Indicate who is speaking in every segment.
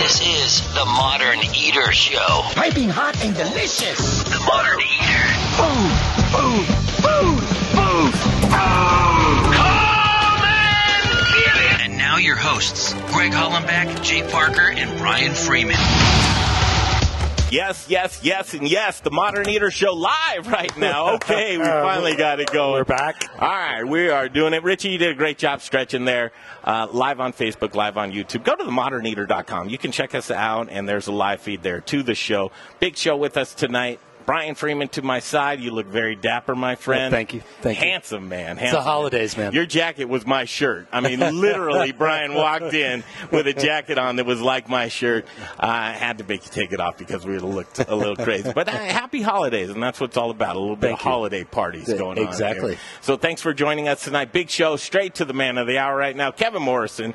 Speaker 1: This is the Modern Eater Show.
Speaker 2: Piping hot and delicious.
Speaker 1: The Modern Eater.
Speaker 2: Food, food, food, food, food.
Speaker 1: Come and get it. And now your hosts, Greg Hollenbeck, Jay Parker, and Brian Freeman.
Speaker 3: Yes, yes, yes, and yes. The Modern Eater Show live right now. Okay, we
Speaker 4: Uh,
Speaker 3: finally got it going.
Speaker 5: Uh, We're back.
Speaker 3: All right, we are doing it. Richie, you did a great job stretching there. Uh, live on Facebook, live on YouTube. Go to themoderneater.com. You can check us out, and there's a live feed there to the show. Big show with us tonight. Brian Freeman to my side. You look very dapper, my friend.
Speaker 5: Oh, thank you. Thank you.
Speaker 3: handsome man.
Speaker 5: It's
Speaker 3: Handsome
Speaker 5: the holidays, man.
Speaker 3: your jacket was my shirt. I mean, literally, Brian walked in with a jacket on that was like my shirt. I had to make you take it off because we looked a little crazy. But uh, happy holidays, and that's what it's all about a little bit
Speaker 5: Thank
Speaker 3: of
Speaker 5: you.
Speaker 3: holiday parties
Speaker 5: Yeah,
Speaker 3: going on. here.
Speaker 5: exactly.
Speaker 3: So thanks for joining us tonight. Big show, straight to the man of the hour right now, Kevin Morrison.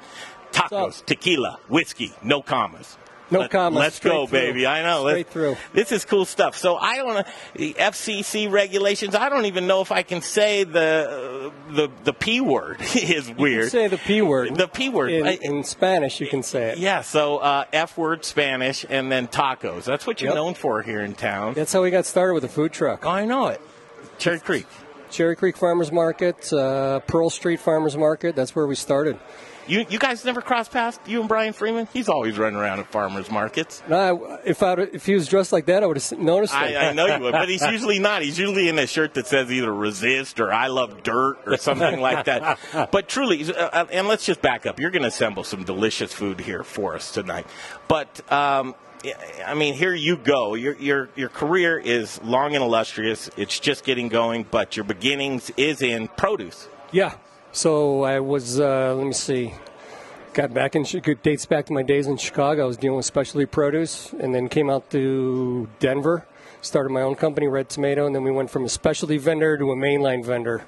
Speaker 3: Tacos, tequila, whiskey, no commas.
Speaker 4: No
Speaker 3: Let-
Speaker 4: commas,
Speaker 3: Let's go,
Speaker 4: straight through.
Speaker 3: baby. I know. Let's-
Speaker 4: Straight through.
Speaker 3: This is cool stuff. So I don't know the FCC regulations. I don't even know if I can say the the the p word is weird.
Speaker 4: Say the P word.
Speaker 3: The P word.
Speaker 4: In,
Speaker 3: I-
Speaker 4: in Spanish, you can say it.
Speaker 3: yeah. So uh, f word Spanish and then tacos. That's what you're
Speaker 4: Yep.
Speaker 3: known for here in town.
Speaker 4: That's how we got started with the food truck.
Speaker 3: Oh, I know it. Cherry Creek.
Speaker 4: Cherry Creek Farmers Market, uh, Pearl Street Farmers Market, that's where we started.
Speaker 3: You you guys never cross paths. You and Brian Freeman. He's always running around at farmers markets.
Speaker 4: No, I, if, I, if he was dressed like that, I would have noticed it.
Speaker 3: I, I know you would, but he's usually not. He's usually in a shirt that says either resist or I love dirt or something like that. But truly, uh, uh, and let's just back up. You're going to assemble some delicious food here for us tonight. But um, I mean, here you go. Your your your career is long and illustrious. It's just getting going, but your beginnings is in produce.
Speaker 4: Yeah. So I was, uh, let me see, got back in, Chi- it dates back to my days in Chicago. I was dealing with specialty produce and then came out to Denver, started my own company, Red Tomato, and then we went from a specialty vendor to a mainline vendor.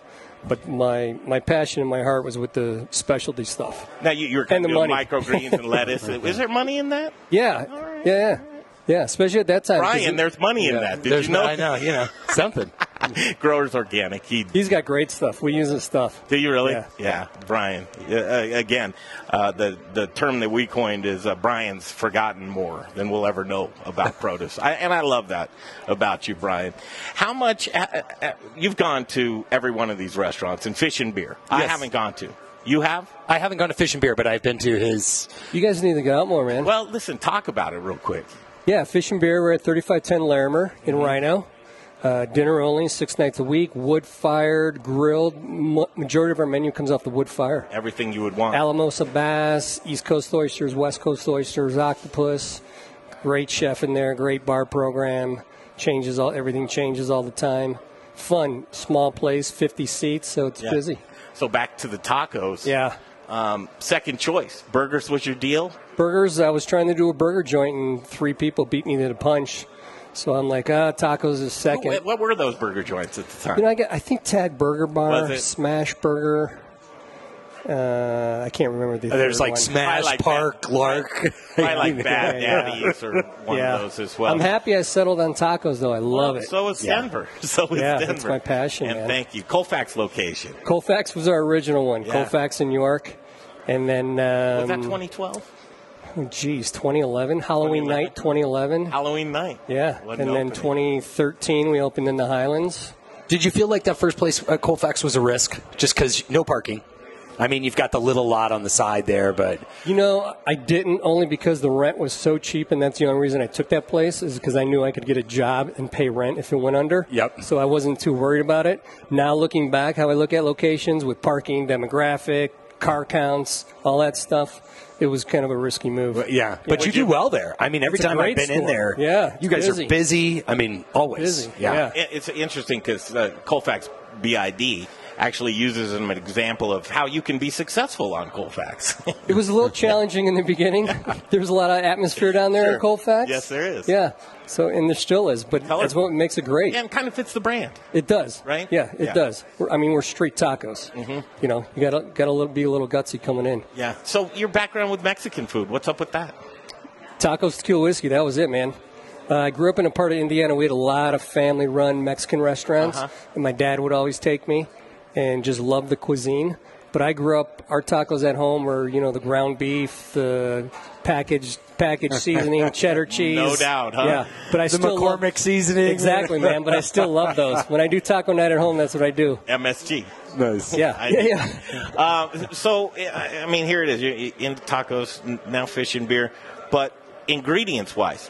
Speaker 4: But my, my passion and my heart was with the specialty stuff.
Speaker 3: Now you, you're
Speaker 4: And the
Speaker 3: doing
Speaker 4: money.
Speaker 3: microgreens and lettuce. Is there money in that,
Speaker 4: Yeah. Yeah, yeah. Yeah, especially at that time. 'cause
Speaker 3: Brian?
Speaker 4: it-
Speaker 3: There's money in
Speaker 4: Yeah.
Speaker 3: that. Did
Speaker 5: There's
Speaker 3: you know?
Speaker 5: I know, you know, something.
Speaker 3: Growers Organic. He
Speaker 4: He's got great stuff. We use his stuff.
Speaker 3: Do you really?
Speaker 4: Yeah.
Speaker 3: Brian. Uh, uh, again, uh, the the term that we coined is uh, Brian's forgotten more than we'll ever know about produce, I, and I love that about you, Brian. How much uh, uh, you've gone to every one of these restaurants and fish and beer? I
Speaker 5: Yes.
Speaker 3: haven't gone to. You have?
Speaker 5: I haven't gone to Fish and Beer, but I've been to his.
Speaker 4: You guys need to get out more, man.
Speaker 3: Well, listen, talk about it real quick.
Speaker 4: Yeah, fish and beer. We're at 3510 Larimer in Rhino. Uh, dinner only, six nights a week. Wood fired, grilled. Mo- majority of our menu comes off the wood fire.
Speaker 3: Everything you would want.
Speaker 4: Alamosa bass, East Coast oysters, West Coast oysters, octopus. Great chef in there. Great bar program. Changes all. Everything changes all the time. Fun, small place, 50 seats, so it's
Speaker 3: Yeah.
Speaker 4: busy.
Speaker 3: So back to the tacos.
Speaker 4: Yeah.
Speaker 3: Um, second choice. Burgers was your deal.
Speaker 4: burgers. I was trying to do a burger joint, and three people beat me to the punch. So I'm like, ah, tacos is second.
Speaker 3: What, what were those burger joints at the time?
Speaker 4: you know, I, got, I think Tad Burger
Speaker 3: Was
Speaker 4: Bar,
Speaker 3: it-
Speaker 4: Smash Burger. Uh, I can't remember the.
Speaker 5: There's
Speaker 4: third
Speaker 5: like
Speaker 4: one.
Speaker 3: I
Speaker 5: Smash,
Speaker 3: like
Speaker 5: Park, Lark.
Speaker 3: I like Bad
Speaker 4: Yeah.
Speaker 3: Daddies or one
Speaker 4: Yeah.
Speaker 3: of those as well.
Speaker 4: I'm happy I settled on tacos, though. I love it.
Speaker 3: So is Denver. So is
Speaker 4: Yeah,
Speaker 3: Denver.
Speaker 4: that's my passion,
Speaker 3: And
Speaker 4: man.
Speaker 3: thank you. Colfax location.
Speaker 4: Colfax was our original one.
Speaker 3: Yeah.
Speaker 4: Colfax in York, and then
Speaker 3: Was that
Speaker 4: um,
Speaker 3: 2012?
Speaker 4: oh, geez, 2011 Halloween
Speaker 3: 2011.
Speaker 4: night, 2011.
Speaker 3: Halloween night.
Speaker 4: yeah,
Speaker 3: Wasn't
Speaker 4: and then
Speaker 3: opening.
Speaker 4: 2013 we opened in the Highlands.
Speaker 5: Did you feel like that first place at Colfax was a risk just because no parking? I mean, you've got the little lot on the side there, but
Speaker 4: You know, I didn't only because the rent was so cheap, and that's the only reason I took that place is because I knew I could get a job and pay rent if it went under.
Speaker 5: Yep.
Speaker 4: So I wasn't too worried about it. Now looking back, how I look at locations with parking, demographic, car counts, all that stuff, it was kind of a risky move.
Speaker 5: yeah. But you, do well there. I mean, every
Speaker 4: It's a
Speaker 5: time I've
Speaker 4: great
Speaker 5: been in there,
Speaker 4: store. Yeah,
Speaker 5: you guys
Speaker 4: busy.
Speaker 5: are busy. I mean, always
Speaker 4: Busy, yeah.
Speaker 3: It- It's interesting because uh, Colfax BID actually uses them an example of how you can be successful on Colfax.
Speaker 4: It was a little challenging in the beginning. There's a lot of atmosphere down there
Speaker 3: Sure.
Speaker 4: in Colfax.
Speaker 3: Yes, there is.
Speaker 4: Yeah. So and there still is, but
Speaker 3: Tell
Speaker 4: that's
Speaker 3: her-
Speaker 4: what makes it great.
Speaker 3: and kind of fits the brand.
Speaker 4: It does,
Speaker 3: Right?
Speaker 4: Yeah, it
Speaker 3: Yeah. Mm-hmm.
Speaker 4: does. We're, I mean, we're street tacos. You know, you gotta gotta little, be a little gutsy coming in.
Speaker 3: Yeah. So your background with Mexican food, what's up with that?
Speaker 4: Tacos, tequila, whiskey. That was it, man. Uh, I grew up in a part of Indiana. We had a lot of family-run Mexican restaurants,
Speaker 3: Uh-huh.
Speaker 4: and my dad would always take me, and just loved the cuisine. But I grew up. Our tacos at home were, you know, the ground beef, the packaged packaged seasoning, cheddar cheese.
Speaker 3: No doubt, huh?
Speaker 4: Yeah, but I
Speaker 5: the
Speaker 4: still love-
Speaker 5: McCormick seasoning.
Speaker 4: Exactly, man. But I still love those. When I do taco night at home, that's what I do.
Speaker 3: MSG.
Speaker 5: nice.
Speaker 4: Yeah,
Speaker 3: I-
Speaker 4: yeah, yeah.
Speaker 3: Uh, so, I I mean, here it is. You're into tacos, n- now fish and beer. But ingredients wise,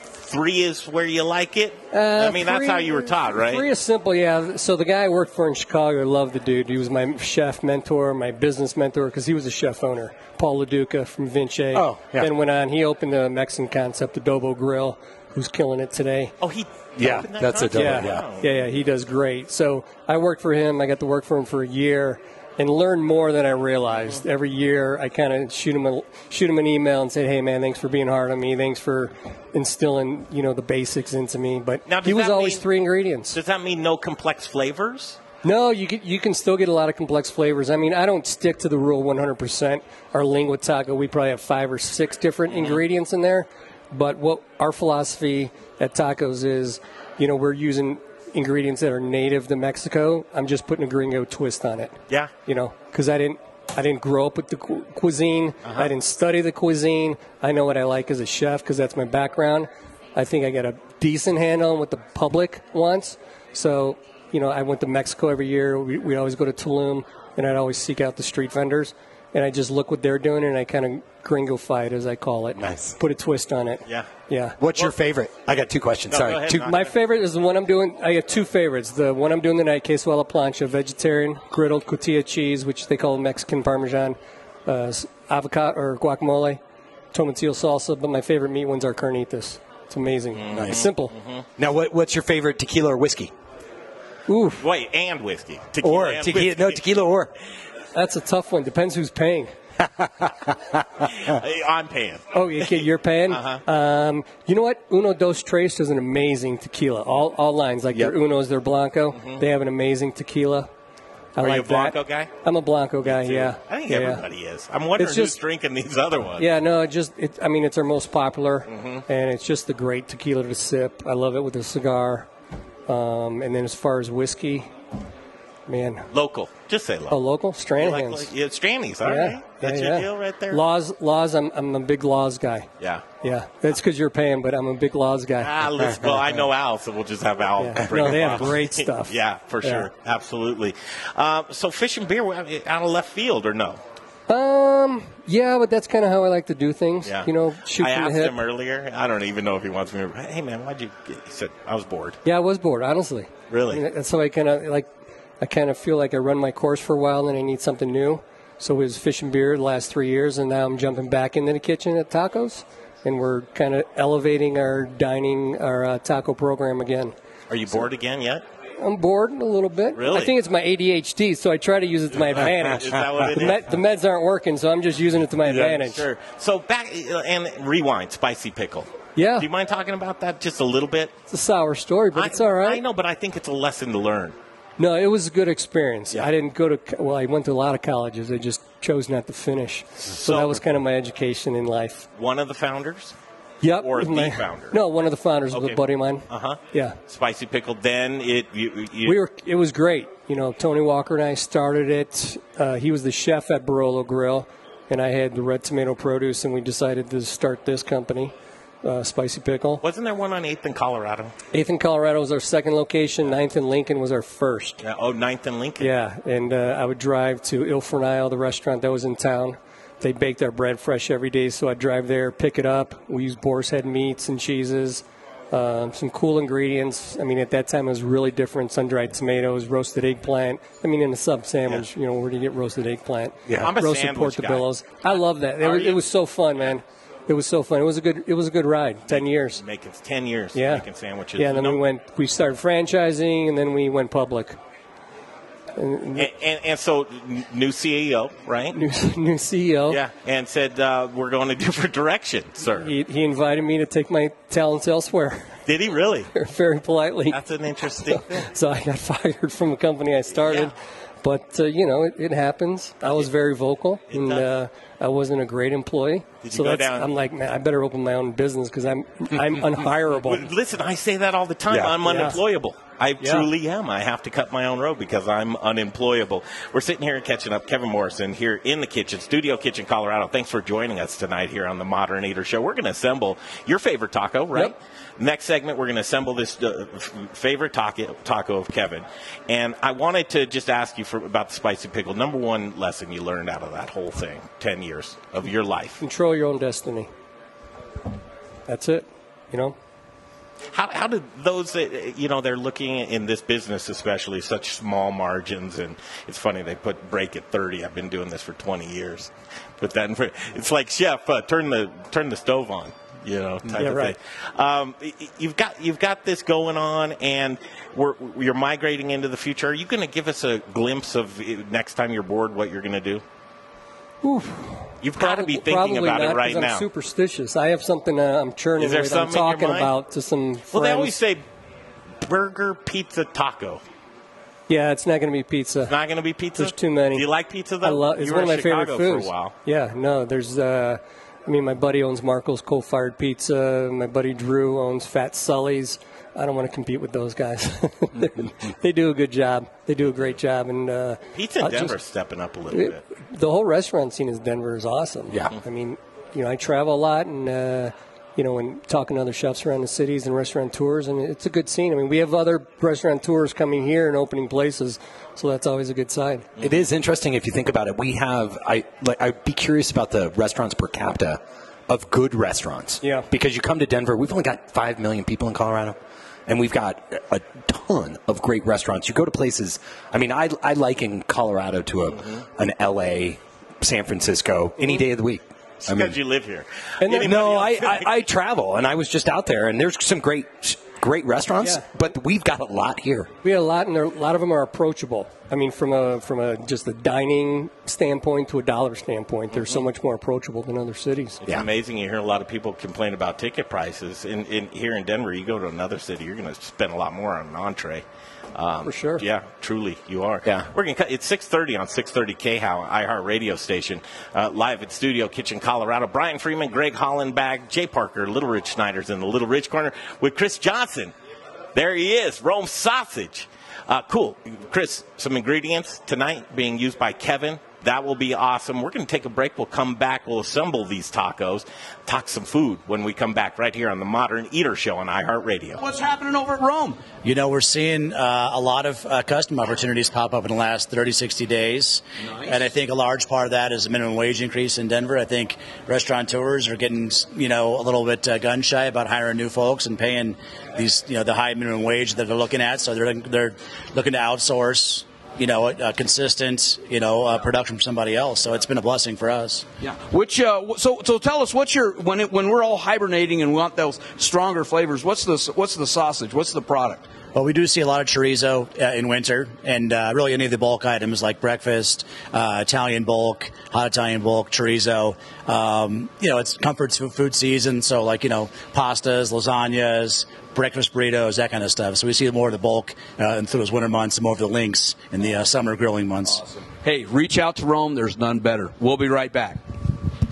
Speaker 3: three is where you like it.
Speaker 4: Uh,
Speaker 3: I mean, that's
Speaker 4: three-
Speaker 3: how you were taught, right?
Speaker 4: Three is simple, yeah. So the guy I worked for in Chicago, I loved the dude. He was my chef mentor, my business mentor, because he was a chef owner. Paul LaDuca from Vinci.
Speaker 5: Oh, yeah.
Speaker 4: Then went on. He opened the Mexican concept, Adobo Grill, who's killing it today.
Speaker 3: oh, he.
Speaker 5: Yeah,
Speaker 3: opened that
Speaker 5: that's a
Speaker 3: concept?
Speaker 5: double,
Speaker 4: yeah. yeah, yeah, He does great. So I worked for him. I got to work for him for a year and learned more than I realized. Every year, I kind of shoot him a, shoot him an email and say, "Hey, man, thanks for being hard on me. Thanks for instilling you know the basics into me." But
Speaker 3: Now, does
Speaker 4: he was
Speaker 3: that
Speaker 4: always
Speaker 3: mean-
Speaker 4: three ingredients.
Speaker 3: Does that mean no complex flavors?
Speaker 4: No, you can, you can still get a lot of complex flavors. I mean, I don't stick to the rule 100%. Our lingua taco, we probably have five or six different ingredients in there. But what our philosophy at tacos is, you know, we're using ingredients that are native to Mexico. I'm just putting a gringo twist on it.
Speaker 3: Yeah.
Speaker 4: You know, because I didn't. I didn't grow up with the cu- cuisine. I didn't study the cuisine. I know what I like as a chef because that's my background. I think I got a decent handle on what the public wants. So, you know, I went to Mexico every year. We, we always go to Tulum, and I'd always seek out the street vendors. And I just look what they're doing, and I kind of gringofy it, as I call it.
Speaker 5: Nice.
Speaker 4: Put a twist on it.
Speaker 3: Yeah.
Speaker 4: Yeah.
Speaker 5: What's your favorite? I got two questions.
Speaker 3: No,
Speaker 5: Sorry.
Speaker 3: go ahead,
Speaker 5: two,
Speaker 3: Knox.
Speaker 4: My favorite is the one I'm doing. I got two favorites. The one I'm doing tonight, queso a la plancha, vegetarian, griddled cotija cheese, which they call Mexican Parmesan, uh, s- avocado or guacamole, tomatillo salsa. But my favorite meat ones are carnitas. It's amazing. It's simple.
Speaker 5: Mm, now, what, what's your favorite tequila or whiskey?
Speaker 4: Ooh,
Speaker 3: Wait, and whiskey. Tequila
Speaker 5: Or
Speaker 3: and
Speaker 5: tequila?
Speaker 3: whiskey.
Speaker 5: No, tequila or.
Speaker 4: that's a tough one. Depends who's paying.
Speaker 3: Hey, I'm paying. Uh-huh.
Speaker 4: Oh, you kid, you're paying. um, you know what? Uno Dos Tres is an amazing tequila. All all lines like
Speaker 5: Yep.
Speaker 4: their Unos, their Blanco. They have an amazing tequila. I
Speaker 3: Mm-hmm. Are
Speaker 4: like
Speaker 3: you a Blanco
Speaker 4: that.
Speaker 3: guy?
Speaker 4: I'm a Blanco guy. Yeah.
Speaker 3: I think
Speaker 4: Yeah.
Speaker 3: everybody is. I'm wondering
Speaker 4: It's
Speaker 3: who's
Speaker 4: just-
Speaker 3: drinking these other ones.
Speaker 4: Yeah, no, it just it, I mean it's our most popular,
Speaker 3: Mm-hmm.
Speaker 4: and it's just the great tequila to sip. I love it with a cigar, um, and then as far as whiskey, man,
Speaker 3: Local. Just say
Speaker 4: a
Speaker 3: local.
Speaker 4: Oh, local
Speaker 3: like,
Speaker 4: Stranahan's.
Speaker 3: like, yeah, Strannies, all right.
Speaker 4: yeah,
Speaker 3: That's
Speaker 4: yeah,
Speaker 3: your
Speaker 4: yeah.
Speaker 3: deal right there?
Speaker 4: Laws, laws. I'm I'm a big laws guy.
Speaker 3: Yeah.
Speaker 4: Yeah, that's because you're paying, but I'm a big laws guy.
Speaker 3: Ah, let's go. I know Al, so we'll just have Al.
Speaker 4: Yeah.
Speaker 3: Bring
Speaker 4: No, they
Speaker 3: them
Speaker 4: have
Speaker 3: up.
Speaker 4: great stuff.
Speaker 3: yeah, for
Speaker 4: Yeah.
Speaker 3: sure, absolutely. Uh, so fish and beer well, out of left field or no?
Speaker 4: Um, yeah, but that's kind of how I like to do things.
Speaker 3: Yeah,
Speaker 4: You know, shoot
Speaker 3: I
Speaker 4: from
Speaker 3: asked
Speaker 4: the hip.
Speaker 3: him earlier. I don't even know if he wants me. to. Hey man, why'd you? Get? He said I was bored.
Speaker 4: Yeah, I was bored, honestly.
Speaker 3: Really?
Speaker 4: And and so I kind of like, I kind of feel like I run my course for a while, and I need something new. So it was fish and beer the last three years, and now I'm jumping back into the kitchen at tacos, and we're kind of elevating our dining, our uh, taco program again.
Speaker 3: Are you bored again yet?
Speaker 4: I'm bored a little bit.
Speaker 3: Really?
Speaker 4: I think it's my ADHD, so I try to use it to my advantage.
Speaker 3: Is that what it
Speaker 4: the,
Speaker 3: is?
Speaker 4: med- the meds aren't working, so I'm just using it to my advantage.
Speaker 3: Sure. So back and rewind. Spicy pickle.
Speaker 4: Yeah,
Speaker 3: Do you mind talking about that just a little bit?
Speaker 4: it's a sour story, but
Speaker 3: I-
Speaker 4: it's all right.
Speaker 3: I know, but I think it's a lesson to learn.
Speaker 4: No, it was a good experience.
Speaker 3: Yeah.
Speaker 4: I didn't go to co- well. I went to a lot of colleges. I just chose not to finish. So,
Speaker 3: So-
Speaker 4: that was kind of my education in life.
Speaker 3: One of the founders,
Speaker 4: Yep.
Speaker 3: Or
Speaker 4: it was
Speaker 3: the
Speaker 4: my-
Speaker 3: founder.
Speaker 4: No, one of the founders was
Speaker 3: Okay.
Speaker 4: a buddy of mine.
Speaker 3: Uh-huh.
Speaker 4: Yeah.
Speaker 3: spicy pickle. Then it. You, you,
Speaker 4: We were. It was great. You know, Tony Walker and I started it. Uh, he was the chef at Barolo Grill, and I had the red tomato produce, and we decided to start this company, uh, Spicy Pickle.
Speaker 3: Wasn't there one on Eighth in Colorado?
Speaker 4: Eighth in Colorado was our second location. Ninth in Lincoln was our first.
Speaker 3: Yeah, oh, Ninth and Lincoln.
Speaker 4: Yeah, and uh, I would drive to Il Fornaio, the restaurant that was in town. They baked our bread fresh every day, so I'd drive there, pick it up. We used boar's head meats and cheeses, um, some cool ingredients. I mean, at that time, it was really different sun dried tomatoes, roasted eggplant. I mean, in a sub sandwich, you know, where do you get roasted eggplant?
Speaker 5: Yeah.
Speaker 3: I'm a
Speaker 4: roasted
Speaker 3: sandwich guy.
Speaker 4: portobellos. I love that. It
Speaker 3: Are
Speaker 4: was,
Speaker 3: you?
Speaker 4: it was so fun, man. It was so fun. It was a good. It was a good ride. Ten years.
Speaker 3: Making ten years.
Speaker 4: Yeah.
Speaker 3: Making sandwiches.
Speaker 4: Yeah, and then
Speaker 3: No-
Speaker 4: we went. We started franchising, and then we went public.
Speaker 3: And, and, and so n- new CEO, right?
Speaker 4: New, E new CEO.
Speaker 3: yeah, and said uh, we're going a different direction, sir.
Speaker 4: He, he invited me to take my talents elsewhere,
Speaker 3: Did he really?
Speaker 4: very politely.
Speaker 3: That's an interesting thing.
Speaker 4: So I got fired from a company I started. But, uh, you know, it, it happens. I was very vocal, and uh,
Speaker 3: does.
Speaker 4: I wasn't a great employee.
Speaker 3: Did you
Speaker 4: so
Speaker 3: go
Speaker 4: that's,
Speaker 3: down-
Speaker 4: I'm like, man, I better open my own business because I'm, I'm unhirable.
Speaker 3: Listen, I say that all the time.
Speaker 5: Yeah.
Speaker 3: I'm
Speaker 4: Yeah.
Speaker 3: unemployable. I
Speaker 5: Yeah.
Speaker 3: truly am. I have to cut my own road because I'm unemployable. We're sitting here and catching up. Kevin Morrison here in the kitchen, Studio Kitchen, Colorado. Thanks for joining us tonight here on the Modern Eater Show. We're going to assemble your favorite taco, right? Next segment, we're going to assemble this uh, f- favorite taco, taco of Kevin. And I wanted to just ask you for, about the spicy pickle. Number one lesson you learned out of that whole thing, 10 years of your life.
Speaker 4: Control your own destiny. That's it. You know,
Speaker 3: How, how did those, that, you know, they're looking in this business, especially such small margins, and it's funny they put break at thirty. I've been doing this for twenty years, but then for, it's like chef, uh, turn the turn the stove on, you know, type
Speaker 4: Yeah,
Speaker 3: of
Speaker 4: right.
Speaker 3: thing. Um, y- y- you've got you've got this going on, and we're you're migrating into the future. Are you going to give us a glimpse of eh, next time you're bored, what you're going to do? You've got to be thinking
Speaker 4: Probably
Speaker 3: about
Speaker 4: not,
Speaker 3: it right
Speaker 4: 'cause I'm
Speaker 3: now.
Speaker 4: superstitious. I have something uh, I'm churning.
Speaker 3: Is there
Speaker 4: with.
Speaker 3: something in your
Speaker 4: I'm talking
Speaker 3: mind?
Speaker 4: about to some. Friends.
Speaker 3: well, they always say burger, pizza, taco.
Speaker 4: Yeah, it's not going to be pizza.
Speaker 3: Not going to be pizza.
Speaker 4: There's too many.
Speaker 3: Do you like pizza though?
Speaker 4: I love. It's
Speaker 3: you
Speaker 4: one
Speaker 3: were
Speaker 4: of my
Speaker 3: in Chicago
Speaker 4: favorite foods.
Speaker 3: for a while.
Speaker 4: Yeah, no, there's. Uh, I mean, my buddy owns Marco's Coal Fired Pizza. My buddy Drew owns Fat Sully's. I don't want to compete with those guys. they do a good job. They do a great job, and uh,
Speaker 3: Pizza in
Speaker 4: I'll just-
Speaker 3: Denver's stepping up a little bit.
Speaker 4: the whole restaurant scene in Denver is awesome.
Speaker 5: Yeah.
Speaker 4: I mean, you know, I travel a lot and, uh, you know, and talking to other chefs around the cities and restaurateurs, and it's a good scene. I mean, we have other restaurateurs coming here and opening places, so that's always a good sign.
Speaker 5: It is interesting if you think about it. We have I like I'd be curious about the restaurants per capita of good restaurants.
Speaker 4: Yeah.
Speaker 5: Because you come to Denver, we've only got five million people in Colorado, and we've got a ton of great restaurants. You go to places. I mean, I I liken Colorado to a
Speaker 4: Mm-hmm.
Speaker 5: an L.A., San Francisco any day of the week. I mean,
Speaker 3: Because you live here.
Speaker 4: And then-
Speaker 3: Anybody
Speaker 5: no, I,
Speaker 3: else?
Speaker 5: I I travel, and I was just out there, and there's some great great restaurants,
Speaker 4: Yeah.
Speaker 5: but we've got a lot here.
Speaker 4: We had a lot, and there- a lot of them are approachable. I mean, from a from a just a dining standpoint to a dollar standpoint, they're so
Speaker 3: Mm-hmm.
Speaker 4: much more approachable than other cities.
Speaker 3: It's amazing. You hear a lot of people complain about ticket prices. In, in here in Denver, you go to another city, you're going to spend a lot more on an entree. Um,
Speaker 4: For sure.
Speaker 3: Yeah, truly, you are.
Speaker 5: Yeah.
Speaker 3: We're gonna cut. It's 6:30 on 6:30 KHOW iHeart Radio Station, uh, live at Studio Kitchen, Colorado. Brian Freeman, Greg Hollenbach, Jay Parker, Little Rich Snyder's in the Little Rich corner with Chris Johnson. There he is, Rome sausage. Uh, cool, Chris. Some ingredients tonight being used by Kevin. That will be awesome. We're going to take a break. We'll come back. We'll assemble these tacos, talk some food when we come back right here on the Modern Eater Show on iHeartRadio.
Speaker 6: What's happening over at Rome? You know, we're seeing uh, a lot of uh, custom opportunities pop up in the last 30, 60 days. And I think a large part of that is the minimum wage increase in Denver. I think restaurateurs are getting, you know, a little bit uh, gun shy about hiring new folks and paying these, you know, the high minimum wage that they're looking at. So they're, they're looking to outsource. You know, a, a consistent, you know, uh, production from somebody else. So it's been a blessing for us.
Speaker 7: Yeah. Which uh, w- so so tell us what's your when it, when we're all hibernating and want those stronger flavors. What's the what's the sausage? What's the product?
Speaker 6: Well, we do see a lot of chorizo uh, in winter, and uh, really any of the bulk items like breakfast, uh, Italian bulk, hot Italian bulk, chorizo. Um, you know, it's comfort fo- food season, so like you know, pastas, lasagnas, breakfast burritos, that kind of stuff. So we see more of the bulk uh, in through those winter months, and more of the links in the uh, summer grilling months.
Speaker 7: Hey, reach out to Rome. There's none better. We'll be right back.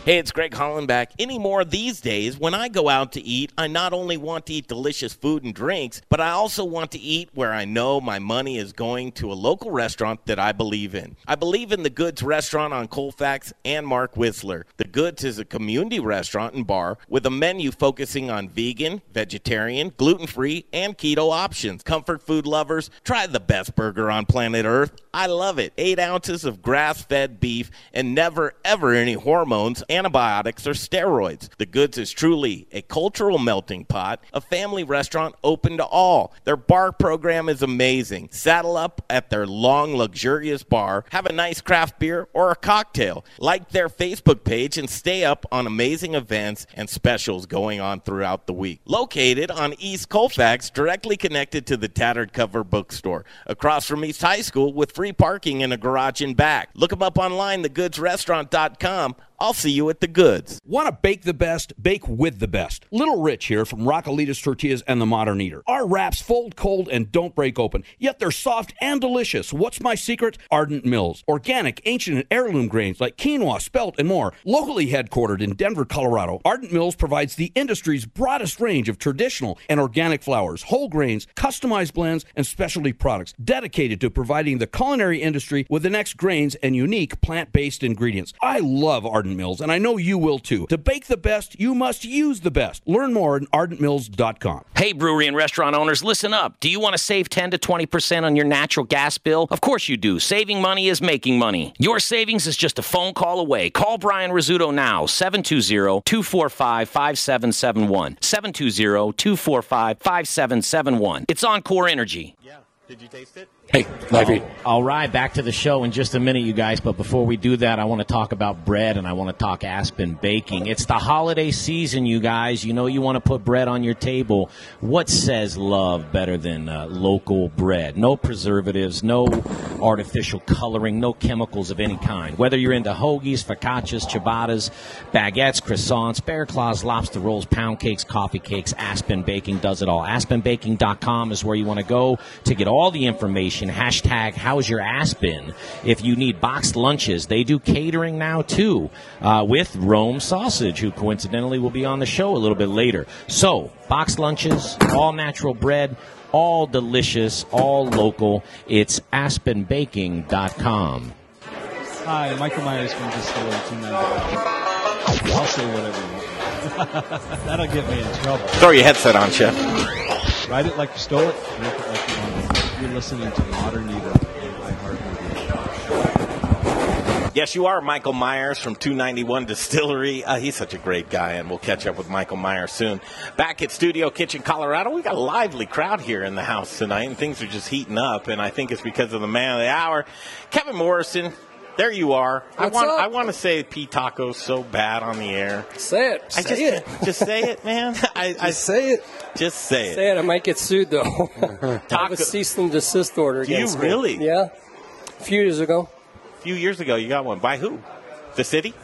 Speaker 3: Hey, it's Greg Hollenbach. Anymore these days, when I go out to eat, I not only want to eat delicious food and drinks, but I also want to eat where I know my money is going to a local restaurant that I believe in. I believe in the Goods restaurant on Colfax and Mark Whistler. The Goods is a community restaurant and bar with a menu focusing on vegan, vegetarian, gluten free, and keto options. Comfort food lovers, try the best burger on planet Earth. I love it. Eight ounces of grass fed beef and never, ever any hormones, antibiotics, or steroids. The Goods is truly a cultural melting pot, a family restaurant open to all. Their bar program is amazing. Saddle up at their long, luxurious bar, have a nice craft beer or a cocktail. Like their Facebook page and stay up on amazing events and specials going on throughout the week. Located on East Colfax, directly connected to the Tattered Cover Bookstore, across from East High School with free parking and a garage in back. Look them up online, thegoodsrestaurant.com.
Speaker 8: I'll see you at the goods.
Speaker 7: Want to bake the best? Bake with the best. Little Rich here from Rockalitas Tortillas and the Modern Eater. Our wraps fold cold and don't break open, yet they're soft and delicious. What's my secret? Ardent Mills. Organic, ancient, and heirloom grains like quinoa, spelt, and more. Locally headquartered in Denver, Colorado, Ardent Mills provides the industry's broadest range of traditional and organic flours, whole grains, customized blends, and specialty products dedicated to providing the culinary industry with the next grains and unique plant based ingredients. I love Ardent Mills, and I know you will too. To bake the best, you must use the best. Learn more at ardentmills.com.
Speaker 9: Hey, brewery and restaurant owners, listen up. Do you want to save 10 to 20% on your natural gas bill? Of course you do. Saving money is making money. Your savings is just a phone call away. Call Brian Rizzuto now, 720 245 5771. 720 245 5771. It's Encore Energy.
Speaker 3: Did you taste it?
Speaker 10: Hey, Levy.
Speaker 11: All right, back to the show in just a minute, you guys. But before we do that, I want to talk about bread and I want to talk Aspen baking. It's the holiday season, you guys. You know you want to put bread on your table. What says love better than uh, local bread? No preservatives, no artificial coloring, no chemicals of any kind. Whether you're into hoagies, focaccias, ciabattas, baguettes, croissants, bear claws, lobster rolls, pound cakes, coffee cakes, Aspen Baking does it all. AspenBaking.com is where you want to go to get all the information. Hashtag How's Your Aspen. If you need boxed lunches, they do catering now too uh, with Rome Sausage, who coincidentally will be on the show a little bit later. So, boxed lunches, all natural bread, all delicious, all local. It's aspenbaking.com.
Speaker 5: Hi, Michael Myers from Distillery 295. I'll say whatever you want. That'll get me in trouble.
Speaker 3: Throw your headset on, Chef.
Speaker 5: Ride it like you stole it, make it like you want it. You're listening to Modern Eater on iHeartRadio.
Speaker 3: Yes, you are Michael Myers from 291 Distillery. Uh, he's such a great guy, and we'll catch up with Michael Myers soon. Back at Studio Kitchen, Colorado, we got a lively crowd here in the house tonight, and things are just heating up. And I think it's because of the man of the hour, Kevin Morrison. There you are. I
Speaker 12: What's
Speaker 3: want
Speaker 12: up?
Speaker 3: I want to say P tacos so bad on the air.
Speaker 4: Say it.
Speaker 3: I
Speaker 4: Say
Speaker 3: just,
Speaker 4: it.
Speaker 3: just say it, man. I, I
Speaker 4: say it.
Speaker 3: Just say it.
Speaker 4: Say it. I might get sued though. I have a cease and desist order.
Speaker 3: Do you
Speaker 4: against me.
Speaker 3: really?
Speaker 4: Yeah. A few years ago.
Speaker 3: A few years ago, you got one. By who? The city?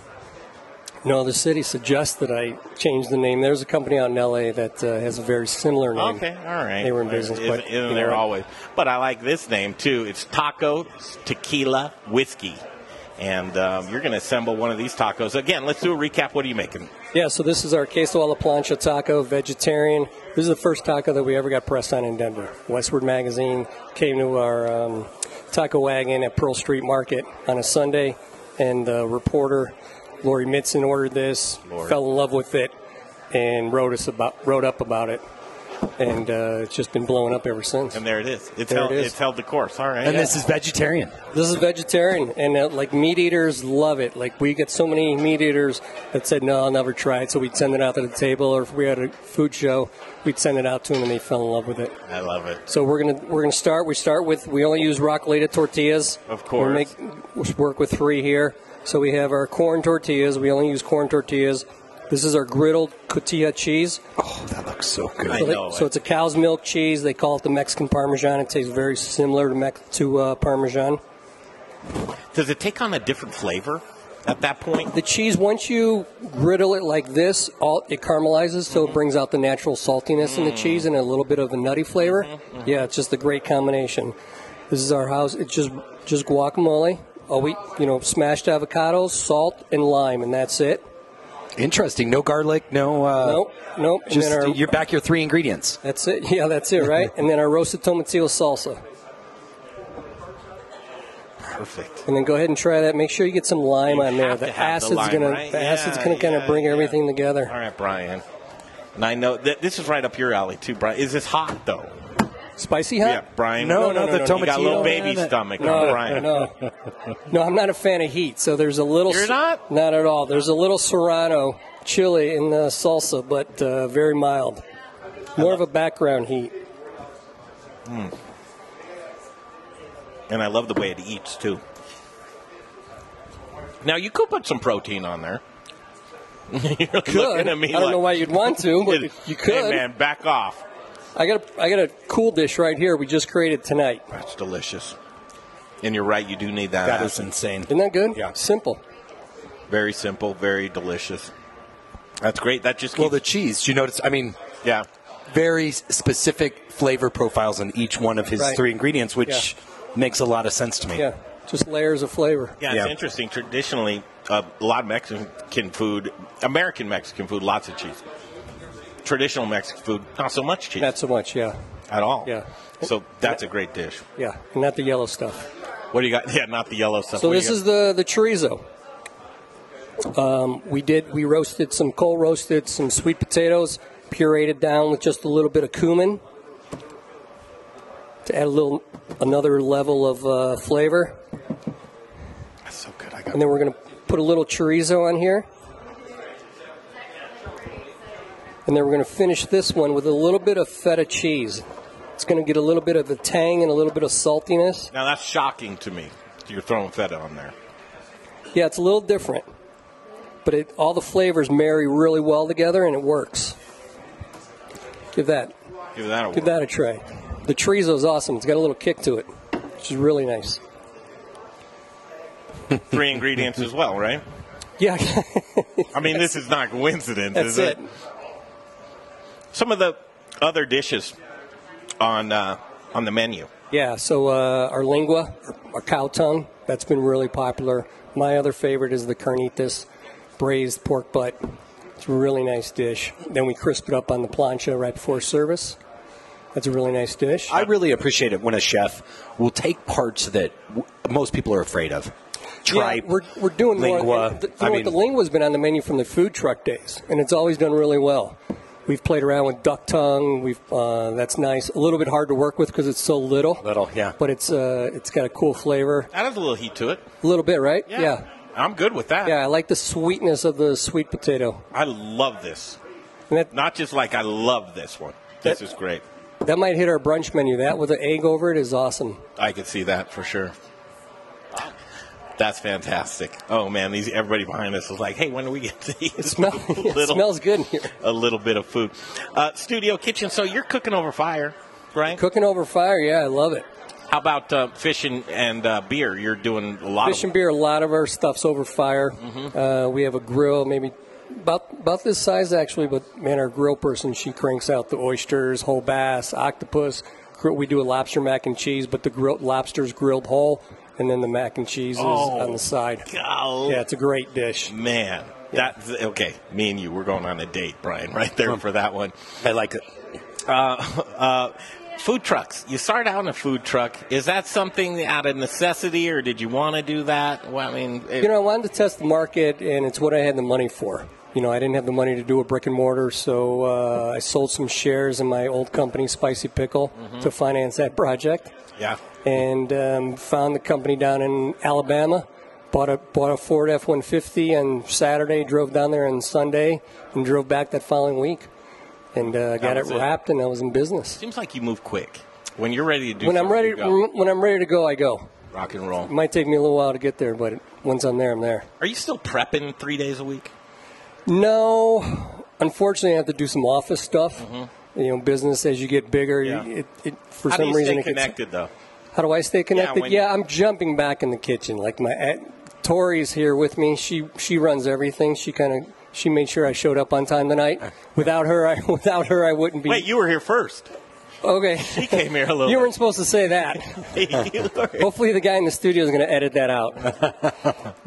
Speaker 4: No, the city suggested I change the name. There's a company out in LA that uh, has a very similar name.
Speaker 3: Okay, all right.
Speaker 4: They were in business,
Speaker 3: Isn't,
Speaker 4: but
Speaker 3: isn't
Speaker 4: you know
Speaker 3: there
Speaker 4: what?
Speaker 3: always? But I like this name too. It's taco, tequila, whiskey, and um, you're going to assemble one of these tacos again. Let's do a recap. What are you making?
Speaker 4: Yeah, so this is our queso a la plancha taco, vegetarian. This is the first taco that we ever got pressed on in Denver. Westward Magazine came to our um, taco wagon at Pearl Street Market on a Sunday, and the reporter, Lori Mitson, ordered this,
Speaker 13: Lori.
Speaker 4: fell in love with it, and wrote us about wrote up about it, and uh, it's just been blowing up ever since.
Speaker 3: And there it is. It's
Speaker 4: There
Speaker 3: held.
Speaker 4: it is.
Speaker 3: It's held the course. All right.
Speaker 4: And this is
Speaker 10: vegetarian.
Speaker 4: This is vegetarian, and uh, like meat eaters love it. Like we get so many meat eaters that said, "No, I'll never try it," so we'd send it out to the table, or if we had a food show, we'd send it out to them, and they fell in love with it.
Speaker 3: I love it.
Speaker 4: So we're gonna we're gonna start. We start with we only use rockleta tortillas.
Speaker 3: Of course.
Speaker 4: we make we work with three here. So we have our corn tortillas. We only use corn tortillas. This is our griddled cotija cheese. Oh, that looks so
Speaker 10: good. I
Speaker 4: So, they-
Speaker 10: know
Speaker 4: so it's a cow's milk cheese. They call it the Mexican Parmesan. It tastes very similar to, Mex- to uh, Parmesan.
Speaker 3: Does it take on a different flavor at that point?
Speaker 4: The cheese, once you griddle it like this, all, it caramelizes,
Speaker 3: Mm-hmm.
Speaker 4: so it brings out the natural saltiness in the
Speaker 14: Mm.
Speaker 4: cheese and a little bit of a nutty flavor.
Speaker 3: Mm-hmm.
Speaker 14: mhm.
Speaker 4: Yeah, it's just a great combination. This is our house. It's just just guacamole. Oh, we you know smashed avocados, salt, and lime, and that's it.
Speaker 10: Interesting. No garlic, no. Uh,
Speaker 4: Nope, nope. And
Speaker 10: Just
Speaker 4: then our-
Speaker 10: your back, your three ingredients.
Speaker 4: That's it. Yeah, that's it, right? and then our roasted tomatillo salsa.
Speaker 3: Perfect.
Speaker 4: And then go ahead and try that. Make sure you get some lime on there.
Speaker 3: have to
Speaker 4: The
Speaker 3: have the
Speaker 4: acid's
Speaker 3: lime,
Speaker 4: gonna
Speaker 3: right?
Speaker 4: the
Speaker 3: Yeah,
Speaker 4: acid's gonna kind
Speaker 3: yeah,
Speaker 4: of bring
Speaker 3: yeah.
Speaker 4: everything together.
Speaker 3: All right, Brian. And I know that this is right up your alley too, Brian. Is this hot though?
Speaker 4: Spicy hot?
Speaker 3: Yeah, Brian.
Speaker 4: No, no, no,
Speaker 3: you
Speaker 4: no,
Speaker 3: got a
Speaker 4: no,
Speaker 3: little
Speaker 4: no,
Speaker 3: baby
Speaker 4: no, no.
Speaker 3: stomach,
Speaker 4: No,
Speaker 3: on Brian.
Speaker 4: no. No, I'm not a fan of heat, so there's a little.
Speaker 3: You're not?
Speaker 4: Not at all. There's a little serrano chili in the salsa, but uh, very mild. More of a background heat.
Speaker 3: Mm. And I love the way it eats too. Now you could put some protein on there. You're
Speaker 4: Could.
Speaker 3: looking at me
Speaker 4: I don't
Speaker 3: like-
Speaker 4: know why you'd want to, but
Speaker 3: Hey,
Speaker 4: you could.
Speaker 3: Hey man, back off.
Speaker 4: I got a, I got a cool dish right here we just created tonight.
Speaker 3: That's delicious. And you're right, you do need that.
Speaker 4: That
Speaker 3: That
Speaker 4: is
Speaker 3: insane.
Speaker 4: Isn't that good? Yeah. Simple.
Speaker 3: Very simple, very delicious. That's great. That just
Speaker 5: well, the cheese. You notice? I mean,
Speaker 3: yeah,
Speaker 5: very s- specific flavor profiles on each one of his
Speaker 4: Right.
Speaker 5: three ingredients, which makes a lot of sense to me.
Speaker 4: Yeah, just layers of flavor.
Speaker 3: Yeah, it's interesting. Traditionally, uh, a lot of Mexican food, American Mexican food, lots of cheese. Traditional Mexican food, not so much cheese
Speaker 4: Not so much, yeah.
Speaker 3: at all.
Speaker 4: Yeah.
Speaker 3: So that's a great dish.
Speaker 4: Yeah, and not the yellow stuff.
Speaker 3: What do you got? Yeah, not the yellow stuff.
Speaker 4: So
Speaker 3: What do
Speaker 4: this
Speaker 3: you
Speaker 4: is the the chorizo. Um, we did we roasted some coal roasted some sweet potatoes, pureed down with just a little bit of cumin to add a little another level of uh, flavor. That's
Speaker 3: so good. I got
Speaker 4: and then we're gonna put a little chorizo on here. And then we're going to finish this one with a little bit of feta cheese. It's going to get a little bit of the tang and a little bit of saltiness.
Speaker 3: got? now that's shocking to me. You're throwing feta on there.
Speaker 4: Yeah, it's a little different, but it, all the flavors marry really well together, and it works. Give that,
Speaker 3: Give that a
Speaker 4: give that a try. The chorizo is awesome. It's got a little kick to it, which is really nice.
Speaker 3: Three ingredients as well, right?
Speaker 4: Yeah.
Speaker 3: I mean, this is not coincidence,
Speaker 4: That's
Speaker 3: is it?
Speaker 4: it.
Speaker 3: Some of the other dishes on uh, on the menu.
Speaker 4: Yeah. So uh, our lingua, our cow tongue, that's been really popular. My other favorite is the carnitas, braised pork butt. It's a really nice dish. Then we crisp it up on the plancha right before service. That's a really nice dish.
Speaker 5: I really appreciate it when a chef will take parts that w- most people are afraid of. Tripe.
Speaker 4: Yeah, we're, we're doing More,
Speaker 5: lingua.
Speaker 4: and the, you
Speaker 5: I
Speaker 4: know what,
Speaker 5: mean-
Speaker 4: the lingua's been on the menu from the food truck days, and it's always done really well. We've played around with duck tongue. We've uh, that's nice. A little bit hard to work with because it's so little.
Speaker 5: Little, yeah.
Speaker 4: But it's uh, it's got a cool flavor.
Speaker 3: That has a little heat to it.
Speaker 4: A little bit, right? Yeah. yeah.
Speaker 3: I'm good with that.
Speaker 4: I like the sweetness of the sweet potato.
Speaker 3: I love this.
Speaker 4: And that-
Speaker 3: Not just like I love this one. This is great.
Speaker 4: That might hit our brunch menu. That with an egg over it is awesome.
Speaker 3: I could see that for sure. That's fantastic. Oh man, these everybody behind us is like, hey, when do we get to eat? It,
Speaker 4: it smells good in here.
Speaker 3: A little bit of food. Uh, studio kitchen. So you're cooking over fire, right?
Speaker 4: Cooking over fire. Yeah, I love it.
Speaker 3: How about uh, fish and, and uh, beer? You're doing a lot
Speaker 4: Fish
Speaker 3: of Mm-hmm.
Speaker 4: and beer, a lot of our stuff's over fire. Uh, we have a grill, maybe about about this size actually, but man, our grill person she cranks out the oysters, whole bass, octopus. Gr- We do a lobster mac and cheese, but the grill, lobster's grilled whole, and then the mac and cheese is
Speaker 3: Oh,
Speaker 4: on the side.
Speaker 3: golly.
Speaker 4: Yeah, it's a great dish.
Speaker 3: man. That's okay. Me and you, we're going on a date, Brian. Right there for that one.
Speaker 5: I like it.
Speaker 3: Uh, uh, food trucks. You start out in a food truck. Is that something out of necessity, or did you want to do that? Well, I mean, it-
Speaker 4: You know, I wanted to test the market, and it's what I had the money for. You know, I didn't have the money to do a brick and mortar, so uh, I sold some shares in my old company, Spicy Pickle, to finance that project.
Speaker 3: Mm-hmm. yeah.
Speaker 4: and um, found the company down in Alabama. Bought a bought a Ford F one fifty on Saturday, drove down there on Sunday, and drove back that following week, and uh, got it
Speaker 3: was it.
Speaker 4: wrapped, and I was in business.
Speaker 3: Seems like you move quick. When you're ready to do
Speaker 4: when I'm
Speaker 3: something,
Speaker 4: ready,
Speaker 3: you go.
Speaker 4: when I'm ready to go, I go.
Speaker 3: rock and
Speaker 4: It
Speaker 3: roll.
Speaker 4: might take me a little while to get there, but once I'm there, I'm there.
Speaker 3: Are you still prepping three days a week?
Speaker 4: No, unfortunately, I have to do some office stuff. You know, business as you get bigger,
Speaker 3: Mm-hmm. Yeah.
Speaker 4: it, it, for
Speaker 3: How
Speaker 4: some
Speaker 3: do you
Speaker 4: reason
Speaker 3: stay
Speaker 4: it gets
Speaker 3: connected though?
Speaker 4: How do I stay connected?
Speaker 3: when-
Speaker 4: Yeah, I'm jumping back in the kitchen. Like my aunt, Tori's here with me. She she runs everything. She kind of she made sure I showed up on time tonight. Without her, I without her I wouldn't be.
Speaker 3: Wait, you were here first.
Speaker 4: okay.
Speaker 3: He came here a little.
Speaker 4: You weren't supposed to say that.
Speaker 3: bit. You were-
Speaker 4: Hopefully, the guy in the studio is going to edit that out.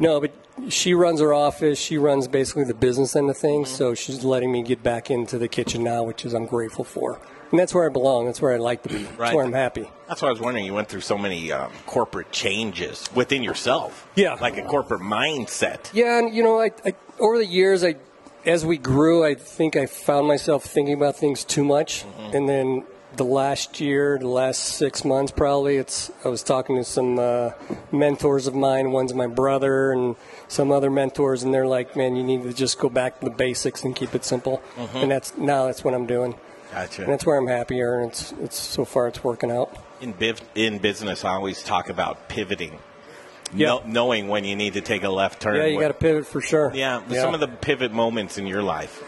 Speaker 4: no, but she runs her office. She runs basically the business end of things.
Speaker 3: Mm-hmm.
Speaker 4: So she's letting me get back into the kitchen now, which is I'm grateful for. And that's where I belong. That's where I like to be.
Speaker 3: Right.
Speaker 4: That's where I'm happy.
Speaker 3: That's why I was wondering. You went through so many um, corporate changes within yourself.
Speaker 4: Yeah.
Speaker 3: like a corporate mindset.
Speaker 4: Yeah, and you know, I, I over the years, I as we grew, I think I found myself thinking about things too much,
Speaker 3: Mm-hmm.
Speaker 4: and then the last year, the last six months, probably, it's I was talking to some uh, mentors of mine. One's my brother, and some other mentors, and they're like, "Man, you need to just go back to the basics and keep it simple." And that's now that's what I'm doing,
Speaker 3: Mm-hmm. Gotcha.
Speaker 4: and that's where I'm happier, and it's it's so far it's working out.
Speaker 3: In, biv- in business, I always talk about pivoting.
Speaker 4: Yeah.
Speaker 3: Kno- knowing when you need to take a left turn.
Speaker 4: Yeah, you
Speaker 3: What-
Speaker 4: got to pivot for sure.
Speaker 3: yeah, some of the pivot moments in your life.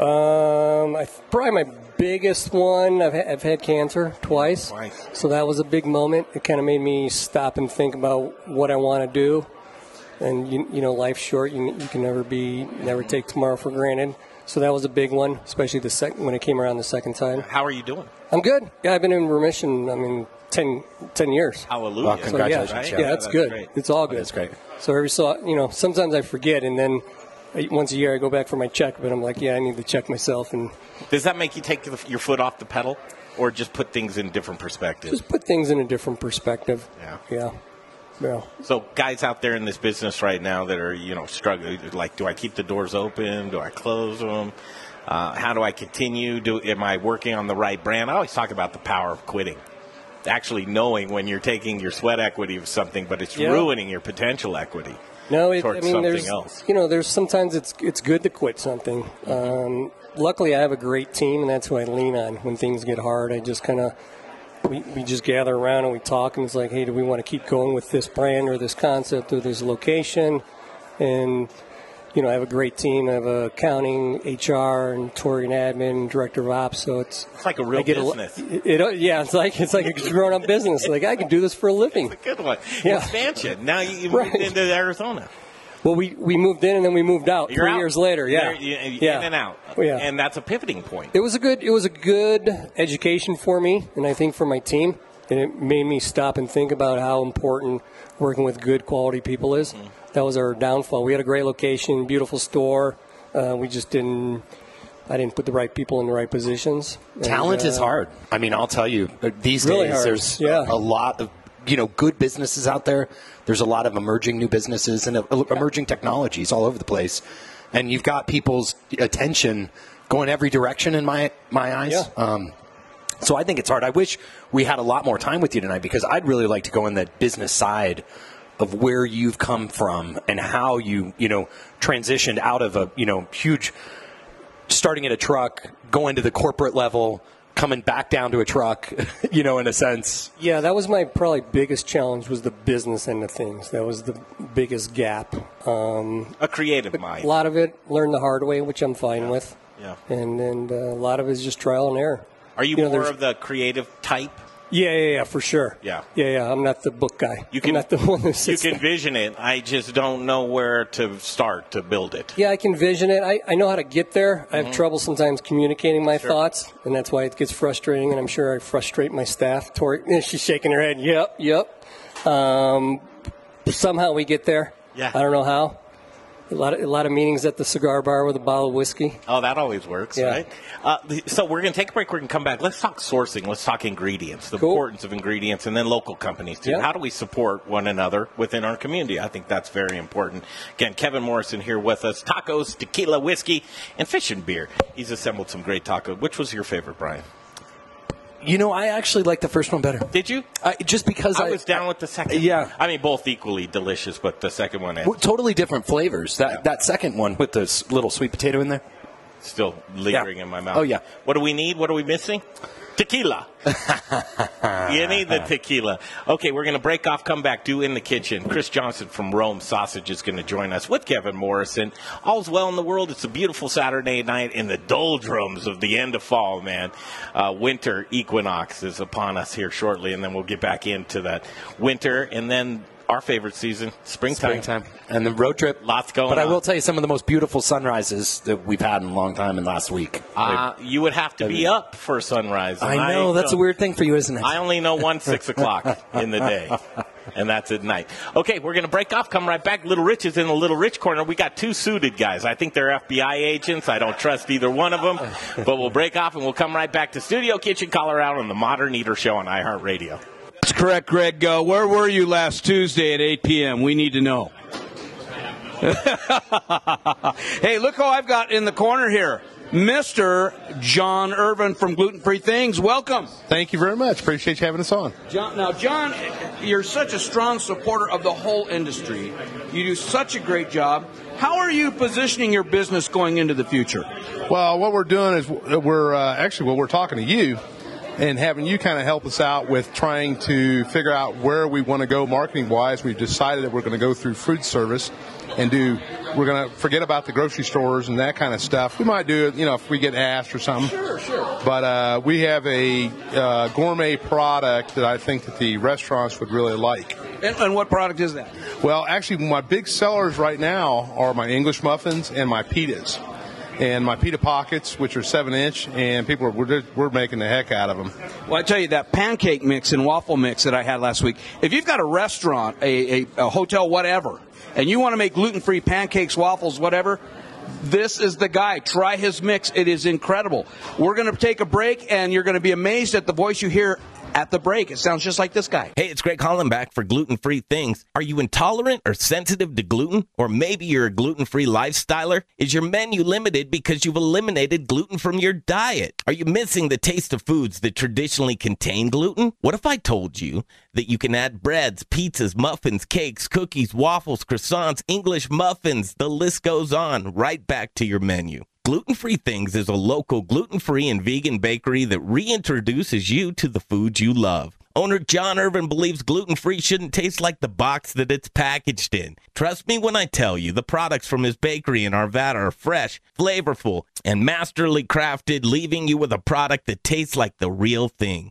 Speaker 4: Um, I, probably my biggest one. I've, ha- I've had cancer twice.
Speaker 3: Twice.
Speaker 4: So that was a big moment. It kind of made me stop and think about what I want to do. and you, you know life's short. You, you can never be never take tomorrow for granted. So that was a big one, especially the second when it came around the second time.
Speaker 3: How are you doing?
Speaker 4: I'm good. Yeah, I've been in remission. I mean, 10, 10 years.
Speaker 3: Hallelujah.
Speaker 5: Oh, congratulations,
Speaker 4: So, yeah,
Speaker 5: yeah.
Speaker 4: yeah, that's
Speaker 5: That's
Speaker 4: good.
Speaker 5: great.
Speaker 4: It's all good.
Speaker 5: That's great.
Speaker 4: So every so you know, sometimes I forget, and then I- once a year I go back for my check, but I'm like, yeah, I need to check myself and
Speaker 3: Does that make you take the- your foot off the pedal, or just put things in different perspectives?
Speaker 4: just put things in a different perspective.
Speaker 3: Yeah.
Speaker 4: Yeah. Yeah.
Speaker 3: So, guys out there in this business right now that are, you know, struggling, like, do I keep the doors open? Do I close them? Uh, how do I continue? Do am I working on the right brand? I always talk about the power of quitting, actually knowing when you're taking your sweat equity of something, but it's
Speaker 4: Yeah.
Speaker 3: ruining your potential equity.
Speaker 4: No, it,
Speaker 3: towards
Speaker 4: I mean,
Speaker 3: something
Speaker 4: there's
Speaker 3: else.
Speaker 4: you know, there's sometimes it's it's good to quit something. Um, luckily, I have a great team, and that's who I lean on when things get hard. I just kind of we, we just gather around and we talk, and it's like, hey, do we want to keep going with this brand or this concept or this location? And you know, I have a great team. I have a accounting, HR, and Tori and admin, director of ops. So it's
Speaker 3: It's like a real
Speaker 4: I get a lo-
Speaker 3: business.
Speaker 4: it, it- yeah, it's like it's like a grown up business. Like I can do this for a living.
Speaker 3: Good one.
Speaker 4: Yeah.
Speaker 3: Expansion. Now you, you
Speaker 4: Right.
Speaker 3: moved into Arizona.
Speaker 4: Well, we, we moved in and then we moved out
Speaker 3: You're
Speaker 4: three
Speaker 3: out.
Speaker 4: years later. Yeah,
Speaker 3: There- you- In
Speaker 4: yeah. Oh,
Speaker 3: and out.
Speaker 4: Yeah.
Speaker 3: And that's a pivoting point.
Speaker 4: It was a good it was a good education for me, and I think for my team, and it made me stop and think about how important working with good quality people is.
Speaker 5: Mm-hmm.
Speaker 4: That was our downfall. We had a great location, beautiful store. Uh, we just didn't. I didn't put the right people in the right positions. And,
Speaker 5: Talent is
Speaker 4: uh,
Speaker 5: hard. I mean, I'll tell you, uh, these
Speaker 4: Really
Speaker 5: days
Speaker 4: hard.
Speaker 5: there's
Speaker 4: Yeah.
Speaker 5: a lot of you know good businesses out there. There's a lot of emerging new businesses and uh, emerging technologies all over the place, and you've got people's attention going every direction in my my eyes.
Speaker 4: Yeah.
Speaker 5: Um, so I think it's hard. I wish we had a lot more time with you tonight because I'd really like to go in that business side of where you've come from and how you you know transitioned out of a you know huge starting at a truck, going to the corporate level, coming back down to a truck, you know, in a sense.
Speaker 4: Yeah, that was my probably biggest challenge was the business end of things. That was the biggest gap. Um,
Speaker 3: A creative
Speaker 4: a
Speaker 3: mind.
Speaker 4: lot of it learned the hard way, which I'm fine with.
Speaker 3: Yeah.
Speaker 4: And and uh, a lot of it is just trial and error.
Speaker 3: Are you,
Speaker 4: You know,
Speaker 3: more
Speaker 4: there's-
Speaker 3: of the creative type?
Speaker 4: Yeah, yeah, yeah, for sure.
Speaker 3: Yeah.
Speaker 4: yeah, yeah. I'm not the book guy.
Speaker 3: You
Speaker 4: You
Speaker 3: can-
Speaker 4: I'm not the one that
Speaker 3: You
Speaker 4: sits
Speaker 3: can vision it. I just don't know where to start to build it.
Speaker 4: Yeah, I can vision it. I, I know how to get there. I
Speaker 3: Mm-hmm.
Speaker 4: have trouble sometimes communicating my thoughts, and that's why it gets frustrating, and I'm sure I frustrate my staff. Tori, eh, she's shaking her head. Yep, yep. Um, somehow we get there.
Speaker 3: Yeah.
Speaker 4: I don't know how. A lot, of, a lot of meetings at the cigar bar with a bottle of whiskey.
Speaker 3: Oh, that always works,
Speaker 4: Yeah.
Speaker 3: right? Uh, th- so we're going to take a break. We're going to come back. Let's talk sourcing. Let's talk ingredients, the
Speaker 4: Cool.
Speaker 3: importance of ingredients, and then local companies too.
Speaker 4: Yeah.
Speaker 3: How do we support one another within our community? I think that's very important. Again, Kevin Morrison here with us. Tacos, tequila, whiskey, and fish and beer. He's assembled some great taco. Which was your favorite, Brian?
Speaker 5: You know, I actually like the first one better.
Speaker 3: Did you?
Speaker 5: I, just because I,
Speaker 3: I was down with the second.
Speaker 5: Yeah.
Speaker 3: I mean, both equally delicious, but the second one is
Speaker 5: Well, totally different flavors. That that second one with the s- little sweet potato in there.
Speaker 3: still lingering in my mouth.
Speaker 5: Oh, yeah.
Speaker 3: What do we need? What are we missing? Tequila. you need the tequila. Okay, we're going to break off, come back, do in the kitchen. Chris Johnson from Rome Sausage is going to join us with Kevin Morrison. All's well in the world. It's a beautiful Saturday night in the doldrums of the end of fall, man. Uh, winter equinox is upon us here shortly, and then we'll get back into that winter and then our favorite season, springtime.
Speaker 5: Springtime and the road trip.
Speaker 3: Lots going
Speaker 5: But I
Speaker 3: on.
Speaker 5: will tell you some of the most beautiful sunrises that we've had in a long time in last week.
Speaker 3: Uh, you would have to be up for sunrise. and
Speaker 5: I know that's a
Speaker 3: don't-
Speaker 5: weird thing for you, isn't it?
Speaker 3: I only know one six o'clock in the day, and that's at night. Okay, we're going to break off. Come right back. Little Rich is in the Little Rich corner. We got two suited guys. I think they're FBI agents. I don't trust either one of them. But we'll break off and we'll come right back to Studio Kitchen Colorado on the Modern Eater Show on iHeartRadio.
Speaker 7: That's correct, Greg. Uh, where were you last Tuesday at 8 p.m.? We need to know. hey, look who I've got in the corner here. Mr. John Irvin from Gluten Free Things. Welcome.
Speaker 15: Thank you very much. Appreciate you having us on.
Speaker 7: John, now, John, you're such a strong supporter of the whole industry. You do such a great job. How are you positioning your business going into the future?
Speaker 15: Well, what we're doing is we're uh, actually well, we're talking to you and having you kind of help us out with trying to figure out where we want to go marketing wise. We've decided that we're going to go through food service and do we're going to forget about the grocery stores and that kind of stuff. We might do it, you know, if we get asked or something. Sure, sure. But uh, we have a uh, gourmet product that I think that the restaurants would really like.
Speaker 16: And, and what product is that?
Speaker 15: Well, actually, my big sellers right now are my English muffins and my pitas. And my pita pockets, which are seven inch, and people are we're, we're making the heck out of them.
Speaker 16: Well, I tell you that pancake mix and waffle mix that I had last week. If you've got a restaurant, a, a, a hotel, whatever, and you want to make gluten-free pancakes, waffles, whatever, this is the guy. Try his mix. It is incredible. We're going to take a break, and you're going to be amazed at the voice you hear at the break. It sounds just like this guy.
Speaker 8: Hey, it's Greg Hollenbach for Gluten Free Things. Are you intolerant or sensitive to gluten? Or maybe you're a gluten free lifestyler? Is your menu limited because you've eliminated gluten from your diet? Are you missing the taste of foods that traditionally contain gluten? What if I told you that you can add breads, pizzas, muffins, cakes, cookies, waffles, croissants, English muffins? The list goes on right back to your menu. Gluten Free Things is a local gluten free and vegan bakery that reintroduces you to the foods you love. Owner John Irvin believes gluten free shouldn't taste like the box that it's packaged in. Trust me when I tell you, the products from his bakery in Arvada are fresh, flavorful, and masterly crafted, leaving you with a product that tastes like the real thing.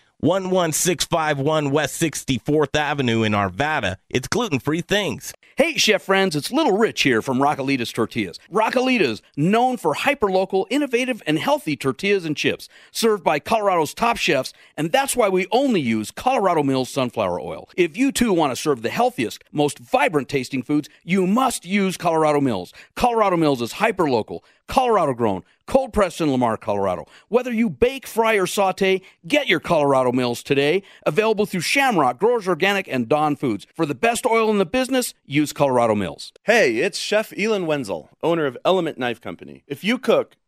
Speaker 8: 11651 West 64th Avenue in Arvada. It's gluten free things.
Speaker 7: Hey, chef friends, it's Little Rich here from Rockalitas Tortillas. Rockalitas, known for hyperlocal, innovative, and healthy tortillas and chips, served by Colorado's top chefs, and that's why we only use Colorado Mills sunflower oil. If you too want to serve the healthiest, most vibrant tasting foods, you must use Colorado Mills. Colorado Mills is hyperlocal, Colorado grown, cold pressed in Lamar, Colorado. Whether you bake, fry, or saute, get your Colorado Mills today. Available through Shamrock, Growers Organic, and Dawn Foods. For the best oil in the business, use Colorado Mills.
Speaker 13: Hey, it's Chef Elon Wenzel, owner of Element Knife Company. If you cook,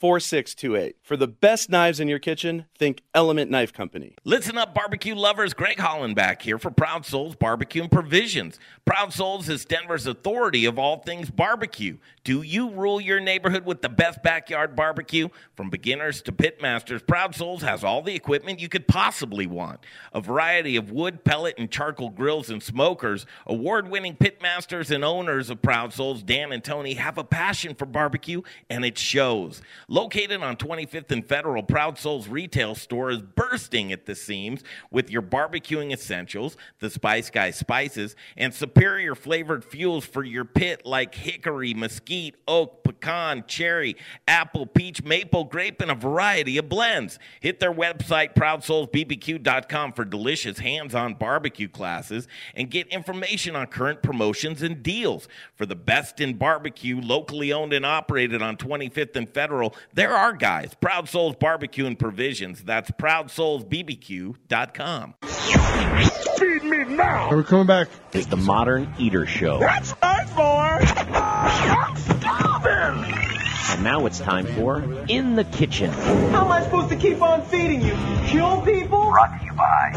Speaker 13: 4628. For the best knives in your kitchen, think Element Knife Company.
Speaker 8: Listen up, barbecue lovers. Greg Hollenbach here for Proud Souls Barbecue and Provisions. Proud Souls is Denver's authority of all things barbecue. Do you rule your neighborhood with the best backyard barbecue? From beginners to pitmasters, Proud Souls has all the equipment you could possibly want. A variety of wood, pellet, and charcoal grills and smokers. Award winning pitmasters and owners of Proud Souls, Dan and Tony, have a passion for barbecue, and it shows. Located on 25th and Federal, Proud Souls retail store is bursting at the seams with your barbecuing essentials, the Spice Guy spices, and superior flavored fuels for your pit like hickory, mesquite, oak, pecan, cherry, apple, peach, maple, grape, and a variety of blends. Hit their website, proudsoulsbbq.com, for delicious hands on barbecue classes and get information on current promotions and deals. For the best in barbecue, locally owned and operated on 25th and Federal, there are guys. Proud Souls Barbecue and Provisions. That's proudsoulsbbq.com.
Speaker 17: Feed me now!
Speaker 11: We're coming back. Is the Modern Eater Show.
Speaker 17: That's not for! I'm starving!
Speaker 11: And now it's time for In the Kitchen.
Speaker 17: How am I supposed to keep on feeding you? Kill people? Rock you by.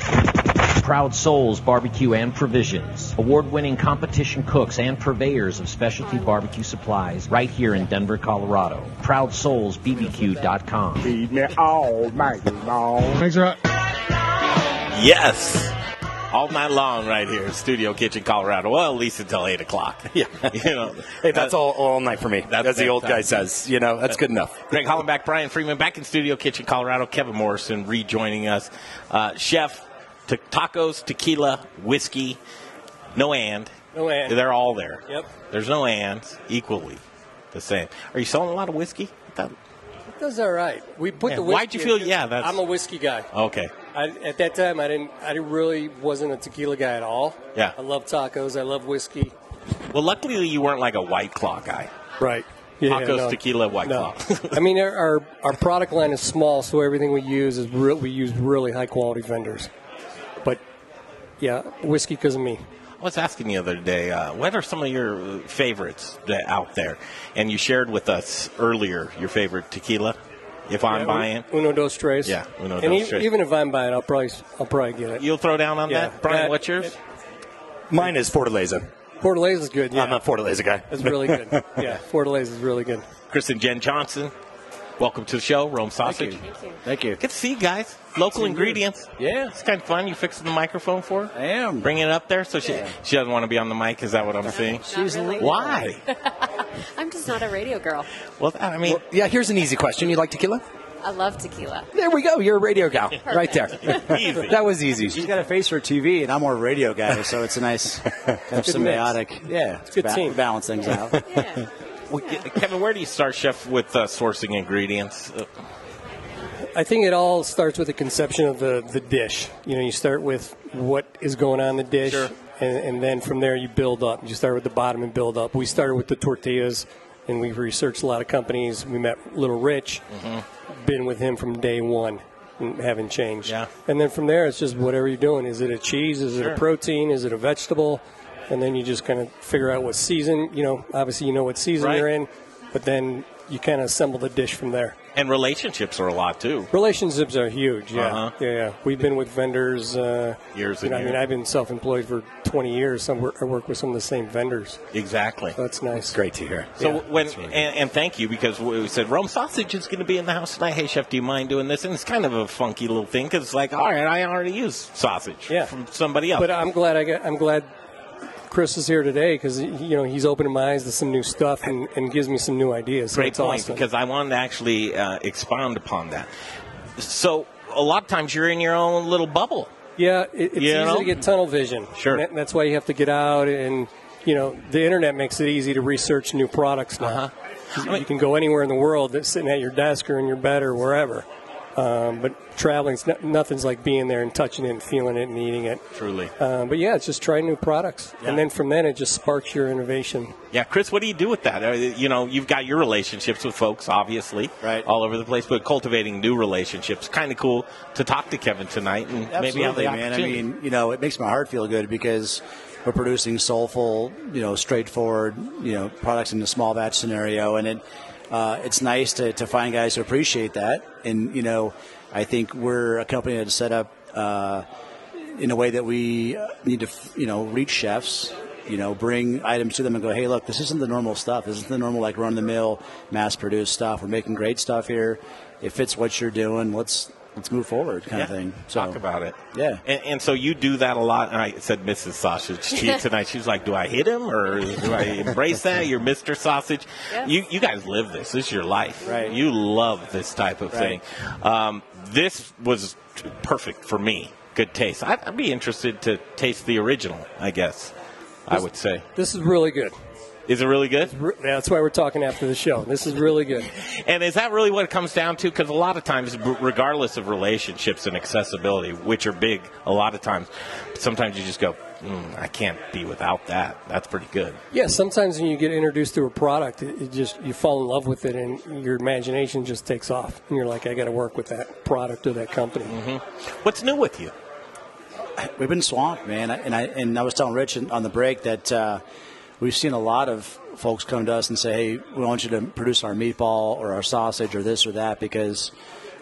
Speaker 11: Proud Souls Barbecue and Provisions. Award winning competition cooks and purveyors of specialty barbecue supplies right here in Denver, Colorado. ProudSoulsBBQ.com.
Speaker 17: Feed me all night long.
Speaker 15: Thanks, Rock.
Speaker 3: Yes. All night long, right here, Studio Kitchen, Colorado. Well, at least until eight o'clock.
Speaker 5: Yeah,
Speaker 3: you know,
Speaker 5: Hey, that's all, all night for me. That's, the old guy says. You know, that's good enough.
Speaker 3: Greg Hollenbach, Brian Freeman, back in Studio Kitchen, Colorado. Kevin Morrison rejoining us. Uh, chef, t- tacos, tequila, whiskey, no and.
Speaker 4: No and.
Speaker 3: They're all there.
Speaker 4: Yep.
Speaker 3: There's no ands, equally the same. Are you selling a lot of whiskey? I thought-
Speaker 4: That's all right. We put
Speaker 3: Yeah,
Speaker 4: the whiskey.
Speaker 3: why'd you feel-
Speaker 4: in 'cause
Speaker 3: yeah, that's-
Speaker 4: I'm a whiskey guy.
Speaker 3: Okay.
Speaker 4: I, at that time, I didn't. I really wasn't a tequila guy at all.
Speaker 3: Yeah.
Speaker 4: I love tacos. I love whiskey.
Speaker 3: Well, luckily you weren't like a White Claw guy.
Speaker 4: Right.
Speaker 3: Tacos,
Speaker 4: no.
Speaker 3: tequila, white
Speaker 4: No.
Speaker 3: claw.
Speaker 4: I mean, our, our our product line is small, so everything we use is real, we use really high quality vendors. But yeah, whiskey because of me.
Speaker 3: I was asking the other day, uh, what are some of your favorites that out there? And you shared with us earlier your favorite tequila. If I'm
Speaker 4: Yeah,
Speaker 3: buying,
Speaker 4: uno dos tres.
Speaker 3: Yeah, uno
Speaker 4: and
Speaker 3: dos
Speaker 4: e-
Speaker 3: tres.
Speaker 4: even if I'm buying, I'll probably I'll probably get it.
Speaker 3: You'll throw down on
Speaker 4: Yeah.
Speaker 3: that, Brian.
Speaker 4: That-
Speaker 3: what's yours?
Speaker 5: Mine is Fortaleza.
Speaker 4: Fortaleza is good. Yeah,
Speaker 5: I'm a Fortaleza guy.
Speaker 4: It's really good. Yeah, Fortaleza is really good.
Speaker 3: Chris and Jen Johnson, welcome to the show, Rome Sausage.
Speaker 18: Thank you.
Speaker 3: Thank you. Good to see you guys. Local
Speaker 18: you.
Speaker 3: ingredients. Yeah, it's kind of fun. You fixing the microphone for? her? I
Speaker 18: am.
Speaker 3: Bringing it up there, so she she doesn't want to be on the mic. Is that what I'm seeing?
Speaker 18: She's really.
Speaker 3: Why?
Speaker 18: I'm just not a radio girl.
Speaker 3: Well, I mean,
Speaker 5: yeah. Here's an easy question. You like tequila?
Speaker 18: I love tequila.
Speaker 5: There we go. You're a radio gal, right there.
Speaker 18: Easy.
Speaker 5: That was easy.
Speaker 6: She's got a face for TV, and I'm more a radio guy, so it's a nice kind of
Speaker 5: Good
Speaker 6: symbiotic.
Speaker 5: mix.
Speaker 6: Yeah,
Speaker 5: It's a good team.
Speaker 6: Balance things out.
Speaker 3: Well, Ke- Kevin, where do you start, Chef, with uh, sourcing ingredients? Uh,
Speaker 4: I think it all starts with the conception of the, the dish. You know, you start with what is going on in the dish, and, and then from there you build up. You start with the bottom and build up. We started with the tortillas, and we've researched a lot of companies. We met Little Rich,
Speaker 3: Mm-hmm.
Speaker 4: been with him from day one, and haven't changed. Yeah. And then from there, it's just whatever you're doing. Is it a cheese? Is it
Speaker 3: Sure.
Speaker 4: a protein? Is it a vegetable? And then you just kind of figure out what season. You know, obviously you know what season
Speaker 3: Right.
Speaker 4: you're in, but then you kind of assemble the dish from there.
Speaker 3: And relationships are a lot too.
Speaker 4: Relationships are huge. Yeah,
Speaker 3: Uh-huh.
Speaker 4: yeah, yeah. We've been with vendors uh,
Speaker 3: Years
Speaker 4: you
Speaker 3: and
Speaker 4: know, I mean,
Speaker 3: years.
Speaker 4: I've been self-employed for 20 years. Some work, I work with some of the same vendors.
Speaker 3: Exactly.
Speaker 4: that's nice.
Speaker 5: great to hear.
Speaker 3: So when and, and thank you because we said Rome sausage is going to be in the house tonight. Hey chef, do you mind doing this? And it's kind of a funky little thing because it's like, all right, I already use sausage
Speaker 4: Yeah.
Speaker 3: from somebody else.
Speaker 4: But uh, I'm glad I got, I'm glad Chris is here today because you know he's opening my eyes to some new stuff and, and gives me some new ideas. So
Speaker 3: Great
Speaker 4: it's
Speaker 3: point
Speaker 4: awesome.
Speaker 3: because I wanted to actually uh, expound upon that. So a lot of times you're in your own little bubble.
Speaker 4: Yeah, it, it's
Speaker 3: You
Speaker 4: easy
Speaker 3: know?
Speaker 4: to get tunnel vision.
Speaker 3: Sure.
Speaker 4: That- that's why you have to get out and, you know, the internet makes it easy to research new products now.
Speaker 3: Uh-huh.
Speaker 4: You, you can go anywhere in the world that's sitting at your desk or in your bed or wherever. Um, but traveling's no, nothing's like being there and touching it and feeling it and eating it.
Speaker 3: Truly.
Speaker 4: Um, but yeah, it's just trying new products.
Speaker 3: Yeah.
Speaker 4: And then from then, it just sparks your innovation.
Speaker 3: Yeah, Chris, what do you do with that? Uh, You know, you've got your relationships with folks, obviously, right, all over the place, but cultivating new relationships. Kind of cool to talk to Kevin tonight and maybe have
Speaker 6: Absolutely,
Speaker 3: the
Speaker 6: man. I
Speaker 3: opportunity.
Speaker 6: mean, you know, it makes my heart feel good because we're producing soulful, you know, straightforward, you know, products in the small batch scenario, and it uh, it's nice to, to find guys who appreciate that. And you know, I think we're a company that's set up uh, in a way that we uh, need to, f- you know, reach chefs. You know, bring items to them and go, hey, look, this isn't the normal stuff. This isn't the normal, like, run of the mill, mass produced stuff. We're making great stuff here. It fits what you're doing. Let's let's move forward, kind of
Speaker 3: Yeah.
Speaker 6: thing. So,
Speaker 3: Talk about it.
Speaker 6: Yeah.
Speaker 3: And, and so you do that a lot. And I said Mrs. Sausage to you tonight. She's like, do I hit him or do I embrace that? You're Mr. Sausage. You, you guys live this. This is your life. Right. You love this type of
Speaker 19: Right.
Speaker 3: thing. Um, this was t- perfect for me. Good taste. I'd, I'd be interested to taste the original, I guess. I would say.
Speaker 4: This is really good.
Speaker 3: Is it really good?
Speaker 4: Re- That's why we're talking after the show. This is really good.
Speaker 3: And is that really what it comes down to? Because a lot of times, b- regardless of relationships and accessibility, which are big, a lot of times, sometimes you just go, mm, I can't be without that. That's pretty good.
Speaker 4: Yeah, sometimes when you get introduced to a product, it, it just you fall in love with it, and your imagination just takes off, and you're like, I got to work with that product or that company.
Speaker 3: Mm-hmm. What's new with you?
Speaker 6: we've been swamped, man. And I and I was telling Rich on the break that uh, we've seen a lot of folks come to us and say, "Hey, we want you to produce our meatball or our sausage or this or that," because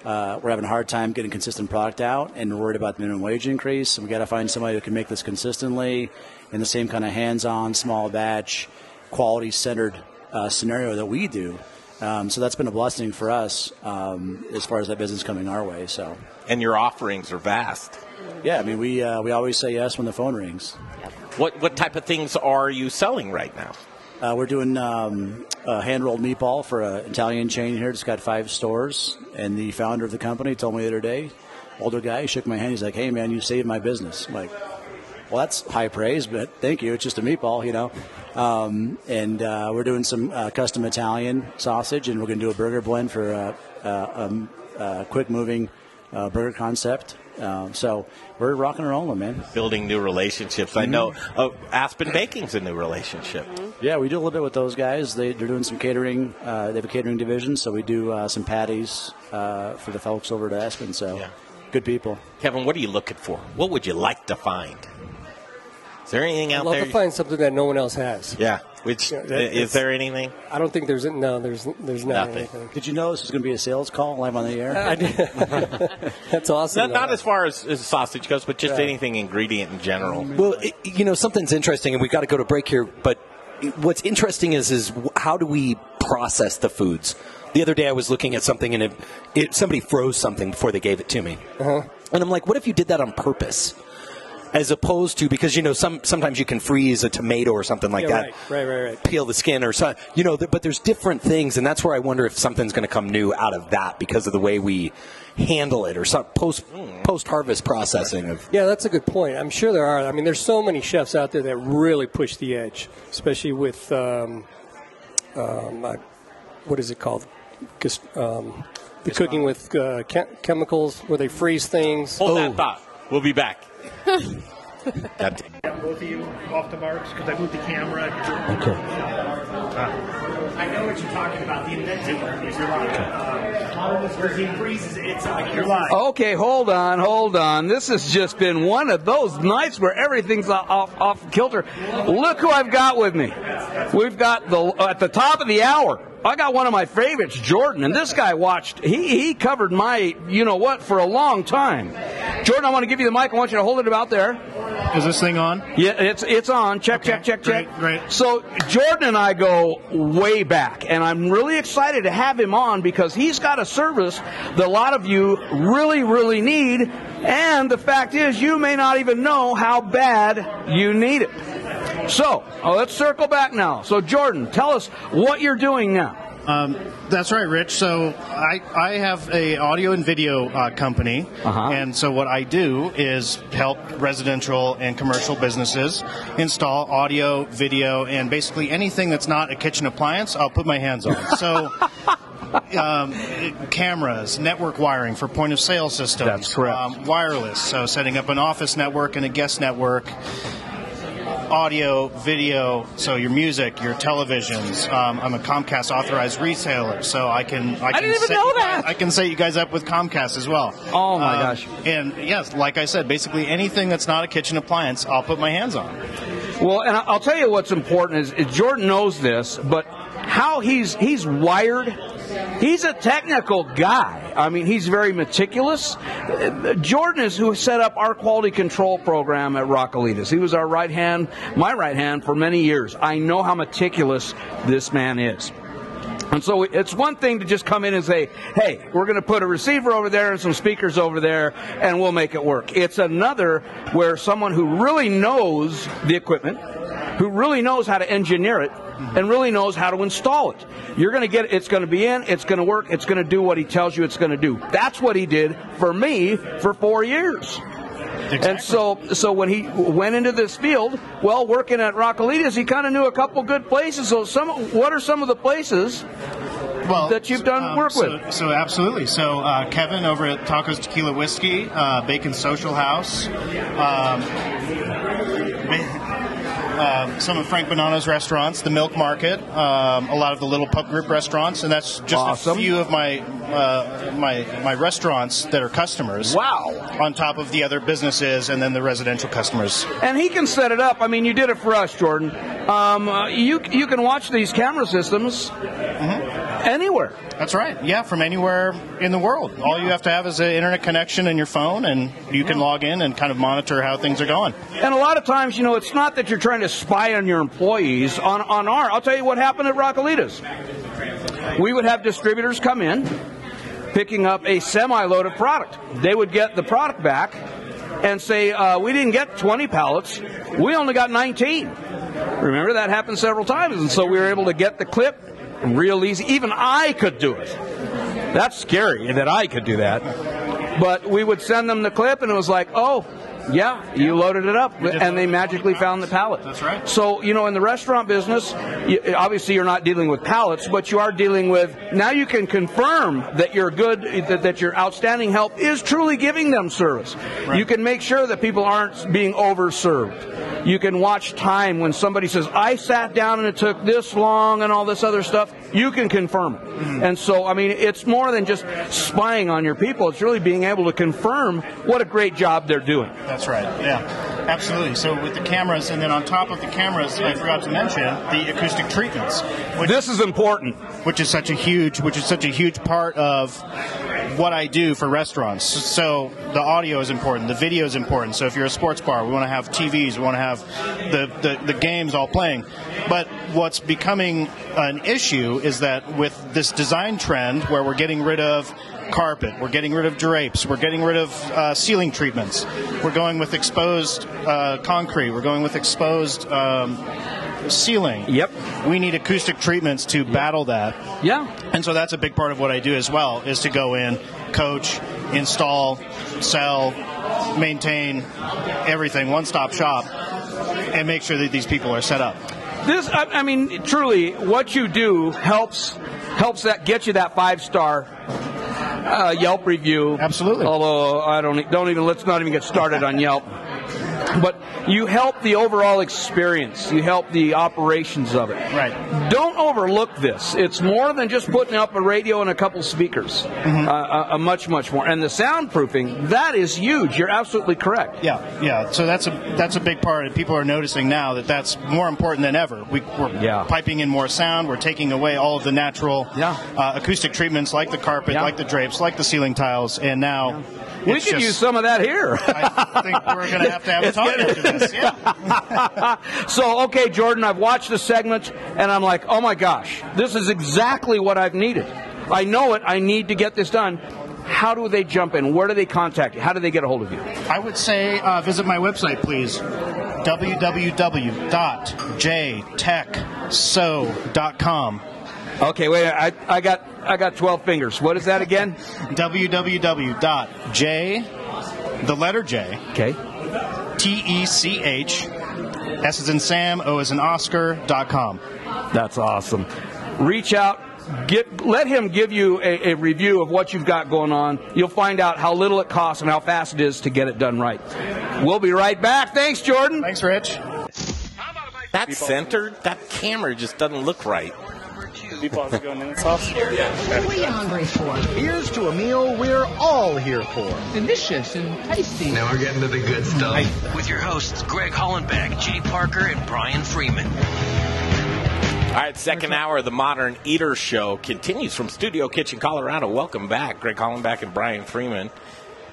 Speaker 6: uh, we're having a hard time getting consistent product out, and we're worried about the minimum wage increase. And we got to find somebody who can make this consistently in the same kind of hands-on, small batch, quality-centered uh, scenario that we do. Um, so that's been a blessing for us um, as far as that business coming our way. So.
Speaker 3: And your offerings are vast.
Speaker 6: Yeah, I mean, we uh, we always say yes when the phone rings.
Speaker 3: What what type of things are you selling right now?
Speaker 6: Uh, we're doing um, a hand rolled meatball for an Italian chain here. It's got five stores, and the founder of the company told me the other day, older guy, he shook my hand. He's like, "Hey, man, you saved my business." I'm like, well, that's high praise, but thank you. It's just a meatball, you know. Um, and uh, we're doing some uh, custom Italian sausage, and we're going to do a burger blend for a uh, uh, um, uh, quick moving uh, burger concept. Um, so we're rocking and rolling, man.
Speaker 3: Building new relationships. I know
Speaker 4: Mm-hmm.
Speaker 3: uh, Aspen Baking's a new relationship.
Speaker 6: Yeah, we do a little bit with those guys. They, they're doing some catering. Uh, they have a catering division, so we do uh, some patties uh, for the folks over at Aspen. So good people.
Speaker 3: Kevin, what are you looking for? What would you like to find? Is there anything
Speaker 4: I'd
Speaker 3: out
Speaker 4: love
Speaker 3: there?
Speaker 4: to find something that no one else has.
Speaker 3: yeah. Which
Speaker 4: Yeah, that-
Speaker 3: is there anything?
Speaker 4: I don't think there's no, there's there's not
Speaker 3: Nothing. Oh
Speaker 4: anything.
Speaker 6: Did you know this was going to be a sales call live on the air?
Speaker 4: I did. That's awesome.
Speaker 3: Not, not as far as, as sausage goes, but just
Speaker 5: Yeah.
Speaker 3: anything ingredient in general.
Speaker 5: Well, i you know, something's interesting, and we've got to go to break here. But what's interesting is is w- how do we process the foods? The other day, I was looking at something, and it, it, somebody froze something before they gave it to me,
Speaker 4: Uh-huh.
Speaker 5: and I'm like, "What if you did that on purpose?" As opposed to because you know some sometimes you can freeze a tomato or something like
Speaker 4: Yeah,
Speaker 5: that,
Speaker 4: right, right, right, right.
Speaker 5: peel the skin or so you know. Th- but there's different things, and that's where I wonder if something's going to come new out of that because of the way we handle it or some post post harvest processing of
Speaker 4: Yeah, that's a good point. I'm sure there are. I mean, there's so many chefs out there that really push the edge, especially with um, um, uh, what is it called? Just, um, the cooking with uh, chem- chemicals, where they freeze things. Oh.
Speaker 3: Hold that thought. We'll be back. God damn.
Speaker 19: Got both of you off the marks because I moved the camera. Uh,
Speaker 5: Okay.
Speaker 19: I know what you're talking about. The inventive is your line. Uh, where he freezes, it's uh, your line.
Speaker 7: Okay, hold on, hold on. This has just been one of those nights where everything's off, off, off kilter. Look who I've got with me. We've got the at the top of the hour. I got one of my favorites, Jordan, and this guy watched. He he covered my you know what for a long time. Jordan, I want to give you the mic. I want you to hold it about there.
Speaker 19: Is this thing on?
Speaker 7: Yeah, it's it's on. Check, check, check, check. Great. So Jordan and I go way back, and I'm really excited to have him on because he's got a service that a lot of you really, really need. And the fact is, you may not even know how bad you need it. So oh, let's circle back now. So Jordan, tell us what you're doing now.
Speaker 19: Um, that's right, Rich. So I, I have a audio and video uh, company, and so what I do is help residential and commercial businesses install audio, video, and basically anything that's not a kitchen appliance. I'll put my hands on. So. um, cameras, network wiring for point of sale systems. That's correct. Um, wireless, so setting up an office network and a guest network. Audio, video, so your music, your televisions. Um, I'm a Comcast authorized retailer, so I can I, can
Speaker 7: didn't even
Speaker 19: set
Speaker 7: know
Speaker 19: you guys-
Speaker 7: that.
Speaker 19: I can set you guys up with Comcast as well. Um,
Speaker 7: Oh my gosh.
Speaker 19: And yes, like I said, basically anything that's not a kitchen appliance, I'll put my hands on.
Speaker 7: Well, and I- I'll tell you what's important is, is Jordan knows this, but how he's he's wired. He's a technical guy. I mean, he's very meticulous. Uh, Jordan is who set up our quality control program at Rockalitas. He was our right hand, my right hand, for many years. I know how meticulous this man is. And so it's one thing to just come in and say, hey, we're going to put a receiver over there and some speakers over there and we'll make it work. It's another where someone who really knows the equipment, who really knows how to engineer it, and really knows how to install it. You're going to get it's going to be in, it's going to work, it's going to do what he tells you it's going to do. That's what he did for me for four years. And so, so when he went into this field, well, working at Rockalitas, he kind of knew a couple good places. So, some what are some of the places that you've done
Speaker 19: Um,
Speaker 7: work
Speaker 19: so,
Speaker 7: with?
Speaker 19: So absolutely. So uh, Kevin over at Tacos Tequila Whiskey, uh, Bacon Social House, um, uh, some of Frank Bonanno's restaurants, the Milk Market, um, a lot of the Little Pub Group restaurants, and that's just a few of my uh, my my restaurants that are customers.
Speaker 7: Wow!
Speaker 19: On top of the other businesses and then the residential customers.
Speaker 7: And he can set it up. I mean, you did it for us, Jordan. Um, uh, you you can watch these camera systems anywhere.
Speaker 19: Mm-hmm. That's right. Yeah, from anywhere in the world. All you have to have is an internet connection and your phone, and you can log in and kind of monitor how things are going.
Speaker 7: And a lot of times, you know, it's not that you're trying to spy on your employees. On on our, I'll tell you what happened at Rockalitas. We would have distributors come in, picking up a semi-load of product. They would get the product back and say, uh, "We didn't get 20 pallets. We only got 19." Remember that happened several times, and so we were able to get the clip real easy. Even I could do it. That's scary that I could do that. But we would send them the clip, and it was like, "Oh." Yeah, you loaded it up, and they magically found the pallet.
Speaker 19: That's right.
Speaker 7: So you know, in the restaurant business, you, obviously you're not dealing with pallets, but you are dealing with now. You can confirm that your good, that, that your outstanding help is truly giving them service. You can make sure that people aren't being overserved. You can watch time when somebody says, "I sat down and it took this long," and all this other stuff. You can confirm it. And so, I mean, it's more than just spying on your people. It's really being able to confirm what a great job they're doing.
Speaker 19: That's right. Yeah, absolutely. So with the cameras, and then on top of the cameras, I forgot to mention the acoustic treatments. Which,
Speaker 7: this is important,
Speaker 19: which is such a huge, which is such a huge part of what I do for restaurants. So the audio is important, the video is important. So if you're a sports bar, we want to have TVs, we want to have the, the the games all playing. But what's becoming an issue is that with this design trend, where we're getting rid of carpet. We're getting rid of drapes. We're getting rid of uh, ceiling treatments. We're going with exposed uh, concrete. We're going with exposed um, ceiling.
Speaker 7: Yep.
Speaker 19: We need acoustic treatments to battle that.
Speaker 7: Yeah.
Speaker 19: And so that's a big part of what I do as well is to go in, coach, install, sell, maintain everything, one stop shop, and make sure that these people are set up.
Speaker 7: This, I, I mean, truly, what you do helps helps that get you that five star uh, Yelp review. Absolutely. Although I don't e, don't even let's not even get started on Yelp. But you help the overall experience. You help the operations of it. Right. Don't overlook this. It's more than just putting up a radio and a couple speakers. Uh, uh, uh, much, much more. And the soundproofing, that is huge. You're absolutely correct.
Speaker 19: Yeah, yeah. So that's a that's a big part. And people are noticing now that that's more important than ever. We, we're piping in more sound. We're taking away all of the natural uh, acoustic treatments, like the carpet, like the drapes, like the ceiling tiles, and now
Speaker 7: We
Speaker 19: it's
Speaker 7: could
Speaker 19: just-
Speaker 7: use some of that here.
Speaker 19: I think we're going to have to have a
Speaker 7: It's
Speaker 19: talk after this. Yeah.
Speaker 7: so okay, Jordan, I've watched the segment and I'm like, oh my gosh, this is exactly what I've needed. I know it. I need to get this done. How do they jump in? Where do they contact you? How do they get a hold of you?
Speaker 19: I would say uh, visit my website, please. www.jtechso.com.
Speaker 7: Okay, wait. I, I got I got twelve fingers. What is that again?
Speaker 19: www.j, the letter J.
Speaker 7: Okay.
Speaker 19: T E C H. S is in Sam. O is in Oscar. Dot com.
Speaker 7: That's awesome. Reach out. Get, let him give you a, a review of what you've got going on. You'll find out how little it costs and how fast it is to get it done right. We'll be right back. Thanks, Jordan.
Speaker 19: Thanks, Rich.
Speaker 3: That centered, that camera just doesn't look right.
Speaker 20: What are you hungry for? Here's to a meal we're all here for. Delicious and tasty.
Speaker 1: Now we're getting to the good stuff. With your hosts, Greg Hollenbeck, Jay Parker, and Brian Freeman.
Speaker 3: All right, second hour of the Modern Eater Show continues from Studio Kitchen, Colorado. Welcome back, Greg Hollenbeck and Brian Freeman.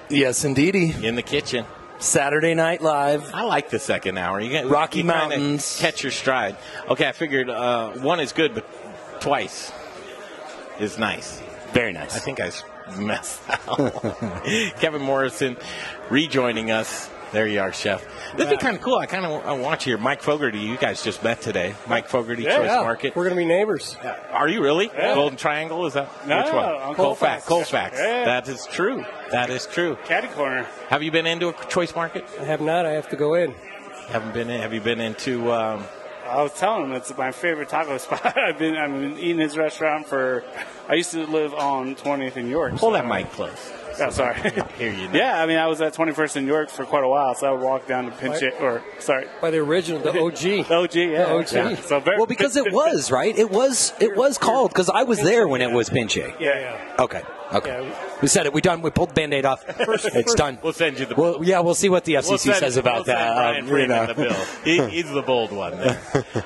Speaker 5: Yes, indeedy.
Speaker 3: In the kitchen.
Speaker 5: Saturday Night Live.
Speaker 3: I like the second hour. You got
Speaker 5: Rocky
Speaker 3: you kinda Catch your stride. Okay, I figured uh, one is good, but twice is nice.
Speaker 5: Very nice.
Speaker 3: I think I s- messed up. Kevin Morrison rejoining us. There you are, Chef. That'd be kind of cool. I kind of I want you here. Mike Fogarty, you guys just met today. Mike Fogarty, Choice Market. Uh,
Speaker 4: We're going to be neighbors.
Speaker 3: Are you really?
Speaker 4: Yeah.
Speaker 3: Golden Triangle is that?
Speaker 4: No,
Speaker 3: Which one?
Speaker 4: on
Speaker 3: Colfax.
Speaker 4: Colfax.
Speaker 3: Colfax.
Speaker 4: Yeah.
Speaker 3: That is true. That is true.
Speaker 4: Caddy corner.
Speaker 3: Have you been into a choice market?
Speaker 4: I have not. I have to go in.
Speaker 3: Haven't been in. Have you been into? Um,
Speaker 21: I was telling him it's my favorite taco spot. I've been I've been eating his restaurant for. I used to live on 20th in York.
Speaker 3: Hold that mic close.
Speaker 21: Yeah, sorry.
Speaker 3: Here you go.
Speaker 21: yeah, I mean I was at 21st in York for quite a while, so I would walk down to Pinch
Speaker 4: Right.
Speaker 21: or sorry.
Speaker 4: By the original, the OG.
Speaker 21: OG, yeah.
Speaker 4: The OG.
Speaker 21: Yeah. So very,
Speaker 5: well, because it was right. It was it was called because I was there when it was Pinche.
Speaker 21: Yeah, yeah.
Speaker 5: Okay. Okay. We said it. We done. We pulled the band-aid off.
Speaker 3: First-
Speaker 5: it's
Speaker 3: first-
Speaker 5: done.
Speaker 3: We'll send you the.
Speaker 5: Well, yeah, we'll see what the FCC
Speaker 3: We'll send-
Speaker 5: says
Speaker 3: we'll
Speaker 5: about
Speaker 3: send
Speaker 5: that.
Speaker 3: Brian
Speaker 5: um, you
Speaker 3: Freeman
Speaker 5: know.
Speaker 3: the bill. He- he's the bold one. There.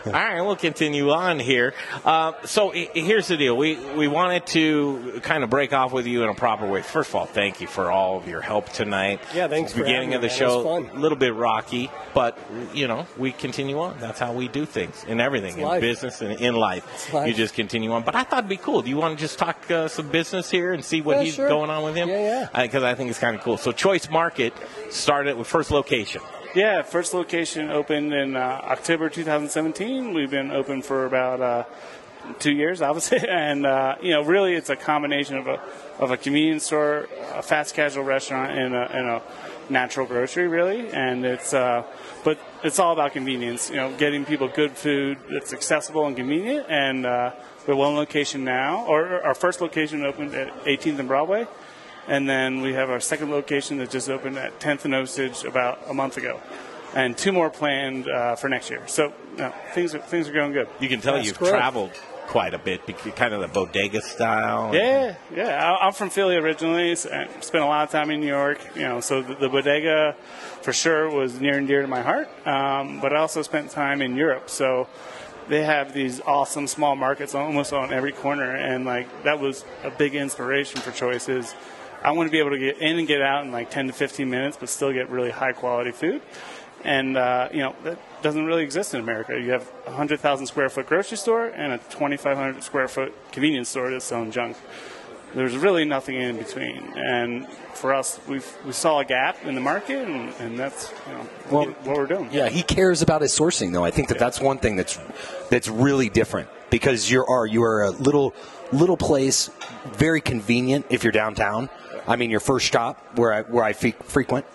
Speaker 3: All right, we'll continue on here. Uh, so i- here's the deal: we we wanted to kind of break off with you in a proper way. First of all, thank you for all of your help tonight.
Speaker 4: Yeah, thanks for
Speaker 3: Beginning
Speaker 4: having
Speaker 3: of the
Speaker 4: me, man. It
Speaker 3: show,
Speaker 4: was
Speaker 3: a little bit rocky, but you know we continue on. That's how we do things in everything,
Speaker 4: It's
Speaker 3: in
Speaker 4: life.
Speaker 3: business and in life.
Speaker 4: life.
Speaker 3: You just continue on. But I thought it'd be cool. Do you want to just talk uh, some business here and see what
Speaker 4: Yeah,
Speaker 3: he's
Speaker 4: sure.
Speaker 3: going on with him? Yeah, yeah. Because I think it's kind of cool. So Choice Market started with first location.
Speaker 21: Yeah, first location opened in uh, October 2017. We've been open for about uh, two years, obviously, and uh, you know, really, it's a combination of a of a convenience store, a fast casual restaurant, and a, and a natural grocery, really. And it's, uh, but it's all about convenience. You know, getting people good food that's accessible and convenient. And uh, we have one location now, or our first location opened at 18th and Broadway. And then we have our second location that just opened at 10th and Osage about a month ago. And two more planned uh, for next year. So no, things are things are going good.
Speaker 3: You can tell
Speaker 21: That's
Speaker 3: you've
Speaker 21: great.
Speaker 3: traveled quite a bit, because kind of the bodega style.
Speaker 21: Yeah, yeah. I- I'm from Philly originally. s- and Spent a lot of time in New York. You know, so the, the bodega, for sure, was near and dear to my heart. Um, but I also spent time in Europe. So they have these awesome small markets almost on every corner, and like that was a big inspiration for choices. I want to be able to get in and get out in like 10 to 15 minutes, but still get really high quality food. And uh, you know that doesn't really exist in America. You have a hundred thousand square foot grocery store and a twenty five hundred square foot convenience store that's selling junk. There's really nothing in between. And for us, we we saw a gap in the market, and, and that's you know, what we're doing.
Speaker 5: Yeah, he cares about his sourcing though. I think that that's one thing that's that's really different because you are you are a little little place, very convenient if you're downtown. I mean, your first stop where I where I fe- frequent,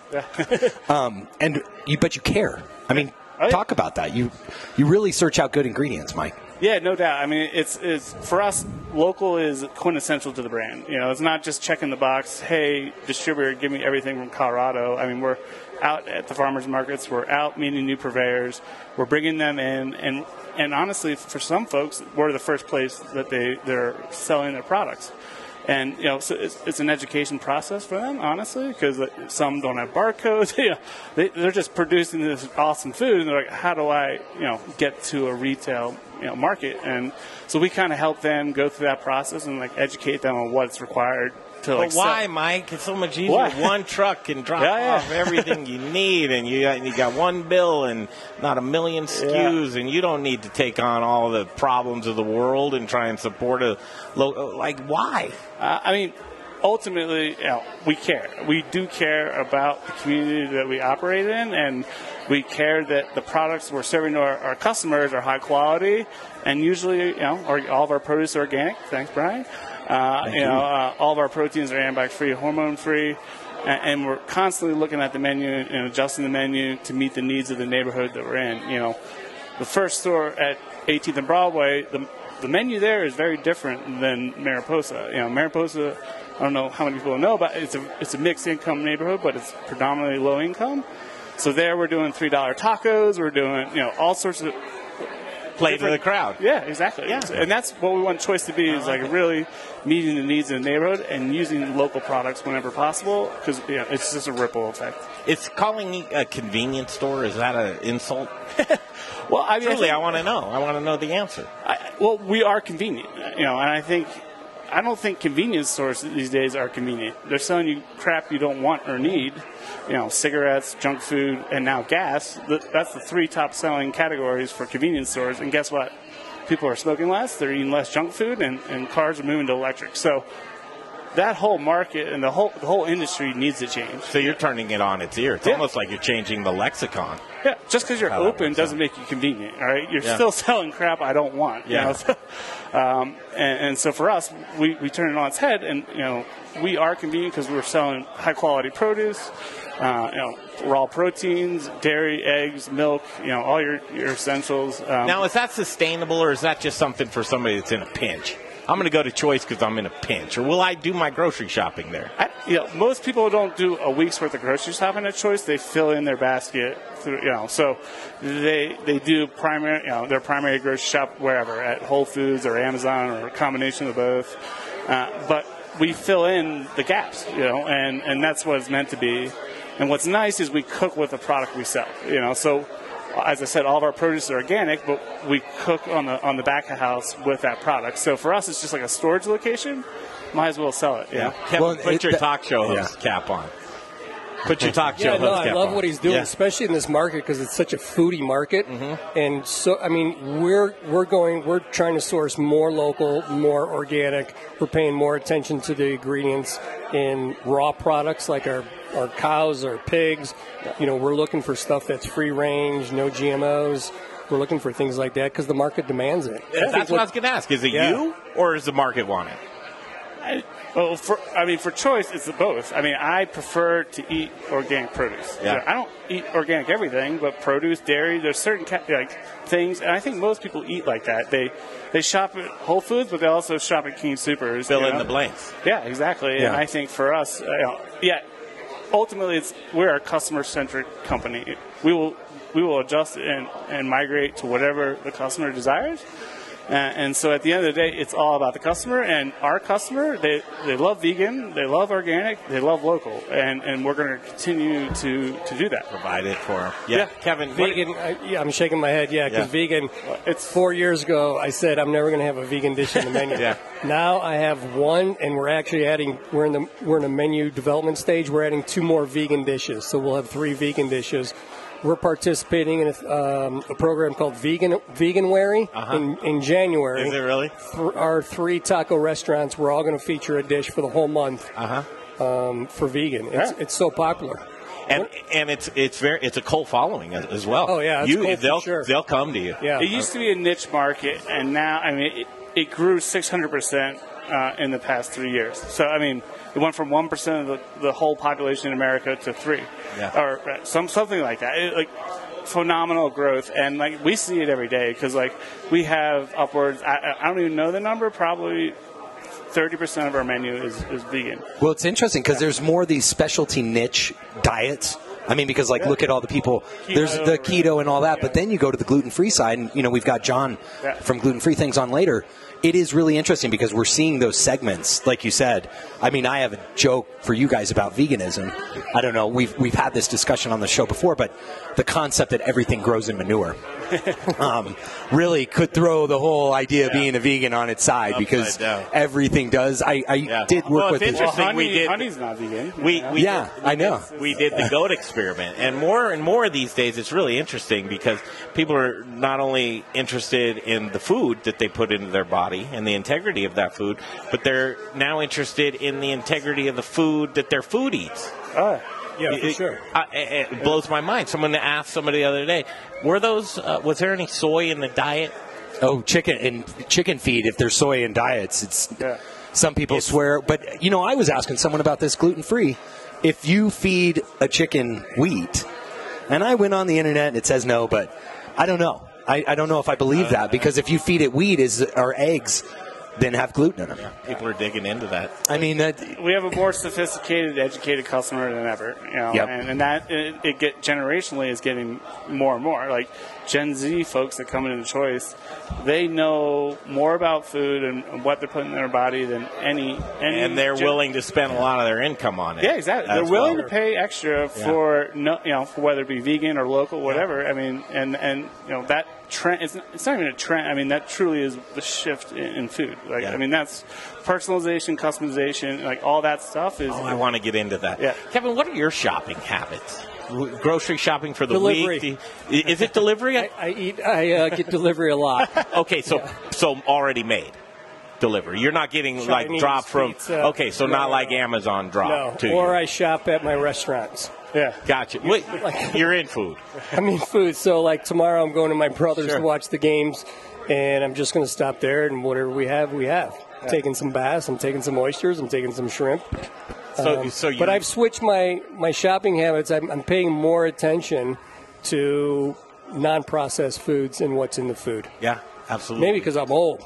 Speaker 5: um, and you but you care. I mean, talk about that. You you really search out good ingredients, Mike.
Speaker 21: Yeah, no doubt. I mean, it's, it's for us, local is quintessential to the brand. You know, it's not just checking the box. Hey, distributor, give me everything from Colorado. I mean, we're out at the farmers markets. We're out meeting new purveyors. We're bringing them in, and and honestly, for some folks, we're the first place that they they're selling their products. And you know, so it's, it's an education process for them, honestly, because some don't have barcodes. you know, they, they're just producing this awesome food, and they're like, "How do I, you know, get to a retail, you know, market?" And so we kind of help them go through that process and like educate them on what's required to
Speaker 3: But
Speaker 21: like. sell-
Speaker 3: why, Mike? It's so much easier.
Speaker 21: Why?
Speaker 3: One truck can drop
Speaker 21: Yeah, yeah.
Speaker 3: off everything you need, and you got, you got one bill and not a million SKUs, and you don't need to take on all the problems of the world and try and support a low. Like, why?
Speaker 21: Uh, I mean, ultimately, you know, we care. We do care about the community that we operate in, and we care that the products we're serving to our, our customers are high quality, and usually, you know, our, all of our produce are organic. Thanks, Brian. Uh, you know, uh, all of our proteins are antibiotic free, hormone free. And we're constantly looking at the menu and adjusting the menu to meet the needs of the neighborhood that we're in. You know, the first store at 18th and Broadway, the, the menu there is very different than Mariposa. You know, Mariposa, I don't know how many people know, but it's a it's a mixed income neighborhood, but it's predominantly low income. So there, we're doing three dollar tacos. We're doing you know all sorts of
Speaker 3: Play to the crowd.
Speaker 21: Yeah, exactly. Yeah. and that's what we want choice to be is like really meeting the needs of the neighborhood and using local products whenever possible because you know, it's just a ripple effect.
Speaker 3: It's calling e, a convenience store. Is that an insult?
Speaker 21: well, I mean,
Speaker 3: truly,
Speaker 21: think-
Speaker 3: I want to know. I want to know the answer.
Speaker 21: I, well, we are convenient, you know, and I think I don't think convenience stores these days are convenient. They're selling you crap you don't want or need, you know, cigarettes, junk food, and now gas. Th- That's the three top selling categories for convenience stores. And guess what? People are smoking less, they're eating less junk food, and, and cars are moving to electric. So that whole market and the whole the whole industry needs to change.
Speaker 3: So you're turning it on its ear. It's almost like you're changing the lexicon.
Speaker 21: Yeah, just because you're
Speaker 3: How that
Speaker 21: open doesn't make you convenient. All right, you're
Speaker 3: Yeah.
Speaker 21: still selling crap I don't want. you
Speaker 3: Yeah.
Speaker 21: know, so- um, and, and so for us, we, we turn it on its head, and you know we are convenient because we're selling high quality produce, uh, you know raw proteins, dairy, eggs, milk, you know all your, your essentials. Um,
Speaker 3: now, is that sustainable, or is that just something for somebody that's in a pinch? I'm going to go to Choice because I'm in a pinch, or will I do my grocery shopping there?
Speaker 21: I, you know, most people don't do a week's worth of grocery shopping at Choice. They fill in their basket through, you know, so they they do primary, you know, their primary grocery shop wherever at Whole Foods or Amazon or a combination of both. Uh, but we fill in the gaps, you know, and and that's what it's meant to be. And what's nice is we cook with the product we sell, you know, so. As I said, all of our produce are organic, but we cook on the on the back of house with that product. So for us, it's just like a storage location. Might as well sell it. Yeah.
Speaker 3: Kevin, put your talk show host cap on. Put your talk show
Speaker 4: Yeah, no,
Speaker 3: host
Speaker 4: I
Speaker 3: cap
Speaker 4: love
Speaker 3: on.
Speaker 4: what he's doing,
Speaker 3: Yeah. Mm-hmm.
Speaker 4: especially in this market because it's such a foodie market. And so, I mean, we're we're going, we're trying to source more local, more organic. We're paying more attention to the ingredients in raw products like our our cows, our pigs. You know, we're looking for stuff that's free range, no GMOs. We're looking for things like that because the market demands it.
Speaker 3: That's what I was going to ask. Is it
Speaker 4: Yeah.
Speaker 3: you, or does the market want it?
Speaker 21: Well, Oh, for, I mean, for choice, it's the both. I mean, I prefer to eat organic produce.
Speaker 22: Yeah.
Speaker 21: So I don't eat organic everything, but produce, dairy, there's certain ca- like things, and I think most people eat like that. They they shop at Whole Foods, but they also shop at King Supers.
Speaker 3: Fill
Speaker 21: you
Speaker 3: in
Speaker 21: know?
Speaker 3: the blanks.
Speaker 21: Yeah, exactly. And
Speaker 3: Yeah.
Speaker 21: I think for us, uh, you know, yeah, ultimately, it's we're a customer centric company. We will we will adjust and, and migrate to whatever the customer desires. Uh, and so at the end of the day, it's all about the customer and our customer. They, they love vegan, they love organic, they love local, and, and we're going to continue to, to do that.
Speaker 3: Provide it for them.
Speaker 4: Yeah.
Speaker 3: Kevin.
Speaker 4: Vegan. I, yeah, I'm shaking my head. Yeah, because
Speaker 21: Yeah.
Speaker 4: vegan. It's four years ago. I said I'm never going to have a vegan dish in the menu.
Speaker 3: Yeah.
Speaker 4: Now I have one, and we're actually adding. We're in the we're in a menu development stage. We're adding two more vegan dishes, so we'll have three vegan dishes. We're participating in a, um, a program called Vegan Veganwary
Speaker 3: Uh-huh.
Speaker 4: in, in January.
Speaker 3: Is it really?
Speaker 4: Th- our three taco restaurants. We're all going to feature a dish for the whole month
Speaker 3: Uh-huh.
Speaker 4: um, for vegan. It's,
Speaker 3: Yeah.
Speaker 4: it's so popular.
Speaker 3: And and it's it's very it's a cult following as, as well.
Speaker 4: Oh, yeah, it's
Speaker 3: you
Speaker 4: cult for
Speaker 3: they'll
Speaker 4: sure.
Speaker 3: they'll come to you.
Speaker 21: It used to be a niche market, and now, I mean, it, it grew 600% uh, in the past three years. So, I mean, it went from 1% of the, the whole population in America to 3
Speaker 3: Yeah.
Speaker 21: Or uh, some, something like that. It, like, phenomenal growth and like we see it every day because like we have upwards I, I- I don't even know the number probably 30% of our menu is, is vegan
Speaker 5: Well, it's interesting because there's more of these specialty niche diets. I mean, because like, look at all the people. there's the keto and all that, but then you go to the gluten free side, and you know we've got John
Speaker 21: Yeah.
Speaker 5: from Gluten Free Things on later. It is really interesting because we're seeing those segments, like you said. I mean, I have a joke for you guys about veganism. I don't know. We've we've had this discussion on the show before, but the concept that everything grows in manure um, really could throw the whole idea of being a vegan on its side because
Speaker 3: down.
Speaker 5: everything does. I, I did work
Speaker 3: well,
Speaker 5: with
Speaker 3: it's
Speaker 5: it.
Speaker 3: interesting. we did.
Speaker 21: honey's not vegan.
Speaker 3: We, we
Speaker 5: Yeah,
Speaker 3: did,
Speaker 5: I know.
Speaker 3: We did the goat experiment, and more and more these days, it's really interesting because people are not only interested in the food that they put into their body and the integrity of that food, but they're now interested in the integrity of the food that their food eats.
Speaker 21: Oh,
Speaker 4: Uh, yeah,
Speaker 3: It-
Speaker 4: for
Speaker 3: it-
Speaker 4: sure.
Speaker 3: I, it it blows my mind. Someone asked somebody the other day, "Were those? Uh, was there any soy in the diet?"
Speaker 5: Oh, chicken and chicken feed. If there's soy in diets, it's some people swear. But you know, I was asking someone about this gluten free. If you feed a chicken wheat, and I went on the internet and it says no, but I don't know. I, I don't know if I believe that because if you feed it wheat is or eggs, then have gluten in them.
Speaker 3: People are digging into that.
Speaker 5: I mean, that,
Speaker 21: we have a more sophisticated, educated customer than ever. You know,
Speaker 5: Yep.
Speaker 21: and, and that it, it get generationally is getting more and more. Like Gen Z folks that come into Choice, they know more about food and what they're putting in their body than any. any
Speaker 3: and they're
Speaker 21: gen-
Speaker 3: willing to spend a lot of their income on it.
Speaker 21: Yeah, exactly. They're
Speaker 3: as
Speaker 21: willing
Speaker 3: well.
Speaker 21: to pay extra
Speaker 3: Yeah.
Speaker 21: for no, you know, for whether it be vegan or local, whatever. I mean, and and you know that trend. It's not, it's not even a trend. I mean, that truly is the shift in, in food. Like, I mean, that's personalization, customization, like all that stuff is.
Speaker 3: Oh, I want to get into that.
Speaker 21: Yeah.
Speaker 3: Kevin, what are your shopping habits? W- Grocery shopping for the
Speaker 4: Delivery.
Speaker 3: week? Do you- Is it delivery? I,
Speaker 4: I eat. I uh, get delivery a lot.
Speaker 3: okay, so so already made delivery. You're not getting like
Speaker 4: Chinese
Speaker 3: drop from.
Speaker 4: pizza.
Speaker 3: Okay, so
Speaker 4: No,
Speaker 3: not
Speaker 4: no,
Speaker 3: like Amazon drop.
Speaker 4: no,
Speaker 3: To
Speaker 4: or I shop at my restaurants.
Speaker 21: Yeah.
Speaker 3: Gotcha. Wait, you're in food.
Speaker 4: I mean food. So like tomorrow, I'm going to my brother's
Speaker 3: Sure.
Speaker 4: to watch the games, and I'm just going to stop there and whatever we have, we have.
Speaker 3: Yeah.
Speaker 4: Taking some bass, I'm taking some oysters, I'm taking some shrimp. Um,
Speaker 3: So- so you-
Speaker 4: but I've switched my my shopping habits. I'm, I'm paying more attention to non-processed foods and what's in the food.
Speaker 3: Yeah, absolutely.
Speaker 4: Maybe because I'm old.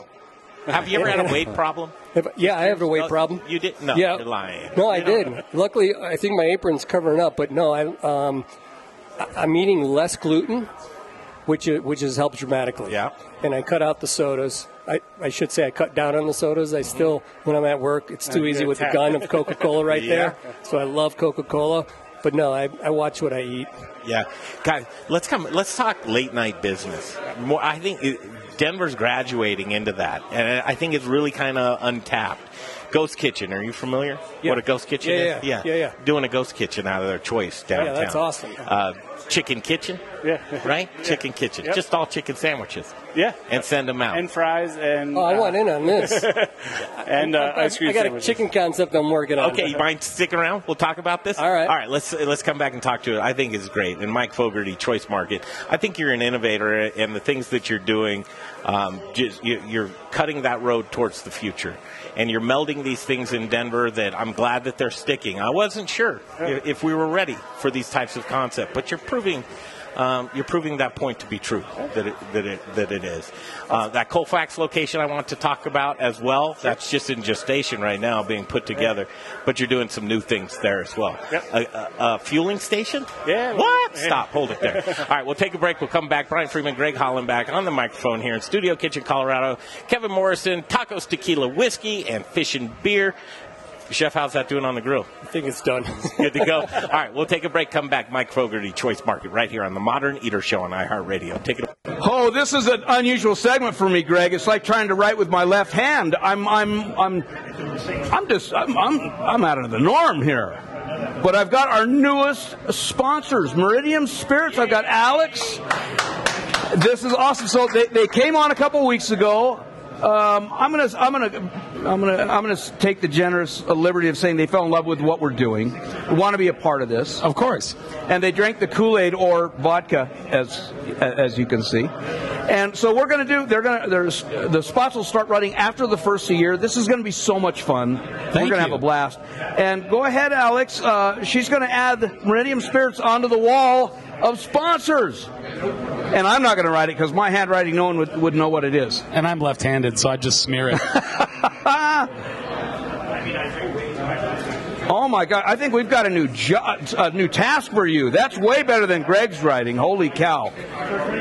Speaker 3: Have you ever had a weight problem?
Speaker 4: Have- yeah, I have a weight
Speaker 3: No,
Speaker 4: problem.
Speaker 3: You did? No,
Speaker 4: Yeah.
Speaker 3: you're lying.
Speaker 4: No, I did. Luckily, I think my apron's covering up, but no, I, um, I- I'm eating less gluten, which i- which has helped dramatically. Yeah. And I cut out the sodas. I, I should say I cut down on the sodas. I still, when I'm at work, it's too
Speaker 21: Uh,
Speaker 4: easy
Speaker 21: good
Speaker 4: with the
Speaker 21: tap.
Speaker 4: gun of Coca Cola right
Speaker 3: Yeah.
Speaker 4: there. So I love Coca Cola, but no, I, I watch what I eat.
Speaker 3: Yeah, guys, let's come. Let's talk late night business. More, I think it- Denver's graduating into that, and I think it's really kind of untapped. Ghost Kitchen, are you familiar?
Speaker 4: Yeah.
Speaker 3: What a ghost kitchen
Speaker 4: Yeah,
Speaker 3: is?
Speaker 4: yeah, yeah, yeah.
Speaker 3: Doing a ghost kitchen out of their choice downtown.
Speaker 4: that's awesome.
Speaker 3: Uh, chicken kitchen,
Speaker 21: Yeah.
Speaker 3: right? Chicken kitchen,
Speaker 21: Yep.
Speaker 3: just all chicken sandwiches.
Speaker 21: Yeah.
Speaker 3: and send them out.
Speaker 21: And fries and.
Speaker 4: Oh, I
Speaker 21: uh,
Speaker 4: want in on this.
Speaker 21: and uh,
Speaker 4: I,
Speaker 21: ice cream
Speaker 4: I got
Speaker 21: sandwiches.
Speaker 4: a chicken concept I'm working on.
Speaker 3: Okay, you mind sticking around? We'll talk about this. All right. All right. Let's let's come back and talk to it. I think it's great. And Mike Fogarty, Choice Market. I think you're an innovator, and the things that you're doing Um, just, you, you're cutting that road towards the future, and you're melding these things in Denver that I'm glad that they're sticking. I wasn't sure if, if we were ready for these types of concept, but you're proving. Um, you're proving that point to be true that it, that it, that it is. Uh, that Colfax location I want to talk about as well. That's just in gestation right now, being put together. But you're doing some new things there as well.
Speaker 21: Yep.
Speaker 3: A, a, a fueling station? Yeah.
Speaker 21: well,
Speaker 3: What?
Speaker 21: yeah.
Speaker 3: Stop. Hold it there. All right, we'll take a break. We'll come back. Brian Freeman, Greg Hollenbach on the microphone here in Studio Kitchen, Colorado. Kevin Morrison, tacos, tequila, whiskey, and fish and beer. Chef, how's that doing on the grill? I think it's done. Good to go. All right, we'll take a break. Come back. Mike Fogarty, Choice Market, right here on the Modern Eater Show on iHeartRadio. Take it.
Speaker 7: Oh, this is an unusual segment for me, Greg. It's like trying to write with my left hand. I'm, I'm, I'm, I'm just, I'm, I'm, I'm out of the norm here. But I've got our newest sponsors, Meridium Spirits. I've got Alex. This is awesome. So they, they came on a couple weeks ago. Um, I'm gonna, I'm gonna, I'm gonna, I'm gonna take the generous uh, liberty of saying they fell in love with what we're doing, want to be a part of this, of course, and they drank the Kool-Aid or vodka, as as you can see, and so we're gonna do. They're gonna, there's the spots will start running after the first year. This is gonna be so much fun. we're gonna
Speaker 23: you.
Speaker 7: have a blast. And go ahead, Alex. Uh, she's gonna add Meridium Spirits onto the wall of sponsors. And I'm not going to write it because my handwriting, no one would, would know what it is. And I'm left handed, so I just smear it. oh my God. I think we've got a new, jo- a new task for you. That's way better than Greg's writing. Holy cow.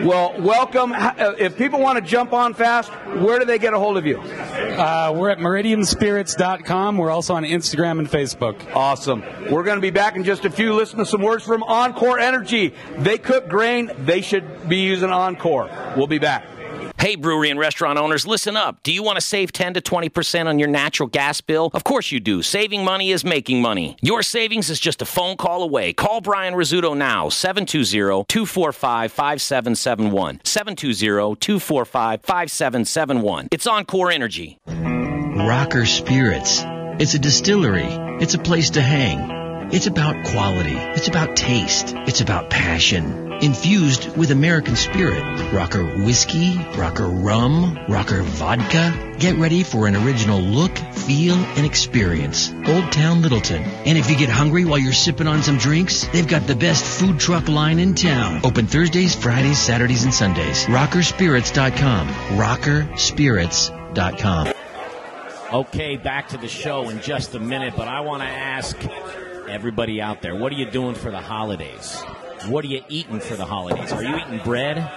Speaker 7: Well, welcome. H- uh, If people want to jump on fast, where do they get a hold of you?
Speaker 22: Uh, we're at meridianspirits.com. We're also on Instagram and Facebook.
Speaker 7: Awesome. We're going to be back in just a few. Listen to some words from Encore Energy. They cook grain, they should be using Encore. We'll be back.
Speaker 24: Hey, brewery and restaurant owners, listen up. Do you want to save 10 to 20% on your natural gas bill? Of course you do. Saving money is making money. Your savings is just a phone call away. Call Brian Rizzuto now, 720-245-5771. 720-245-5771. It's Encore Energy.
Speaker 10: Rocker Spirits. It's a distillery. It's a place to hang. It's about quality. It's about taste. It's about passion. Infused with American spirit. Rocker whiskey, rocker rum, rocker vodka. Get ready for an original look, feel, and experience. Old Town Littleton. And if you get hungry while you're sipping on some drinks, they've got the best food truck line in town. Open Thursdays, Fridays, Saturdays, and Sundays. Rockerspirits.com. Rockerspirits.com.
Speaker 11: Okay, back to the show in just a minute, but I want to ask everybody out there what are you doing for the holidays? What are you eating for the holidays? Are you eating bread?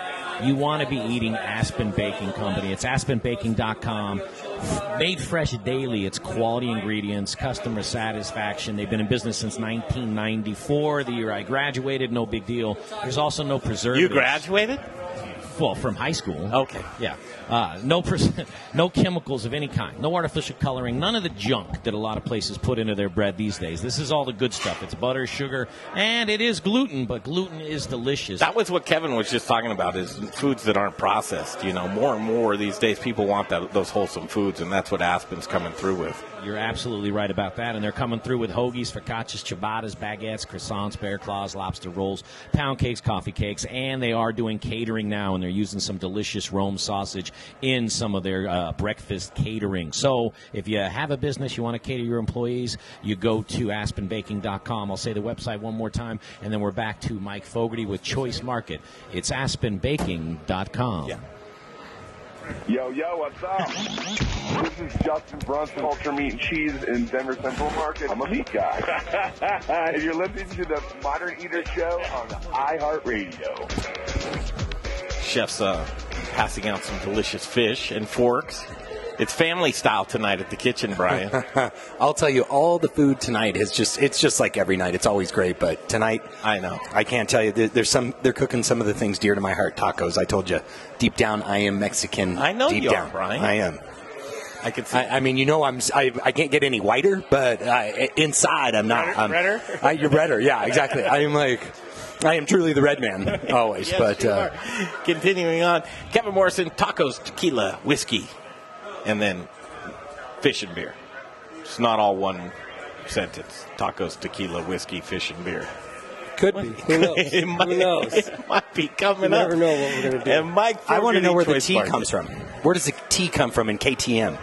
Speaker 11: You want to be eating Aspen Baking Company. It's aspenbaking.com. F- Made fresh daily. It's quality ingredients, customer satisfaction. They've been in business since 1994, the year I graduated. No big deal. There's also no preservatives.
Speaker 3: You graduated?
Speaker 11: Well, from high school. Okay. Yeah. Uh, no pers- no chemicals of any kind. No artificial coloring. None of the junk that a lot of places put into their bread these days. This is all the good stuff. It's butter, sugar, and it is gluten, but gluten is delicious.
Speaker 3: That was what Kevin was just talking about is foods that aren't processed. You know, more and more these days people want that, those wholesome foods, and that's what Aspen's coming through with.
Speaker 11: You're absolutely right about that. And they're coming through with hoagies, focaccias, ciabattas, baguettes, croissants, bear claws, lobster rolls, pound cakes, coffee cakes. And they are doing catering now, and they're using some delicious Rome sausage in some of their uh, breakfast catering. So if you have a business, you want to cater your employees, you go to aspenbaking.com. I'll say the website one more time, and then we're back to Mike Fogarty with Choice Market. It's aspenbaking.com.
Speaker 25: Yo, yo, what's up? This is Justin Brunson, Culture Meat and Cheese in Denver Central Market. I'm a meat guy. and you're listening to the Modern Eater Show on iHeartRadio.
Speaker 3: Chef's uh, passing out some delicious fish and forks. It's family style tonight at the kitchen, Brian.
Speaker 5: I'll tell you, all the food tonight is just, it's just like every night. It's always great, but tonight,
Speaker 3: I know.
Speaker 5: I can't tell you. There, there's some, they're cooking some of the things dear to my heart tacos. I told you, deep down, I am Mexican. I
Speaker 3: know
Speaker 5: deep
Speaker 3: you are,
Speaker 5: down.
Speaker 3: Brian.
Speaker 5: I am.
Speaker 3: I could.
Speaker 5: I, mean, you know, I'm. s- I, I can't get any whiter, but I, inside, I'm not. I'm,
Speaker 3: redder?
Speaker 5: I, you're redder. Yeah, exactly. I am like, I am truly the red man always.
Speaker 3: Yes,
Speaker 5: but
Speaker 3: you
Speaker 5: uh,
Speaker 3: are. continuing on, Kevin Morrison, tacos, tequila, whiskey, and then fish and beer. It's not all one sentence. Tacos, tequila, whiskey, fish and beer.
Speaker 4: Could be. Who knows?
Speaker 3: It might,
Speaker 4: Who knows?
Speaker 3: It might be coming
Speaker 4: You never
Speaker 3: up.
Speaker 4: know what we're gonna do.
Speaker 3: And Mike,
Speaker 5: I want
Speaker 3: Fogarty
Speaker 5: to know where the
Speaker 3: choice
Speaker 5: T
Speaker 3: market.
Speaker 5: comes from. Where does the T come from in KTM?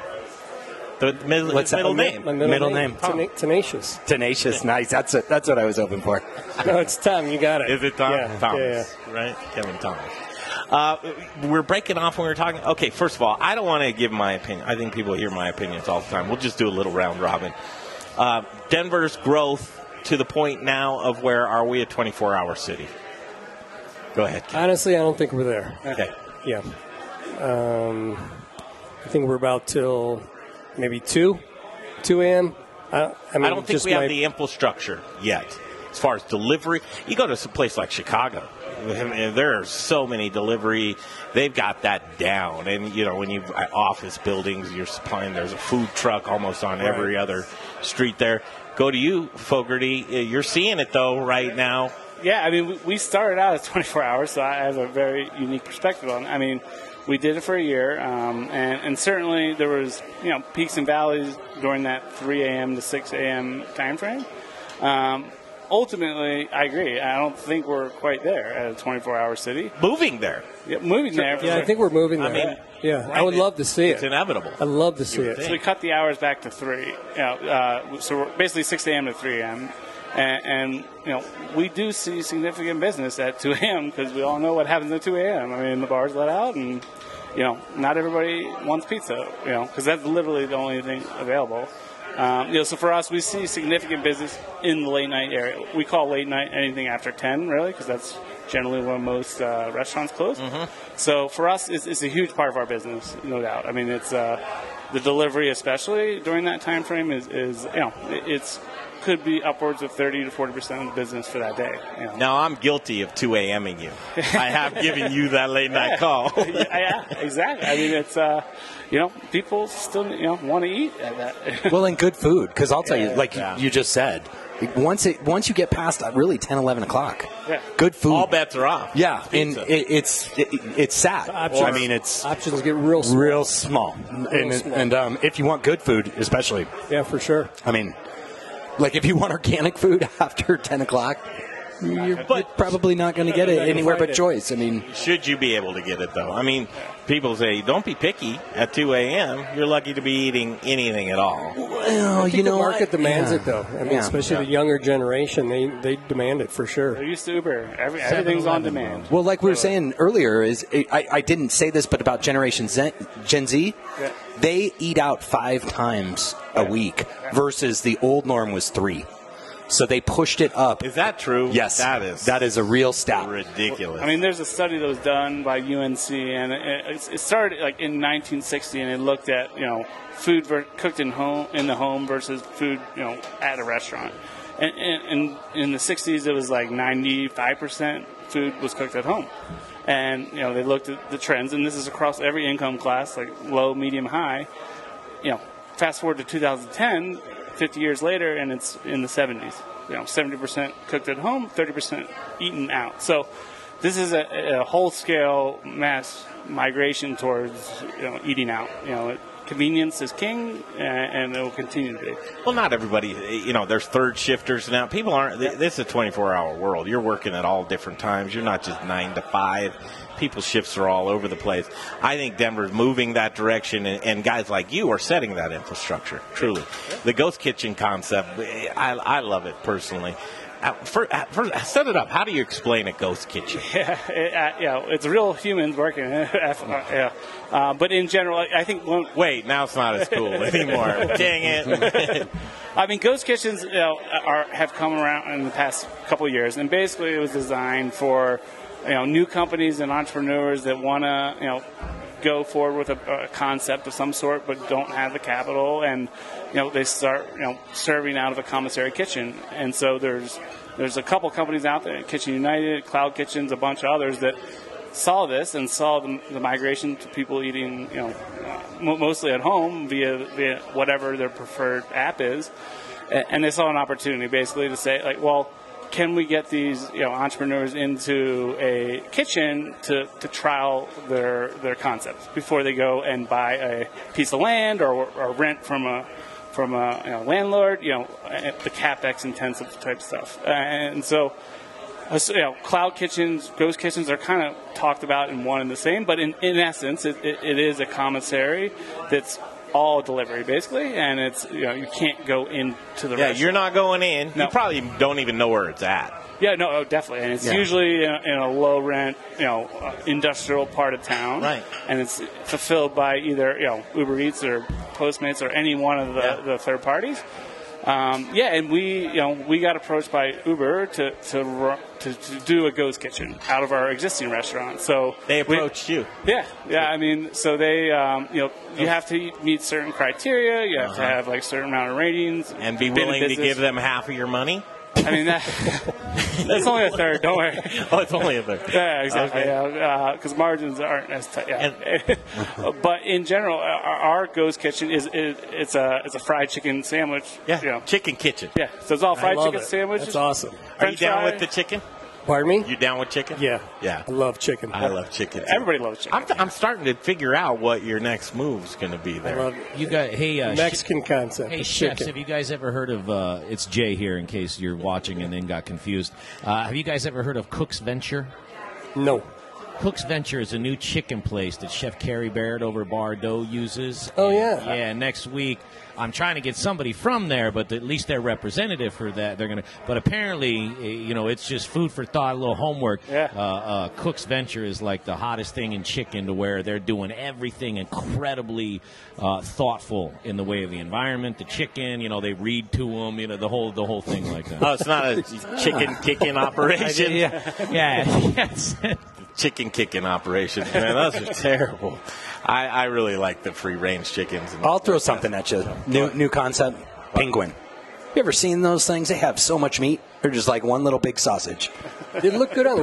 Speaker 3: The middle,
Speaker 5: What's that?
Speaker 3: middle name.
Speaker 5: My middle, name.
Speaker 4: Tena- tenacious.
Speaker 5: Tenacious. Nice. That's it. That's what I was hoping for.
Speaker 4: No, it's Tom. You got it.
Speaker 3: Is it Tom?
Speaker 4: Yeah,
Speaker 3: Thomas, right? Kevin Thomas. Uh, we're breaking off when we're talking. Okay, first of all, I don't want to give my opinion. I think people hear my opinions all the time. We'll just do a little round robin. Uh, Denver's growth to the point now of where are we a 24 hour city? Go ahead.
Speaker 4: Honestly, I don't think we're there.
Speaker 3: Okay.
Speaker 4: Yeah. Um, I think we're about till maybe 2, 2 a.m. I, I, mean,
Speaker 3: I don't think
Speaker 4: just
Speaker 3: we have
Speaker 4: my-
Speaker 3: the infrastructure yet as far as delivery. You go to a place like Chicago, I mean, there are so many delivery. They've got that down. And, you know, when you have office buildings, you're supplying, there's a food truck almost on every other street there. Go to you, Fogarty. Uh, You're seeing it, though, right now.
Speaker 21: Yeah, I mean, we- we started out as 24 hours, so I have a very unique perspective on it. I mean, we did it for a year, um, and, and certainly there was, you know, peaks and valleys during that 3 a.m. to 6 a.m. time frame. Um, ultimately, I agree. I don't think we're quite there at a 24-hour city.
Speaker 3: Moving there.
Speaker 21: Yeah, moving there. for
Speaker 4: Yeah, I
Speaker 21: sure.
Speaker 4: think we're moving
Speaker 21: I
Speaker 4: there.
Speaker 21: mean,
Speaker 4: yeah, I would
Speaker 21: right,
Speaker 4: love to see
Speaker 3: It's
Speaker 4: it.
Speaker 3: inevitable.
Speaker 4: I'd love to see it.
Speaker 21: So we cut the hours back to three. You know, uh, so we're basically 6 a.m. to 3 a.m. And, and you know, we do see significant business at 2 a.m. because we all know what happens at 2 a.m. I mean, the bars let out, and you know, not everybody wants pizza. You know, because that's literally the only thing available. Um, you know, so for us, we see significant business in the late night area. We call late night anything after 10, really, because that's generally when most uh, restaurants close.
Speaker 3: Mm-hmm.
Speaker 21: So for us, it's, it's a huge part of our business, no doubt. I mean, it's uh, the delivery, especially during that time frame, is, is you know, it- it's could be upwards of 30 to 40 percent of the business for that day. You know.
Speaker 3: Now, I'm guilty of 2 a.m.ing you. I have given you that late night call.
Speaker 21: yeah, exactly. I mean, it's uh, you know, people still you know want to eat at that.
Speaker 5: well, and good food, because I'll tell you,
Speaker 21: Yeah,
Speaker 5: like you-
Speaker 21: yeah.
Speaker 5: you just said, once it once you get past uh, really 10, 11 o'clock,
Speaker 21: Yeah.
Speaker 5: good food.
Speaker 3: All bets are off.
Speaker 5: Yeah, and it, it's it, it's sad.
Speaker 4: Options-
Speaker 5: I mean, it's
Speaker 4: options get real small.
Speaker 5: real small, and,
Speaker 4: small.
Speaker 5: and um, if you want good food, especially,
Speaker 4: Yeah, for sure.
Speaker 5: I mean, like if you want organic food after ten o'clock, you're, you're probably not going to get it anywhere but Joyce. I mean,
Speaker 3: Should you be able to get it though? I mean, people say don't be picky at 2 a.m. You're lucky to be eating anything at all.
Speaker 4: I think
Speaker 5: you
Speaker 4: the
Speaker 5: know
Speaker 4: market
Speaker 5: what?
Speaker 4: demands
Speaker 5: Yeah.
Speaker 4: it, though. I mean,
Speaker 5: Yeah.
Speaker 4: especially the younger generation, they they demand it for sure.
Speaker 21: They're used to Uber. Every, everything's on demand.
Speaker 5: Well, like we were saying earlier, is I, I didn't say this, but about Generation Z, Gen Z,
Speaker 21: Yeah.
Speaker 5: they eat out five times a week versus the old norm was three. So they pushed it up. Is
Speaker 3: that true?
Speaker 5: Yes,
Speaker 3: That is
Speaker 5: That is a real stat.
Speaker 3: Ridiculous.
Speaker 21: I mean, there's a study that was done by UNC, and it, it's- it started like in 1960, and it looked at you know food ver- cooked in home in the home versus food you know at a restaurant. And, and, and in the 60s, it was like 95% food was cooked at home. And you know they looked at the trends, and this is across every income class, like low, medium, high. You know, fast forward to 2010, 50 years later, and it's in the 70s. You know, 70% cooked at home, 30% eaten out. So this is a, a whole scale mass migration towards you know, eating out. You know, convenience is king, a- and it will continue to be.
Speaker 3: Well, not everybody. You know, there's third shifters now. People aren't. th- This is a 24-hour world. You're working at all different times. You're not just nine to five. People's shifts are all over the place. I think Denver's moving that direction, and, and guys like you are setting that infrastructure. Truly, the ghost kitchen concept. eh, I, I love it personally. Uh, fir- uh, first, set it up. How do you explain a ghost kitchen?
Speaker 21: Yeah, it, uh, you know, it's real humans working. yeah. uh, but in general, I- I think one,
Speaker 3: Wait, now it's not as cool anymore. Dang it.
Speaker 21: I mean, ghost kitchens you know, are, have come around in the past couple of years, and basically it was designed for you know new companies and entrepreneurs that want to you know go forward with a, a concept of some sort, but don't have the capital, and you know they start you know serving out of a commissary kitchen, and so there's there's a couple companies out there, Kitchen United, Cloud Kitchens, a bunch of others that saw this and saw the, the migration to people eating, you know, uh, mo- mostly at home via via whatever their preferred app is, A- and they saw an opportunity basically to say like, well, can we get these you know entrepreneurs into a kitchen to, to trial their their concepts before they go and buy a piece of land or, or rent from a from a you know, landlord, you know, uh, the capex intensive type stuff, Uh, and so uh, so, you know, cloud kitchens, ghost kitchens are kind of talked about in one and the same, but in, in essence, it, it, it is a commissary that's all delivery basically, and it's you know you can't go into the
Speaker 3: yeah,
Speaker 21: restaurant.
Speaker 3: you're not going in.
Speaker 21: No.
Speaker 3: You probably don't even know where it's at.
Speaker 21: Yeah, no, oh, definitely, and it's
Speaker 3: Yeah.
Speaker 21: usually in a, in a low rent, you know, uh, industrial part of town, right? And it's fulfilled by either you know Uber Eats or Postmates or any one of the, the third parties. Um, yeah, and we you know we got approached by Uber to to, ru- to to do a ghost kitchen out of our existing restaurant. So
Speaker 3: they
Speaker 21: approached
Speaker 3: you.
Speaker 21: Yeah, yeah. I mean, so they um, you know you have to meet certain criteria. You have to
Speaker 3: Uh-huh.
Speaker 21: have like certain amount of ratings
Speaker 3: And be
Speaker 21: been in
Speaker 3: willing to
Speaker 21: business.
Speaker 3: give them half of your money?
Speaker 21: I mean, that, that's only a third. Don't worry.
Speaker 3: Oh, it's only a third.
Speaker 21: Yeah, exactly.
Speaker 3: Okay.
Speaker 21: Because margins aren't as tight. Yeah. but in general, our- our ghost kitchen is, is it's a it's a fried chicken sandwich. Yeah,
Speaker 3: chicken kitchen.
Speaker 21: Yeah, so it's all
Speaker 4: I
Speaker 21: fried
Speaker 4: love
Speaker 21: chicken
Speaker 4: it.
Speaker 21: sandwiches.
Speaker 4: That's awesome.
Speaker 3: Are you
Speaker 21: French
Speaker 3: down
Speaker 21: fry.
Speaker 3: with the chicken?
Speaker 4: Pardon me?
Speaker 3: You down with chicken?
Speaker 4: Yeah.
Speaker 3: Yeah.
Speaker 4: I love chicken.
Speaker 3: I love chicken. too.
Speaker 21: Everybody loves chicken.
Speaker 3: I'm, I'm starting to figure out what your next move's going to be there.
Speaker 11: You got hey uh,
Speaker 4: Mexican concept.
Speaker 11: Hey
Speaker 4: of
Speaker 11: chefs,
Speaker 4: chicken.
Speaker 11: have you guys ever heard of? Uh, it's Jay here, in case you're watching and then got confused. Uh, have you guys ever heard of Cook's Venture?
Speaker 4: No.
Speaker 11: Cook's Venture is a new chicken place that Chef Carrie Barrett over at Bardo uses.
Speaker 4: Oh,
Speaker 11: And,
Speaker 4: yeah.
Speaker 11: yeah. Next week, I'm trying to get somebody from there, but at least their representative for that. They're gonna, but apparently, eh, you know, it's just food for thought, a little homework. Yeah. Uh, uh, Cook's Venture is like the hottest thing in chicken, to where they're doing everything incredibly uh, thoughtful in the way of the environment, the chicken. You know, they read to them. You know, the whole the whole thing like that.
Speaker 3: Oh, it's not a chicken kicking operation.
Speaker 11: yeah. yeah.
Speaker 3: chicken kicking operations, man. Those are terrible. I, I really like the free range chickens. And
Speaker 5: I'll throw something at you. New new concept. Penguin. You ever seen those things? They have so much meat. They're just like one little big sausage.
Speaker 4: They'd look good on the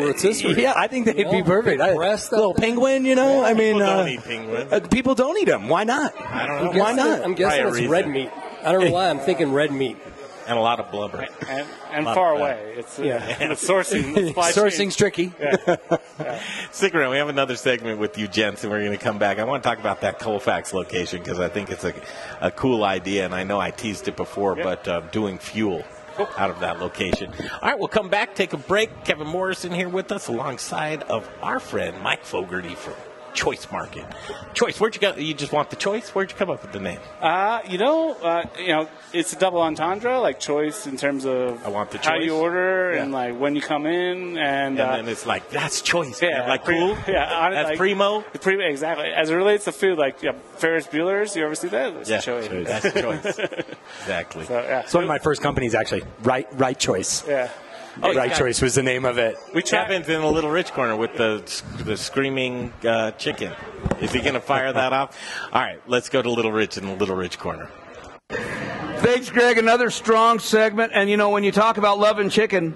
Speaker 4: rotisserie.
Speaker 5: Yeah, I think they'd
Speaker 4: You
Speaker 5: be
Speaker 4: know,
Speaker 5: perfect. I,
Speaker 4: breast up
Speaker 5: little
Speaker 4: there.
Speaker 5: penguin, you know. I mean,
Speaker 4: People
Speaker 5: uh,
Speaker 4: don't eat penguin.
Speaker 5: uh, people don't eat them. Why not?
Speaker 3: I
Speaker 4: I'm
Speaker 5: Why
Speaker 4: guessing-
Speaker 5: not?
Speaker 4: I'm guessing it's red meat. I don't know why. I'm thinking red meat.
Speaker 3: a lot of blubber.
Speaker 21: And, and
Speaker 3: A lot of
Speaker 21: far
Speaker 3: fat.
Speaker 21: away. It's uh, the sourcing. The supply chain.
Speaker 5: tricky.
Speaker 3: Stick around. We have another segment with you, gents, and we're going to come back. I want to talk about that Colfax location because I think it's a, a cool idea, and I know I teased it before, but uh, doing fuel out of that location. All right, we'll come back, take a break. Kevin Morrison here with us alongside of our friend Mike Fogarty from Choice Market. Choice, where'd you go? You just want the choice? Where'd you come up with the name?
Speaker 21: Uh, you know, uh, you know, it's a double entendre, like choice in terms of I want
Speaker 3: the
Speaker 21: how
Speaker 3: choice.
Speaker 21: you order and
Speaker 3: Yeah.
Speaker 21: like when you come in, and
Speaker 3: And
Speaker 21: uh,
Speaker 3: then it's like, that's choice.
Speaker 21: Yeah,
Speaker 3: man. Like,
Speaker 21: pre-
Speaker 3: cool.
Speaker 21: Yeah, honest-
Speaker 3: That's
Speaker 21: like,
Speaker 3: primo.
Speaker 21: Primo, exactly. As it relates to food, like yeah, Ferris Bueller's, you ever see that? That's
Speaker 5: Yeah,
Speaker 21: choice.
Speaker 5: choice. That's choice.
Speaker 3: Exactly.
Speaker 21: So, yeah.
Speaker 5: It's one of my first companies, actually. Right, right choice.
Speaker 21: yeah.
Speaker 5: right choice was the name of it.
Speaker 3: We Kevin's in the Little Rich corner with the the screaming uh, chicken. Is he going to fire that off? All right, let's go to Little Rich in the Little Rich corner.
Speaker 7: Thanks, Greg. Another strong segment. And you know, when you talk about love and chicken,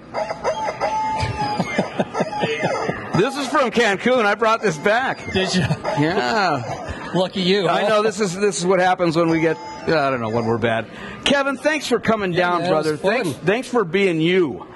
Speaker 7: this is from Cancun. I brought this back. Did you? Yeah. Lucky you. I know this is this is what happens when we get. I don't know when we're bad. Kevin, thanks for coming down,
Speaker 22: man, it was
Speaker 7: brother. Thanks, thanks for being you.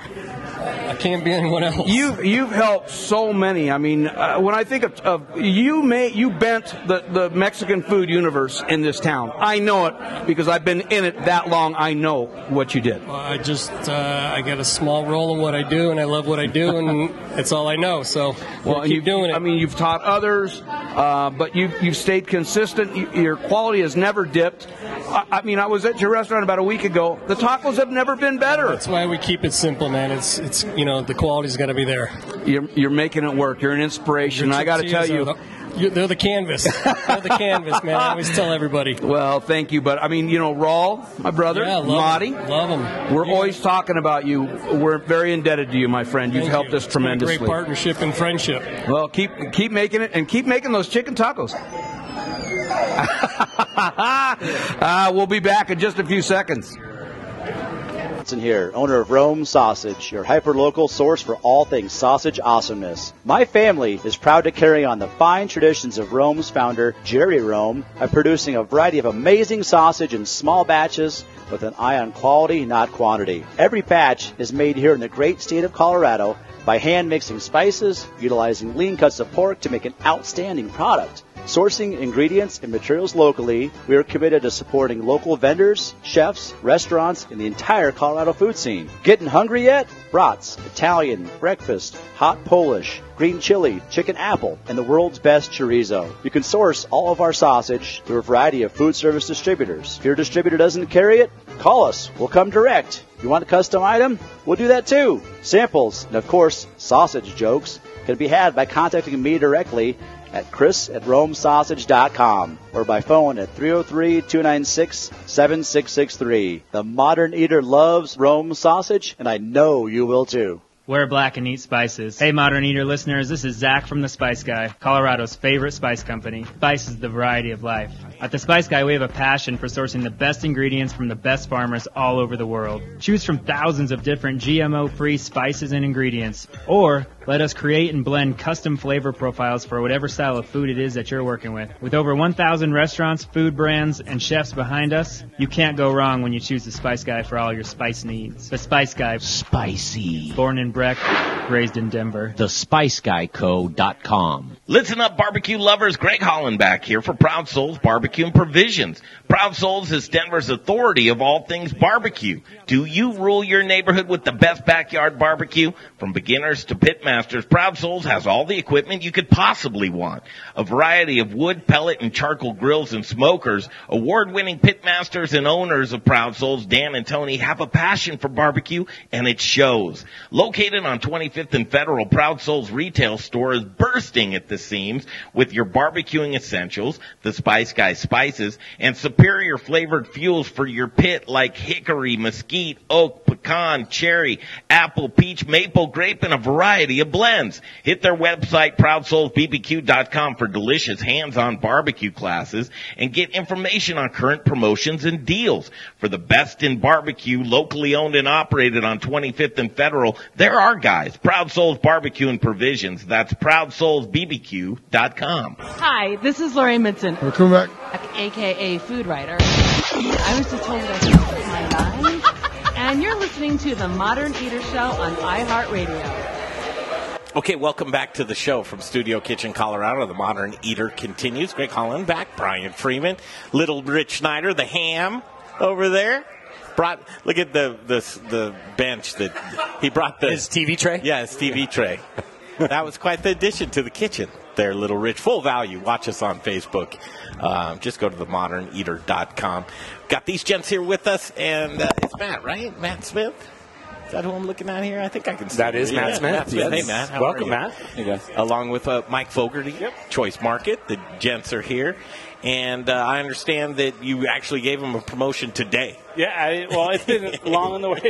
Speaker 7: I can't be anyone else. You've you've helped so many. I mean, uh, when I think of, of you, made you bent the, the Mexican food universe in this town. I know it because I've been in it that long. I know what you did.
Speaker 4: Well, I just uh, I got a small role in what I do, and I love what I do, and it's all I know. So well,
Speaker 7: and
Speaker 4: keep
Speaker 7: you've-
Speaker 4: doing it.
Speaker 7: I mean, you've taught others, uh, but you've, you've stayed consistent. You, your quality has never dipped. I, I mean, I was at your restaurant about a week ago. The tacos have never been better.
Speaker 4: That's why we keep it simple, man. It's it's you know the quality's got to be there.
Speaker 7: You're, you're making it work. You're an inspiration.
Speaker 4: Your
Speaker 7: I got to
Speaker 4: tortillas
Speaker 7: tell you.
Speaker 4: are the- you- they're the canvas. they're the canvas, man. I always tell everybody.
Speaker 7: Well, thank you, but I mean, you know, Rawl, my brother,
Speaker 4: Yeah, love
Speaker 7: Marty,
Speaker 4: him. love him.
Speaker 7: we're always talking about you. We're very indebted to you, my friend. You've
Speaker 4: Thank
Speaker 7: helped
Speaker 4: you.
Speaker 7: us
Speaker 4: It's been a
Speaker 7: tremendously.
Speaker 4: Great partnership and friendship.
Speaker 7: Well, keep keep making it and keep making those chicken tacos. uh, we'll be back in just a few seconds.
Speaker 26: Johnson here, owner of Rome Sausage, your hyper-local source for all things sausage awesomeness. My family is proud to carry on the fine traditions of Rome's founder, Jerry Rome, by producing a variety of amazing sausage in small batches with an eye on quality, not quantity. Every batch is made here in the great state of Colorado by hand mixing spices, utilizing lean cuts of pork to make an outstanding product.
Speaker 6: Sourcing ingredients and materials locally, we are committed to supporting local vendors, chefs, restaurants, and the entire Colorado food scene. Getting hungry yet? Brats, Italian, breakfast, hot Polish, green chili, chicken apple, and the world's best chorizo. You can source all of our sausage through a variety of food service distributors. If your distributor doesn't carry it, call us. We'll come direct. You want a custom item? We'll do that too. Samples, and of course, sausage jokes can be had by contacting me directly at chris at romesausage.com or by phone at 303-296-7663. The modern eater loves Rome sausage, and I know you will too.
Speaker 27: Wear black and eat spices. Hey, Modern Eater listeners, this is Zach from The Spice Guy, Colorado's favorite spice company. Spice is the variety of life. At The Spice Guy, we have a passion for sourcing the best ingredients from the best farmers all over the world. Choose from thousands of different GMO free spices and ingredients, or let us create and blend custom flavor profiles for whatever style of food it is that you're working with. With over 1,000 restaurants, food brands, and chefs behind us, you can't go wrong when you choose The Spice Guy for all your spice needs. The Spice Guy. Spicy. Born in Breck, raised in Denver.
Speaker 11: TheSpiceGuyCo.com.
Speaker 8: Listen up, barbecue lovers. Greg Hollenbach here for Proud Souls Barbecue and Provisions. Proud Souls is Denver's authority of all things barbecue. Do you rule your neighborhood with the best backyard barbecue? From beginners to pitmasters, Proud Souls has all the equipment you could possibly want. A variety of wood, pellet, and charcoal grills and smokers. Award-winning pitmasters and owners of Proud Souls, Dan and Tony, have a passion for barbecue, and it shows. Located on 25th and Federal, Proud Souls retail store is bursting at the seams with your barbecuing essentials, the Spice Guy spices, and superior flavored fuels for your pit like hickory, mesquite, oak, pecan, cherry, apple, peach, maple, grape, and a variety of blends. Hit their website, ProudSoulsBBQ.com for delicious hands-on barbecue classes and get information on current promotions and deals. For the best in barbecue, locally owned and operated on 25th and Federal, there are guys. Proud Souls Barbecue and Provisions. That's ProudSoulsBBQ.com.
Speaker 10: Hi, this is Lori Midson,
Speaker 8: Welcome back.
Speaker 10: aka Food Writer. I was just told that I should put my mind. And you're listening to the Modern Eater Show on iHeartRadio.
Speaker 3: Okay, welcome back to the show from Studio Kitchen Colorado. The Modern Eater continues. Greg Holland back, Brian Freeman, Little Rich Schneider, the ham over there. Brought look at the the the bench that he brought the his
Speaker 5: TV tray.
Speaker 3: Yeah, his TV tray. that was quite the addition to the kitchen. There, Little Rich, full value. Watch us on Facebook. Um, just go to themoderneater.com. Got these gents here with us, and uh, it's Matt, right? Matt Smith. Is that who I'm looking at here? I think I can see.
Speaker 5: That is
Speaker 3: you.
Speaker 5: Matt
Speaker 3: Yeah,
Speaker 5: Smith.
Speaker 3: Hey,
Speaker 5: Yes.
Speaker 3: Matt. how are
Speaker 5: Welcome,
Speaker 3: you?
Speaker 5: Matt.
Speaker 3: Along with uh, Mike Fogarty, Choice Market. The gents are here. And uh, I understand that you actually gave them a promotion today.
Speaker 21: Yeah, I, well, it's been long in the way.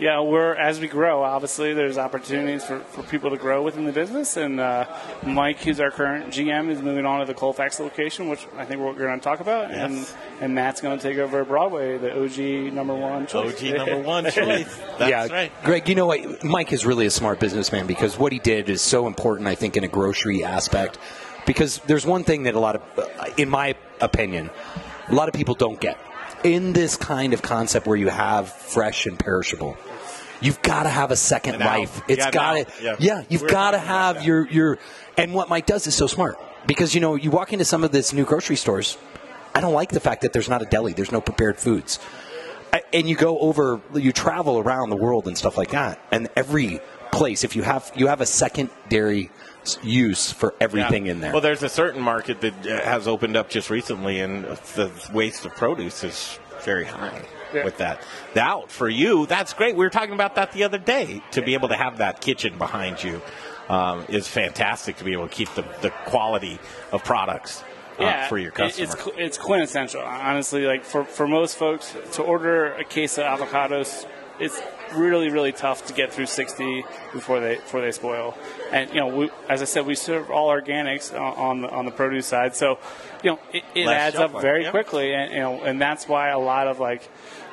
Speaker 21: Yeah, we're as we grow. Obviously, there's opportunities for, for people to grow within the business. And uh, Mike, who's our current GM, is moving on to the Colfax location, which I think we're going to talk about.
Speaker 3: Yes.
Speaker 21: And and Matt's going to take over Broadway, the OG number one choice.
Speaker 3: OG number one choice.
Speaker 5: yeah, Greg, you know what? Mike is really a smart businessman because what he did is so important, I think, in a grocery aspect. Because there's one thing that a lot of, in my opinion, a lot of people don't get. In this kind of concept where you have fresh and perishable, you've got to have a second
Speaker 3: An out.
Speaker 5: life.
Speaker 3: You
Speaker 5: It's
Speaker 3: got
Speaker 5: got
Speaker 3: an
Speaker 5: it.
Speaker 3: out. Yeah.
Speaker 5: Yeah, you've got to have your, your. And what Mike does is so smart because, you know, you walk into some of these new grocery stores, I don't like the fact that there's not a deli, there's no prepared foods. I- and you go over you travel around the world and stuff like that and every place if you have you have a secondary s- use for everything
Speaker 3: Yeah.
Speaker 5: in there
Speaker 3: Well, there's a certain market that uh, has opened up just recently, and the waste of produce is very high
Speaker 21: Yeah.
Speaker 3: with that. The out for you, that's great. We were talking about that the other day. To be able to have that kitchen behind you um, is fantastic to be able to keep the, the quality of products uh, for your
Speaker 21: it-
Speaker 3: customer.
Speaker 21: It's, qu- it's quintessential, honestly. Like for, for most folks to order a case of avocados, it's really really tough to get through 60 before they before they spoil. And you know, we, as I said, we serve all organics on on the, on the produce side, so you know it, it
Speaker 3: Less
Speaker 21: adds
Speaker 3: shelf
Speaker 21: up
Speaker 3: life,
Speaker 21: very
Speaker 3: yeah.
Speaker 21: quickly, and you know, and that's why a lot of like.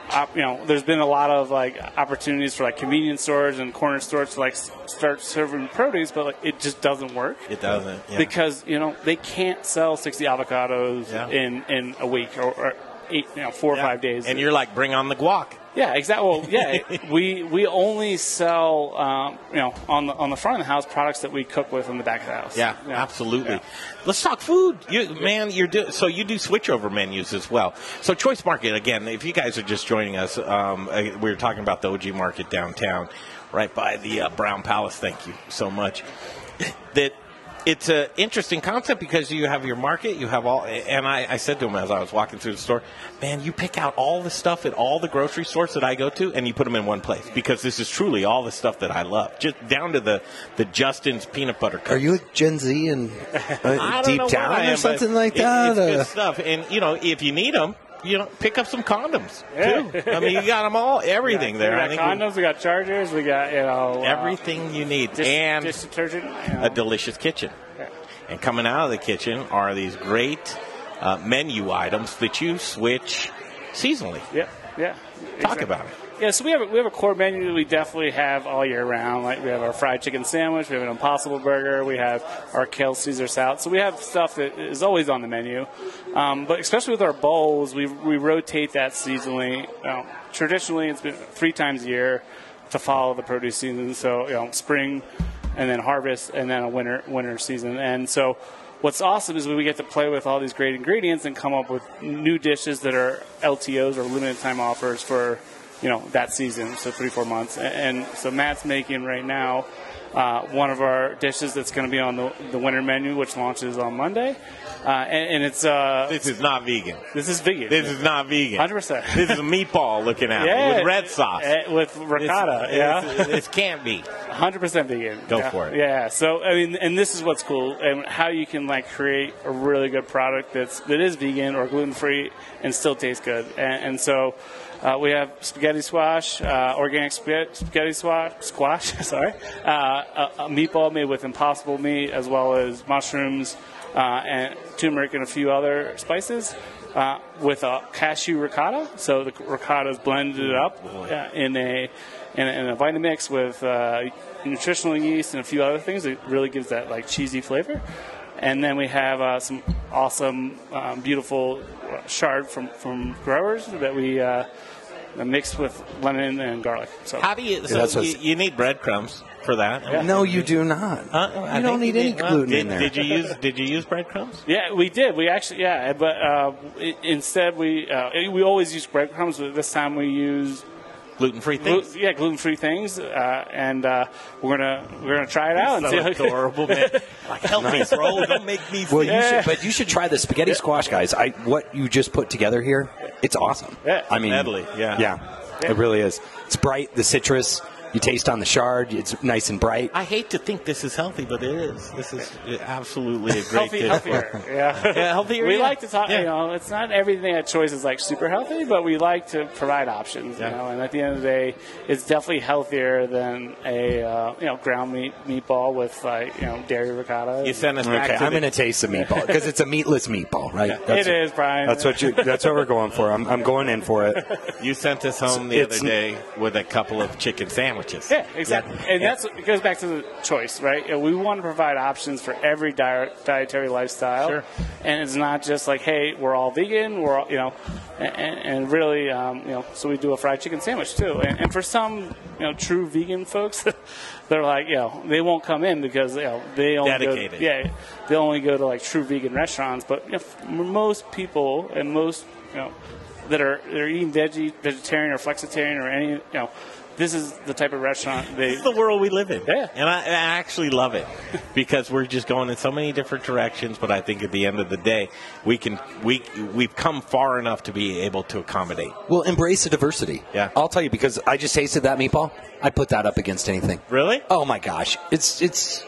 Speaker 21: Op, you know, there's been a lot of like opportunities for like convenience stores and corner stores to like s- start serving produce, but like it just doesn't work
Speaker 3: it doesn't. Yeah.
Speaker 21: because you know they can't sell 60 avocados in in a week or, or eight, you know, four or five days.
Speaker 3: And you're like, bring on the guac.
Speaker 21: Yeah, exactly. Well, yeah, it- we we only sell um, you know on the on the front of the house products that we cook with in the back of the house.
Speaker 3: Yeah, absolutely. Let's talk food. You, man, you're do, so you do switchover menus as well. So Choice Market again. If you guys are just joining us, um, I- we were talking about the OG Market downtown, right by the uh, Brown Palace. Thank you so much. that it's an interesting concept because you have your market, you have all. And I, I said to him as I was walking through the store, man, you pick out all the stuff at all the grocery stores that I go to, and you put them in one place because this is truly all the stuff that I love, just down to the the Justin's peanut butter
Speaker 5: Are you a Gen Z and
Speaker 3: I
Speaker 5: uh,
Speaker 3: don't know
Speaker 5: deep
Speaker 3: what
Speaker 5: down
Speaker 3: I am,
Speaker 5: or
Speaker 3: but
Speaker 5: something like
Speaker 3: it-
Speaker 5: that?
Speaker 3: It's
Speaker 5: Uh,
Speaker 3: good stuff, and you know, if you need them, you know, pick up some condoms too. I mean, you got them all, everything
Speaker 21: Yeah,
Speaker 3: there.
Speaker 21: We got
Speaker 3: I think we-
Speaker 21: condoms, we got chargers, we got you know uh,
Speaker 3: everything you need,
Speaker 21: dish,
Speaker 3: and
Speaker 21: dish detergent.
Speaker 3: a delicious kitchen. And coming out of the kitchen are these great uh, menu items that you switch seasonally.
Speaker 21: Yeah, yeah.
Speaker 3: Talk
Speaker 21: exactly.
Speaker 3: about it.
Speaker 21: Yeah, so we have a, we have a core menu that we definitely have all year round. Like we have our fried chicken sandwich, we have an Impossible Burger, we have our kale Caesar salad. So we have stuff that is always on the menu. Um, but especially with our bowls, we we rotate that seasonally. Now, traditionally, it's been three times a year to follow the produce season. So you know, spring, and then harvest, and then a winter winter season. And so what's awesome is we get to play with all these great ingredients and come up with new dishes that are LTOs or limited time offers for you know that season, so three four months. A- And so Matt's making right now uh, one of our dishes that's going to be on the, the winter menu, which launches on Monday. Uh, and, and it's uh,
Speaker 3: this is not vegan.
Speaker 21: This is vegan.
Speaker 3: This is not vegan.
Speaker 21: Hundred percent.
Speaker 3: This is a meatball looking at
Speaker 21: Yeah.
Speaker 3: with red sauce.
Speaker 21: Eh, with ricotta.
Speaker 3: It's-
Speaker 21: yeah,
Speaker 3: it's- it's can't be.
Speaker 21: Hundred percent vegan.
Speaker 3: Go
Speaker 21: yeah.
Speaker 3: for it.
Speaker 21: Yeah. So I mean, and this is what's cool, and how you can like create a really good product that's that is vegan or gluten free and still tastes good. And, and so uh, we have spaghetti squash, uh, organic spaghetti, spaghetti squash, squash. Sorry, uh, a, a meatball made with impossible meat, as well as mushrooms uh, and turmeric and a few other spices. Uh, with a cashew ricotta, so the ricotta is blended up uh, in a and, and a Vitamix with uh, nutritional yeast and a few other things. It really gives that like cheesy flavor. And then we have uh, some awesome, um, beautiful shard from, from growers that we uh, mix with lemon and garlic. So
Speaker 3: How do you? So you, you need breadcrumbs for that.
Speaker 5: No, you do not.
Speaker 3: I
Speaker 5: you don't
Speaker 3: think
Speaker 5: need
Speaker 3: you
Speaker 5: any
Speaker 3: did. Well,
Speaker 5: gluten
Speaker 3: did,
Speaker 5: in there.
Speaker 3: Did you use? Did you use breadcrumbs?
Speaker 21: Yeah, we did. We actually, yeah, but uh, i- instead we uh, we always use breadcrumbs, but this time we used
Speaker 3: gluten free
Speaker 21: glu- yeah, gluten free things, uh, and uh, we're gonna we're gonna try it out and
Speaker 3: so
Speaker 21: see how
Speaker 3: adorable, man. Like, help me, bro. Don't make me.
Speaker 5: Well, you
Speaker 21: Yeah.
Speaker 5: should, but you should try the spaghetti squash, guys. I what you just put together here, it's awesome.
Speaker 21: Yeah.
Speaker 5: I mean,
Speaker 3: Medley, yeah.
Speaker 5: yeah,
Speaker 3: Yeah.
Speaker 5: it really is. It's bright, the citrus. You taste on the shard. It's nice and bright.
Speaker 3: I hate to think this is healthy, but it is. This is absolutely a great
Speaker 21: healthy,
Speaker 3: dish.
Speaker 21: healthier. Yeah.
Speaker 3: yeah, healthier.
Speaker 21: We
Speaker 3: yeah.
Speaker 21: like to talk.
Speaker 3: Yeah.
Speaker 21: You know, it's not everything at Choice is like super healthy, but we like to provide options.
Speaker 3: Yeah.
Speaker 21: You know, and at the end of the day, it's definitely healthier than a uh, you know ground meat meatball with like you know dairy ricotta.
Speaker 5: You send
Speaker 21: us
Speaker 5: okay, I'm going to taste the meatball because it's a meatless meatball, right?
Speaker 21: It is, Brian.
Speaker 5: That's what you. That's what we're going for. I'm, I'm going in for it.
Speaker 3: You sent us home the
Speaker 5: It's-
Speaker 3: other day with a couple of chicken sandwiches.
Speaker 21: Yeah, exactly. And that's it goes back to the choice, right? And We want to provide options for every diet, dietary lifestyle, and it's not just like, hey, we're all vegan, we're all, you know, and, and really, um, you know, so we do a fried chicken sandwich too. And, and for some, you know, true vegan folks, they're like, you know, they won't come in because you know they only
Speaker 3: Dedicated.
Speaker 21: Go, yeah, they only go to like true vegan restaurants, but you know, f- most people and most you know that are that are eating veggie, vegetarian or flexitarian or any you know. This is the type of restaurant they.
Speaker 3: This is the world we live in. Yeah. And I, I actually love it because we're just going in so many different directions. But I think at the end of the day, we can we we've come far enough to be able to accommodate.
Speaker 5: Well, embrace the diversity. Yeah, I'll tell you because I just tasted that meatball. I put that up against anything.
Speaker 3: Really?
Speaker 5: Oh my gosh, it's it's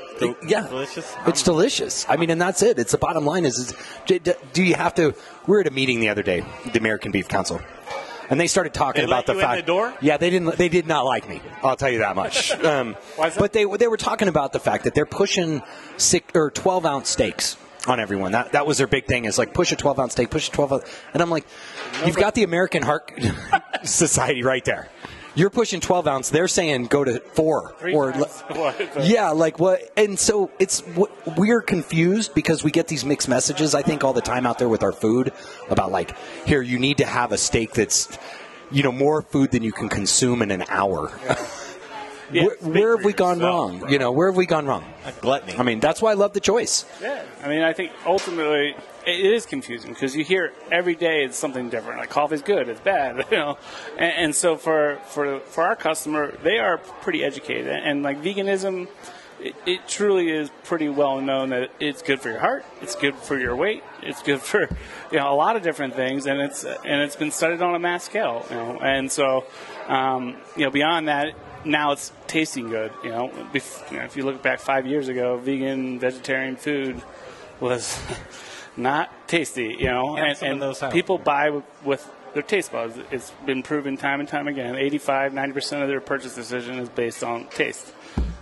Speaker 5: yeah,
Speaker 3: delicious.
Speaker 5: It's delicious. I mean, and that's it. It's the bottom line is, is do, do- do you have to? We were at a meeting the other day, the American Beef Council, and they started talking
Speaker 3: They let
Speaker 5: about the
Speaker 3: you in
Speaker 5: fact.
Speaker 3: the door?
Speaker 5: Yeah, they didn't. They did not like me. I'll tell you that much. Um, but they they were talking about the fact that they're pushing six or twelve ounce steaks on everyone. That that was their big thing is like push a twelve ounce steak, push a twelve ounce, and I'm like, you've got the American Heart Society right there. You're pushing 12 ounce. They're saying go to four
Speaker 21: Three
Speaker 5: or
Speaker 21: times. What?
Speaker 5: yeah, like what? And so it's wh- we're confused because we get these mixed messages. I think all the time out there with our food about like here you need to have a steak that's you know more food than you can consume in an hour. where, where have we gone wrong? You know, where have we gone wrong?
Speaker 3: Gluttony.
Speaker 5: I mean, that's why I love the choice.
Speaker 21: Yeah, I mean, I think ultimately it is confusing because you hear every day it's something different. Like coffee's good, it's bad, you know. And, and so for for for our customer, they are pretty educated, and like veganism. It, it truly is pretty well known that it's good for your heart, it's good for your weight, it's good for you know a lot of different things, and it's and it's been studied on a mass scale, you know. And so, um, you know, beyond that, now it's tasting good. You know, Bef- you know, if you look back five years ago, vegan vegetarian food was not tasty. You know,
Speaker 3: Yeah,
Speaker 21: and,
Speaker 3: some of
Speaker 21: and
Speaker 3: those have-
Speaker 21: people buy w- with their taste buds. It's been proven time and time again. 85, 90 percent of their purchase decision is based on taste.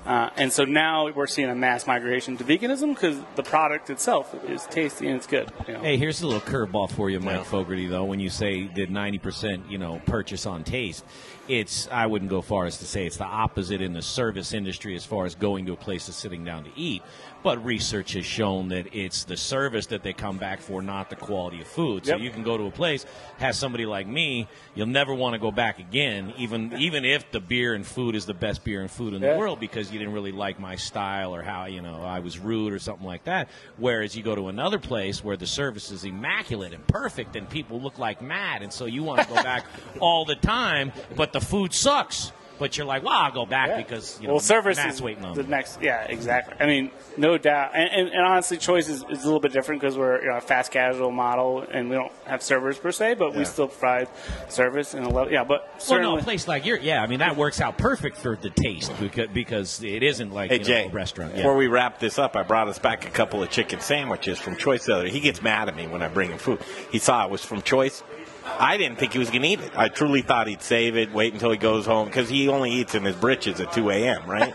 Speaker 21: Uh, and so now we're seeing a mass migration to veganism because the product itself is tasty and it's good. You know?
Speaker 11: Hey, here's a little curveball for you, Mike Fogarty. Though, when you say did 90%, you know, purchase on taste, it's I wouldn't go far as to say it's the opposite in the service industry as far as going to a place and sitting down to eat. But research has shown that it's the service that they come back for, not the quality of food. So
Speaker 21: Yep.
Speaker 11: you can go to a place, have somebody like me, you'll never want to go back again, even even if the beer and food is the best beer and food in
Speaker 21: Yeah.
Speaker 11: the world because you didn't really like my style or how you know I was rude or something like that. Whereas you go to another place where the service is immaculate and perfect, and people look like mad, and so you want to go back all the time, but the food sucks. But you're like, well, I'll go back because you know
Speaker 21: well, service
Speaker 11: Matt's
Speaker 21: is
Speaker 11: waiting on
Speaker 21: the
Speaker 11: me.
Speaker 21: next. Yeah, exactly. I mean, no doubt. And, and, and honestly, choice is, is a little bit different because we're you know, a fast casual model, and we don't have servers per se, but
Speaker 11: Yeah.
Speaker 21: we still provide service and a level. Yeah, but
Speaker 11: Well,
Speaker 21: certainly.
Speaker 11: no, a place like your yeah, I mean that works out perfect for the taste because, because it isn't like
Speaker 3: Hey
Speaker 11: you know,
Speaker 3: Jay,
Speaker 11: a restaurant. Yeah.
Speaker 3: Before we wrap this up, I brought us back a couple of chicken sandwiches from Choice the other. day. He gets mad at me when I bring him food. He saw it was from Choice. I didn't think he was going to eat it. I truly thought he'd save it, wait until he goes home, because he only eats in his britches at 2 a.m. Right?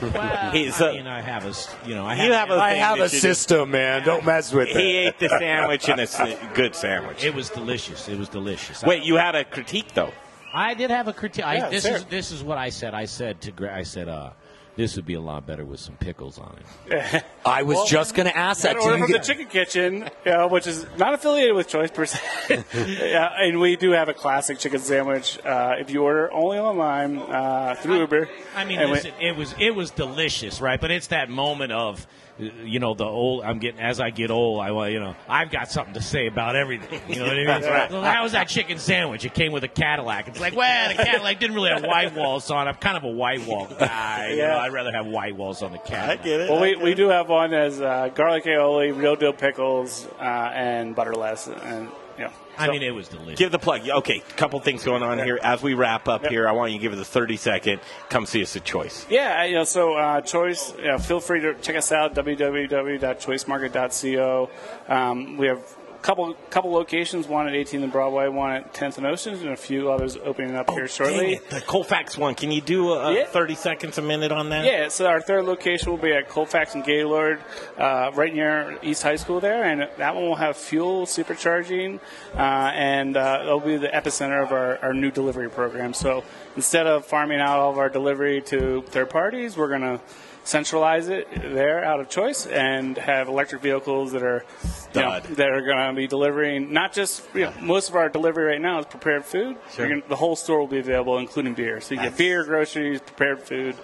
Speaker 3: He's, uh,
Speaker 11: I mean, I have a s- you know I
Speaker 3: You
Speaker 11: have,
Speaker 3: have a I thing have that a you do. system,
Speaker 2: man. Don't mess with
Speaker 3: he ate the sandwich, and it's a good sandwich.
Speaker 11: It was delicious. It was delicious.
Speaker 3: Wait, you had a critique though.
Speaker 11: I did have a critique. I-
Speaker 3: Yeah,
Speaker 11: this
Speaker 3: sure.
Speaker 11: is this is what I said. I said to Greg, I said, uh, this would be a lot better with some pickles on it.
Speaker 5: I
Speaker 21: was Well, just
Speaker 5: gonna ask
Speaker 21: Got an order from the Chicken Kitchen, you know, which is not affiliated with Choice per se. yeah, and we do have a classic chicken sandwich. Uh, if you order only online uh, through Uber,
Speaker 11: I mean,
Speaker 21: and we-
Speaker 11: listen, it was it was delicious, right? But it's that moment of, uh, you know, the old. I'm getting as I get old. I want- you know, I've got something to say about everything. You know what I mean?
Speaker 15: That's right.
Speaker 11: Well, how was that chicken sandwich? It came with a Cadillac. It's like, well, the Cadillac didn't really have white walls on. I'm kind of a white wall guy. You
Speaker 21: Yeah.
Speaker 11: know, I'd rather have white walls on the Cadillac.
Speaker 21: Well, we, we do have one as uh, garlic aioli, real deal pickles, uh, and butterless, and you know. So-
Speaker 3: Give the plug. Okay, couple things going on here. As we wrap up
Speaker 21: Yep.
Speaker 3: here, I want you to give us a 30 second. Come see us at Choice.
Speaker 21: Yeah, you know, so uh, Choice, you know, feel free to check us out, www.choicemarket.co. Um, we have a couple couple locations, one at 18th and Broadway, one at 10th and Oceans, and a few others opening up here
Speaker 3: Dang
Speaker 21: shortly.
Speaker 3: it, the Colfax one. Can you do uh,
Speaker 21: Yeah.
Speaker 3: 30 seconds a minute on that?
Speaker 21: Yeah, so our third location will be at Colfax and Gaylord, uh, right near East High School there, and that one will have fuel supercharging, uh, and uh, it'll be the epicenter of our, our new delivery program. So instead of farming out all of our delivery to third parties, we're going to centralize it there out of choice and have electric vehicles that are you know, that are going to be delivering not just you know, most of our delivery right now is prepared food
Speaker 3: Sure.
Speaker 21: You're gonna- the whole store will be available including beer so you get beer groceries prepared food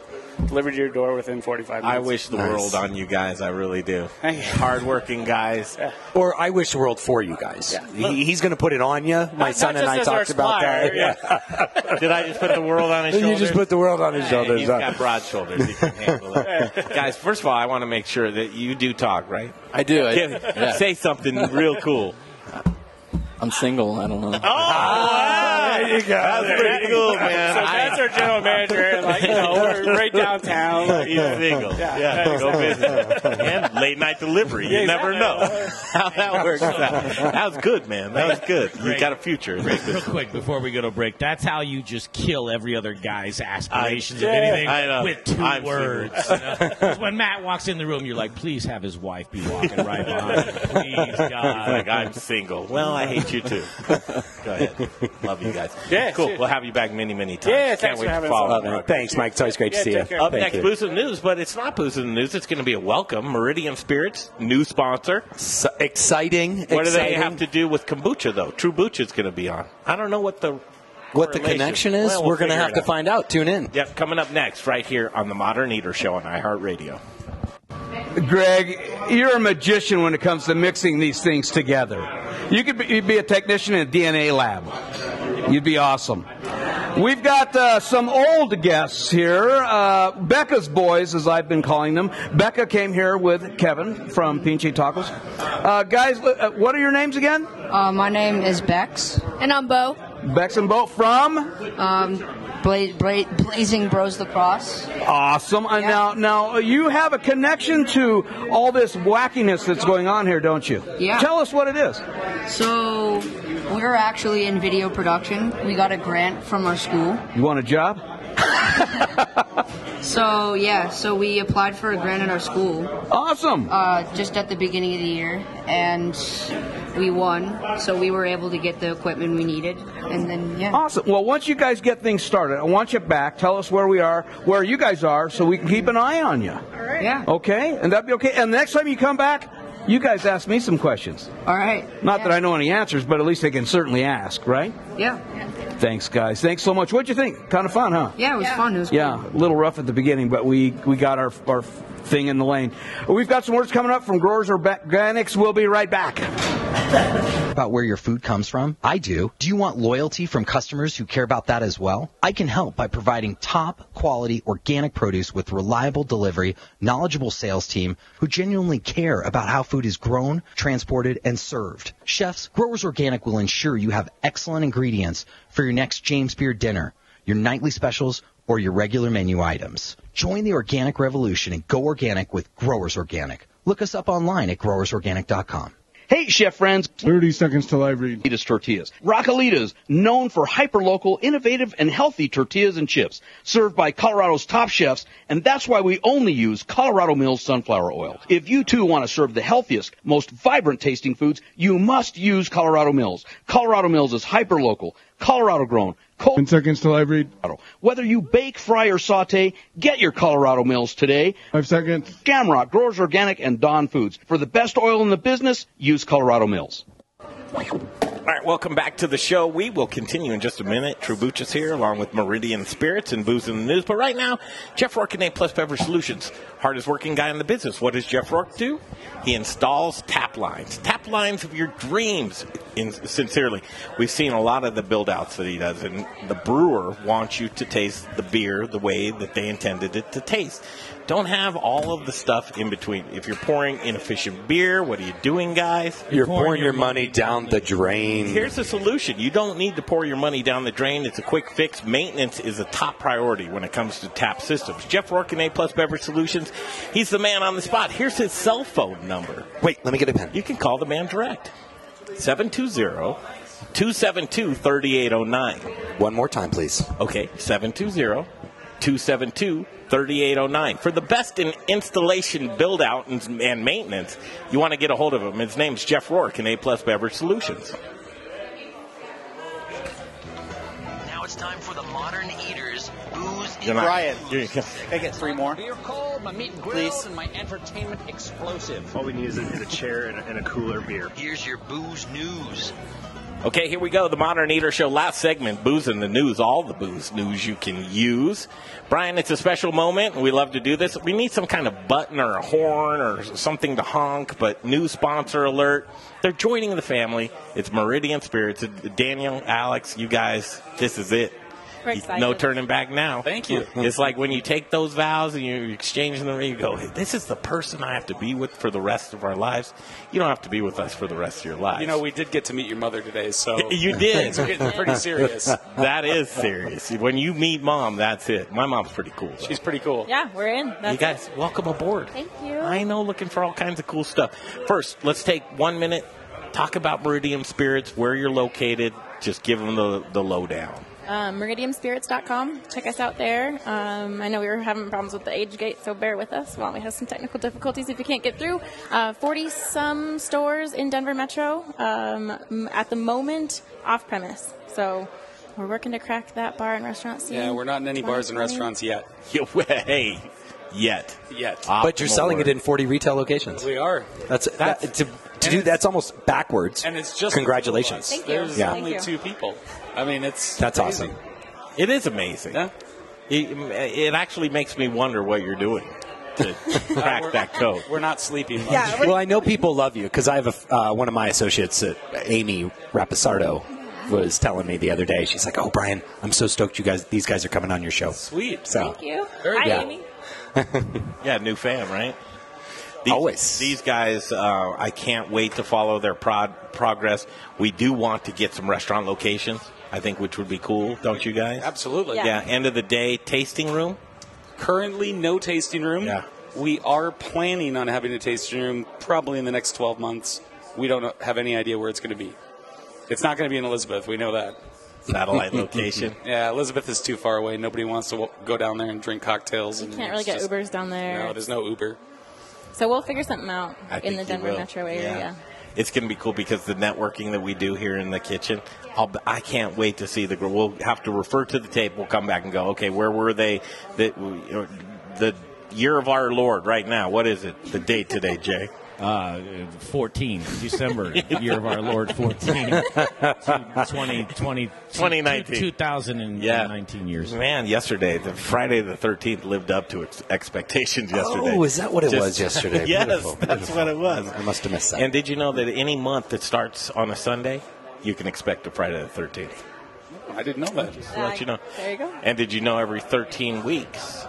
Speaker 21: delivered to your door within 45 minutes
Speaker 3: I wish the world on you guys. I really do.
Speaker 21: Thank you.
Speaker 3: Hardworking guys.
Speaker 5: Or I wish the world for you guys. He, he's going to put it on you. My
Speaker 3: not
Speaker 5: son and
Speaker 3: just
Speaker 5: I
Speaker 3: as our
Speaker 5: talked about that.
Speaker 3: supplier, Did I just put the world on his
Speaker 5: You
Speaker 3: shoulders?
Speaker 5: just put the world on his shoulders,
Speaker 3: He's
Speaker 5: huh?
Speaker 3: got broad shoulders. He can handle it. guys, first of all, I want to make sure that you do talk, right?
Speaker 28: I do. I-
Speaker 3: Give-
Speaker 28: yeah.
Speaker 3: Say something real cool.
Speaker 28: I'm single. I don't know.
Speaker 21: there you go. That's pretty cool, man. So that's our general manager. Like, you know, we're right downtown. Like, you know,
Speaker 3: He's single.
Speaker 21: Yeah.
Speaker 3: Yeah, go business. And late night delivery. You
Speaker 21: Yeah,
Speaker 3: never
Speaker 21: exactly.
Speaker 3: know how that works out. That was good, man. That was good. You
Speaker 11: Great.
Speaker 3: got a future.
Speaker 11: Real quick before we go to break, that's how you just kill every other guy's aspirations
Speaker 3: I-
Speaker 11: of anything
Speaker 3: I know.
Speaker 11: with 2
Speaker 3: I'm
Speaker 11: words. You know? 'Cause when Matt walks in the room, you're like, please have his wife be walking right behind him. Please, God.
Speaker 3: He's like, I'm single. Well, I hate Love you too. Go ahead. Love you guys.
Speaker 5: Yeah,
Speaker 3: cool.
Speaker 5: sure.
Speaker 3: We'll have you back many, many times.
Speaker 5: Yeah,
Speaker 3: Can't
Speaker 5: thanks
Speaker 3: wait
Speaker 5: for having
Speaker 3: to
Speaker 5: us
Speaker 3: follow up.
Speaker 5: on. Love it. Thanks, Mike. It's always great to see you.
Speaker 3: Up
Speaker 5: Thank
Speaker 3: next,
Speaker 5: you.
Speaker 3: Booze of News, but it's not Booze of News. It's going to be a welcome. Meridian Spirits, new sponsor.
Speaker 5: exciting.
Speaker 3: What do they
Speaker 5: exciting.
Speaker 3: have to do with kombucha though? True Bucha's going to be on. I don't know what the
Speaker 5: What the
Speaker 3: correlation-
Speaker 5: connection is?
Speaker 3: Well, we'll
Speaker 5: We're going to
Speaker 3: figure
Speaker 5: have
Speaker 3: it
Speaker 5: to
Speaker 3: out.
Speaker 5: find out. Tune in.
Speaker 3: Yep, coming up next, right here on the Modern Eater Show on iHeartRadio.
Speaker 7: Greg, you're a magician when it comes to mixing these things together. You could be, you'd be a technician in a DNA lab. You'd be awesome. We've got uh, some old guests here. Uh, Becca's boys, as I've been calling them. Becca came here with Kevin from Pinchy Tacos. Uh, guys, uh, what are your names again?
Speaker 2: Uh, my name is Bex. And I'm Bo.
Speaker 7: Bex and Bo from?
Speaker 2: Um, Bla- Bla- Blazing Bros Lacrosse.
Speaker 7: Awesome. Uh, Now, now you have a connection to all this wackiness that's going on here, don't you?
Speaker 2: Yeah.
Speaker 7: Tell us what it is.
Speaker 2: So, we're actually in video production. We got a grant from our school.
Speaker 7: You want a job?
Speaker 2: So, yeah, so we applied for a grant at our school.
Speaker 7: Awesome.
Speaker 2: Uh, just at the beginning of the year, and we won. So, we were able to get the equipment we needed. And then, yeah.
Speaker 7: Awesome. Well, once you guys get things started, I want you back. Tell us where we are, where you guys are, so we can keep an eye on you. All
Speaker 2: right. Yeah.
Speaker 7: Okay? And that'd be okay. And the next time you come back, you guys ask me some questions.
Speaker 2: All right.
Speaker 7: Not that I know any answers, but at least they can certainly ask, right?
Speaker 2: Yeah.
Speaker 7: Thanks, guys. Thanks so much. What'd you think? Kind of fun, huh?
Speaker 2: Yeah, it was fun. It was
Speaker 7: Yeah, a little rough at the beginning, but we, we got our, our thing in the lane. We've got some words coming up from Growers Organics. We'll be right back.
Speaker 15: about where your food comes from? I do. Do you want loyalty from customers who care about that as well? I can help by providing top quality organic produce with reliable delivery, knowledgeable sales team who genuinely care about how food is grown, transported, and served. Chefs, Growers Organic will ensure you have excellent ingredients for your next James Beard dinner, your nightly specials, or your regular menu items. Join the organic revolution and go organic with Growers Organic. Look us up online at growersorganic.com.
Speaker 7: Hey, chef friends. 30 seconds till I read. Tortillas tortillas. Rockalitas, known for hyperlocal, innovative, and healthy tortillas and chips, served by Colorado's top chefs, and that's why we only use Colorado Mills sunflower oil. If you too want to serve the healthiest, most vibrant tasting foods, you must use Colorado Mills. Colorado Mills is hyperlocal, Colorado grown, cold.
Speaker 18: seconds till I read.
Speaker 7: Whether you bake, fry, or saute, get your Colorado Mills today.
Speaker 18: Five seconds.
Speaker 7: Gamrock, Growers Organic, and Don Foods. For the best oil in the business, use Colorado Mills.
Speaker 3: All right, welcome back to the show. We will continue in just a minute. Trubuch is here along with Meridian Spirits and Booze in the News. But right now, Jeff Rourke and A Plus Beverage Solutions, hardest working guy in the business. What does Jeff Rourke do? He installs tap lines, tap lines of your dreams. In, sincerely, we've seen a lot of the build outs that he does, and the brewer wants you to taste the beer the way that they intended it to taste. Don't have all of the stuff in between. If you're pouring inefficient beer, what are you doing, guys?
Speaker 5: You're pouring your money down the drain.
Speaker 3: Here's the solution. You don't need to pour your money down the drain. It's a quick fix. Maintenance is a top priority when it comes to tap systems. Jeff Rourke and A Plus Beverage Solutions. He's the man on the spot. Here's his cell phone number.
Speaker 5: Wait, let me get a pen.
Speaker 3: You can call the man direct. 720 272 3809.
Speaker 5: One more time, please.
Speaker 3: Okay, 720 272 3809. For the best in installation, build out, and, and maintenance, you want to get a hold of him. His name's Jeff Rourke and A Plus Beverage Solutions.
Speaker 1: Now it's time for the Modern Eaters Booze
Speaker 3: You're not- you're-
Speaker 1: I get three more. Beer cold, my meat and
Speaker 29: grills,
Speaker 1: and my entertainment explosive.
Speaker 29: All we need is a, is a chair and a, and a cooler beer.
Speaker 1: Here's your booze news.
Speaker 3: Okay, here we go. The Modern Eater Show, last segment, booze in the news, all the booze news you can use. Brian, it's a special moment, and we love to do this. We need some kind of button or a horn or something to honk, but new sponsor alert. They're joining the family. It's Meridian Spirits. Daniel, Alex, you guys, this is it.
Speaker 30: We're
Speaker 3: No
Speaker 30: excited.
Speaker 3: turning back now.
Speaker 30: Thank you.
Speaker 3: It's like when you take those vows and you exchange them, you go, "This is the person I have to be with for the rest of our lives." You don't have to be with us for the rest of your lives.
Speaker 30: You know, we did get to meet your mother today, so
Speaker 3: You did.
Speaker 30: Things are getting pretty serious.
Speaker 3: Oh. that is serious. When you meet mom, that's it. My mom's pretty cool. though.
Speaker 30: She's pretty cool.
Speaker 31: Yeah, we're in. That's
Speaker 3: you guys, welcome aboard.
Speaker 31: Thank you.
Speaker 3: I know, looking for all kinds of cool stuff. First, let's take one minute, talk about Meridian Spirits, where you're located. Just give them the, the lowdown.
Speaker 6: um, meridiumspirits.com. Check us out there. Um, I know we were having problems with the age gate, so bear with us while we have some technical difficulties if we can't get through. Uh, 40 some stores in Denver Metro um, m- at the moment off premise. So we're working to crack that bar and restaurant scene.
Speaker 30: Yeah, we're not in any bars and restaurants yet.
Speaker 3: hey, yet.
Speaker 30: Yet.
Speaker 5: but you're selling it in 40 retail locations.
Speaker 30: We are.
Speaker 5: That's, that, to, to do that's almost backwards.
Speaker 30: And it's just
Speaker 5: congratulations.
Speaker 30: the two of us. There's
Speaker 5: Yeah.
Speaker 30: only two people. I mean, it's
Speaker 5: That's
Speaker 30: crazy.
Speaker 5: awesome.
Speaker 3: It is amazing. It, it actually makes me wonder what you're doing to crack that code.
Speaker 30: Uh, We're not sleeping. much.
Speaker 5: well, I know people love you because I have a f uh, one of my associates, uh, Amy Rapisardo, was telling me the other day. She's like, "Oh, Brian, I'm so stoked you guys, these guys are coming on your show."
Speaker 30: Sweet.
Speaker 5: So,
Speaker 6: Thank you.
Speaker 5: Very
Speaker 6: Hi,
Speaker 5: good.
Speaker 6: Amy.
Speaker 3: yeah, new fan, right? These, Always. These guys, uh, I can't wait to follow their prod- progress. We do want to get some restaurant locations, I think, which would be cool, don't you guys?
Speaker 30: Absolutely.
Speaker 3: Yeah, end of the day, tasting room.
Speaker 30: Currently, no tasting room. Yeah. We are planning on having a tasting room probably in the next 12 months. We don't know- have any idea where it's going to be. It's not going to be in Elizabeth. We know that.
Speaker 3: Satellite location.
Speaker 30: yeah, Elizabeth is too far away. Nobody wants to w- go down there and drink cocktails.
Speaker 6: You can't really get Ubers down there.
Speaker 30: No, there's no Uber.
Speaker 6: So we'll figure something out
Speaker 3: I
Speaker 6: in
Speaker 3: think
Speaker 6: the
Speaker 3: you
Speaker 6: Denver
Speaker 3: will.
Speaker 6: metro
Speaker 3: Yeah.
Speaker 6: area.
Speaker 3: It's going to be cool because the networking that we do here in the kitchen, I'll, be- I can't wait to see the. gr- We'll have to refer to the tape. We'll come back and go, okay, where were they? The, or the year of our Lord right now. What is it? The date today, Jay?
Speaker 11: Uh, 14, December, year of our Lord 14, 20, 20,
Speaker 3: 2019.
Speaker 11: 2019 years.
Speaker 3: Man, yesterday, the Friday the 13th lived up to its expectations yesterday.
Speaker 5: Oh, is that what it was yesterday?
Speaker 3: yes,
Speaker 5: Beautiful,
Speaker 3: that's
Speaker 5: beautiful.
Speaker 3: what it was.
Speaker 5: I must have missed that.
Speaker 3: And did you know that any month that starts on a Sunday, you can expect a Friday the 13th?
Speaker 30: I didn't know that.
Speaker 3: Just to let you know.
Speaker 6: There you go.
Speaker 3: And did you know every 13 weeks,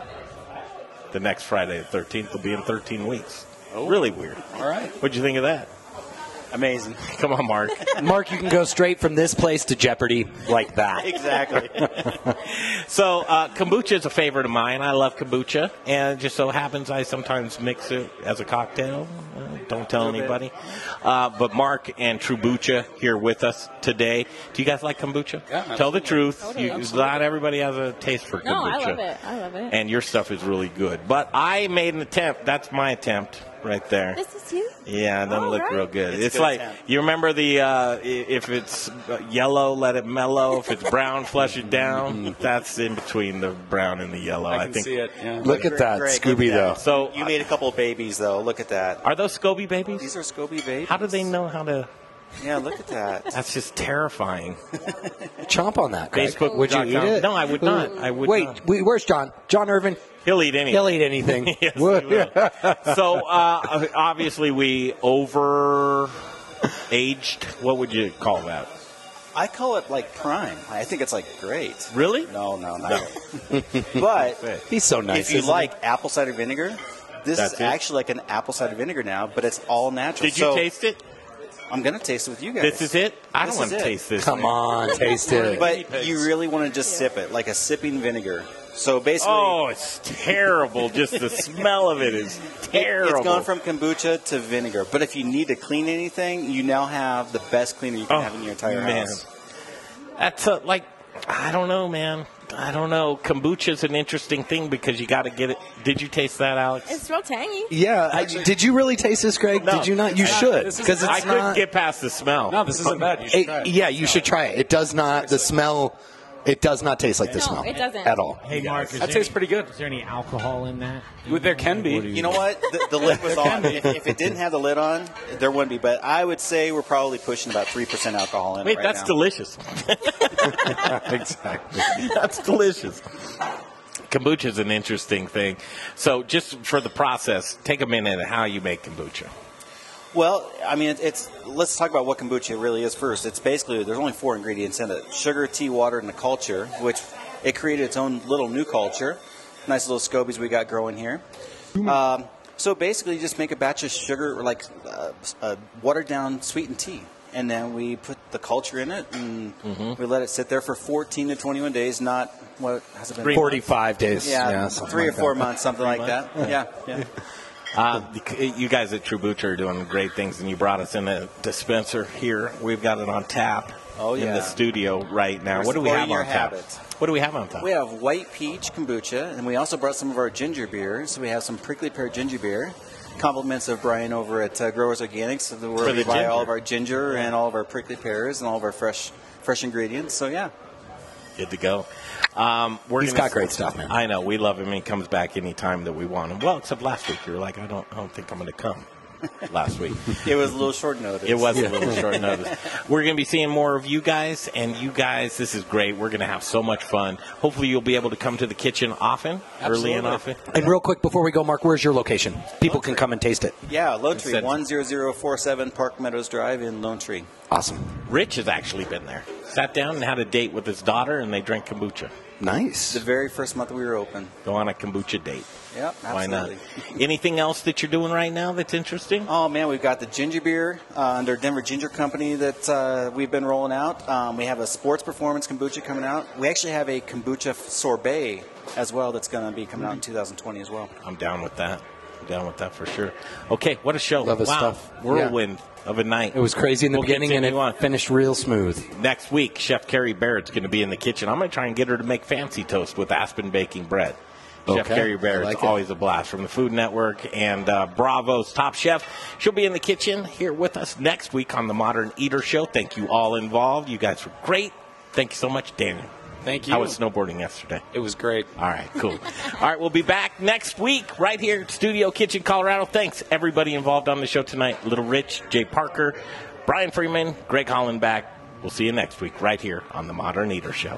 Speaker 3: the next Friday the 13th will be in 13 weeks? Really weird.
Speaker 30: Oh. All right.
Speaker 3: What'd you think of that?
Speaker 30: Amazing.
Speaker 3: Come on, Mark.
Speaker 5: Mark, you can go straight from this place to Jeopardy like that.
Speaker 3: Exactly. so uh, kombucha is a favorite of mine. I love kombucha, and it just so happens I sometimes mix it as a cocktail. Uh, Don't tell
Speaker 23: Little bit.
Speaker 3: anybody. Uh, but Mark and Trubucha here with us today. Do you guys like kombucha?
Speaker 23: Yeah,
Speaker 3: tell the
Speaker 23: absolutely.
Speaker 3: truth.
Speaker 23: Totally.
Speaker 3: You-
Speaker 23: Absolutely.
Speaker 3: not everybody has a taste for
Speaker 6: No,
Speaker 3: kombucha.
Speaker 6: I love it. I love it.
Speaker 3: And your stuff is really good. But I made an attempt. That's my attempt right there.
Speaker 6: this is you.
Speaker 3: Yeah, it doesn't look real good.
Speaker 6: It's
Speaker 3: It's,
Speaker 6: good
Speaker 3: like
Speaker 6: tan.
Speaker 3: you remember the uh, i- if it's uh, yellow, let it mellow. If it's brown, flush it down. That's in between the brown and the yellow. I,
Speaker 30: Mm-hmm. can
Speaker 3: think.
Speaker 30: see it, yeah.
Speaker 5: Look at that, Scooby, though.
Speaker 3: So
Speaker 23: you made a couple of babies though. Look at that.
Speaker 3: Are those Scooby babies?
Speaker 23: These are Scooby babies.
Speaker 3: How do they know how to?
Speaker 23: Yeah, look at that.
Speaker 3: That's just terrifying.
Speaker 5: Chomp on that. Greg.
Speaker 3: Facebook.
Speaker 5: Would you eat it?
Speaker 3: No, I would not. I would.
Speaker 5: Wait,
Speaker 3: not.
Speaker 5: wait, where's John? John Irvin.
Speaker 3: He'll eat anything.
Speaker 5: He'll eat anything.
Speaker 3: Yes, he will. so uh, obviously we over aged. What would you call that?
Speaker 23: I call it like prime. I think it's like great.
Speaker 3: Really?
Speaker 23: No, no, not really. but
Speaker 5: he's so nice.
Speaker 23: if you
Speaker 5: isn't he?
Speaker 23: like apple cider vinegar, this
Speaker 5: That's
Speaker 23: is
Speaker 5: it?
Speaker 23: actually like an apple cider vinegar now, but it's all natural.
Speaker 3: Did you taste it?
Speaker 23: I'm gonna taste it with you guys.
Speaker 3: This is it? I don't
Speaker 23: This
Speaker 3: wanna
Speaker 23: is it.
Speaker 3: taste this. Come on, taste it.
Speaker 23: But you really want to just sip it, like a sipping vinegar. So basically,
Speaker 3: Oh, it's terrible. Just the smell of it is terrible.
Speaker 23: It's gone from kombucha to vinegar. But if you need to clean anything, you now have the best cleaner you can
Speaker 3: Oh,
Speaker 23: have in your entire
Speaker 3: man.
Speaker 23: house.
Speaker 3: That's a, like, I don't know, man. I don't know. Kombucha's an interesting thing because you got to get it. Did you taste that, Alex?
Speaker 6: It's real tangy.
Speaker 5: Yeah, I, did you really taste this, Greg?
Speaker 3: No.
Speaker 5: Did you not? You should,
Speaker 3: This is-
Speaker 5: because it's
Speaker 3: I couldn't
Speaker 5: not-
Speaker 3: get past the smell. No, this isn't bad. You
Speaker 5: It- yeah, you should try it. It does not. The smell. It does not taste like the
Speaker 11: No,
Speaker 5: smell.
Speaker 11: it doesn't.
Speaker 5: at all.
Speaker 11: Hey, Mark, is
Speaker 23: That
Speaker 11: there
Speaker 23: tastes
Speaker 11: any-
Speaker 23: pretty good.
Speaker 11: Is there any alcohol in that?
Speaker 23: there can be. You know what? The, the lid was on. If, if it didn't have the lid on, there wouldn't be. But I would say we're probably pushing about three percent alcohol in it
Speaker 3: Wait,
Speaker 23: right
Speaker 3: that's
Speaker 23: now.
Speaker 3: delicious. exactly. That's delicious. Kombucha is an interesting thing. So, just for the process, take a minute on how you make kombucha.
Speaker 23: Well, I mean, it, it's let's talk about what kombucha really is first. It's basically there's only four ingredients in it: sugar, tea, water, and a culture. Which it created its own little new culture. Nice little scobies we got growing here. Um, so basically, you just make a batch of sugar, or like uh, uh, watered down sweetened tea, and then we put the culture in it, and
Speaker 5: Mm-hmm.
Speaker 23: we let it sit there for 14 to 21 days. Not what has it been?
Speaker 5: Three months. 45 days.
Speaker 23: Yeah,
Speaker 5: Yeah, something
Speaker 23: three or
Speaker 5: like
Speaker 23: four
Speaker 5: that.
Speaker 23: months, something
Speaker 5: Three
Speaker 23: like
Speaker 5: months.
Speaker 23: that. Yeah, yeah.
Speaker 3: Uh, the- you guys at Trubucha are doing great things, and you brought us in a dispenser here. We've got it on tap.
Speaker 23: Oh,
Speaker 3: in
Speaker 23: yeah.
Speaker 3: the studio right now.
Speaker 23: We're
Speaker 3: what do we have
Speaker 23: supporting your
Speaker 3: on tap?
Speaker 23: habit.
Speaker 3: What do we have on tap?
Speaker 23: We have white peach kombucha, and we also brought some of our ginger beer. So we have some prickly pear ginger beer. Compliments of Brian over at uh, Growers Organics, where
Speaker 3: For
Speaker 23: we
Speaker 3: the
Speaker 23: buy
Speaker 3: ginger.
Speaker 23: all of our ginger and all of our prickly pears and all of our fresh fresh ingredients. So yeah,
Speaker 3: Good to go. Um, we're
Speaker 23: He's
Speaker 3: gonna-
Speaker 23: got great stuff, man.
Speaker 3: I know we love him. He comes back anytime that we want him. Well, except last week, you were like, I don't, I don't think I'm going to come. Last week,
Speaker 23: it was a little short notice.
Speaker 3: It was a little short notice. We're going to be seeing more of you guys, and you guys, this is great. We're going to have so much fun. Hopefully, you'll be able to come to the kitchen often, early and
Speaker 5: Absolutely.
Speaker 3: often.
Speaker 5: And real quick before we go, Mark, where's your location? People can come and taste it.
Speaker 23: Yeah, Lone Tree,
Speaker 3: Said-
Speaker 23: 10047 Park Meadows Drive in Lone Tree.
Speaker 5: Awesome.
Speaker 3: Rich has actually been there. Sat down and had a date with his daughter, and they drank kombucha.
Speaker 5: Nice.
Speaker 23: The very first month we were open.
Speaker 3: Go on a kombucha date.
Speaker 23: Yep, absolutely.
Speaker 3: Why not? Anything else that you're doing right now that's interesting?
Speaker 23: Oh man, we've got the ginger beer uh, under Denver Ginger Company that uh, we've been rolling out. Um, we have a sports performance kombucha coming out. We actually have a kombucha f- sorbet as well that's going to be coming out
Speaker 3: Mm-hmm.
Speaker 23: in 2020 as well.
Speaker 3: I'm down with that. I'm down with that for sure. Okay, what a show.
Speaker 5: Love his
Speaker 3: wow.
Speaker 5: stuff.
Speaker 3: Whirlwind of a night.
Speaker 5: It was crazy in the
Speaker 3: We'll
Speaker 5: beginning and it
Speaker 3: continue on.
Speaker 5: finished real smooth.
Speaker 3: Next week, Chef Carrie Barrett's going to be in the kitchen. I'm going to try and get her to make fancy toast with aspen baking bread. Chef
Speaker 5: Okay.
Speaker 3: Carrie
Speaker 5: I
Speaker 3: Barrett's
Speaker 5: like it.
Speaker 3: always a blast from the Food Network and uh, Bravo's Top Chef. She'll be in the kitchen here with us next week on the Modern Eater Show. Thank you all involved. You guys were great. Thank you so much, Daniel.
Speaker 30: Thank
Speaker 3: I
Speaker 30: you.
Speaker 3: was snowboarding yesterday.
Speaker 30: It was great.
Speaker 3: All right, cool. All right, we'll be back next week right here at Studio Kitchen Colorado. Thanks everybody involved on the show tonight. Little Rich, Jay Parker, Brian Freeman, Greg Hollenbach. We'll see you next week right here on the Modern Eater Show.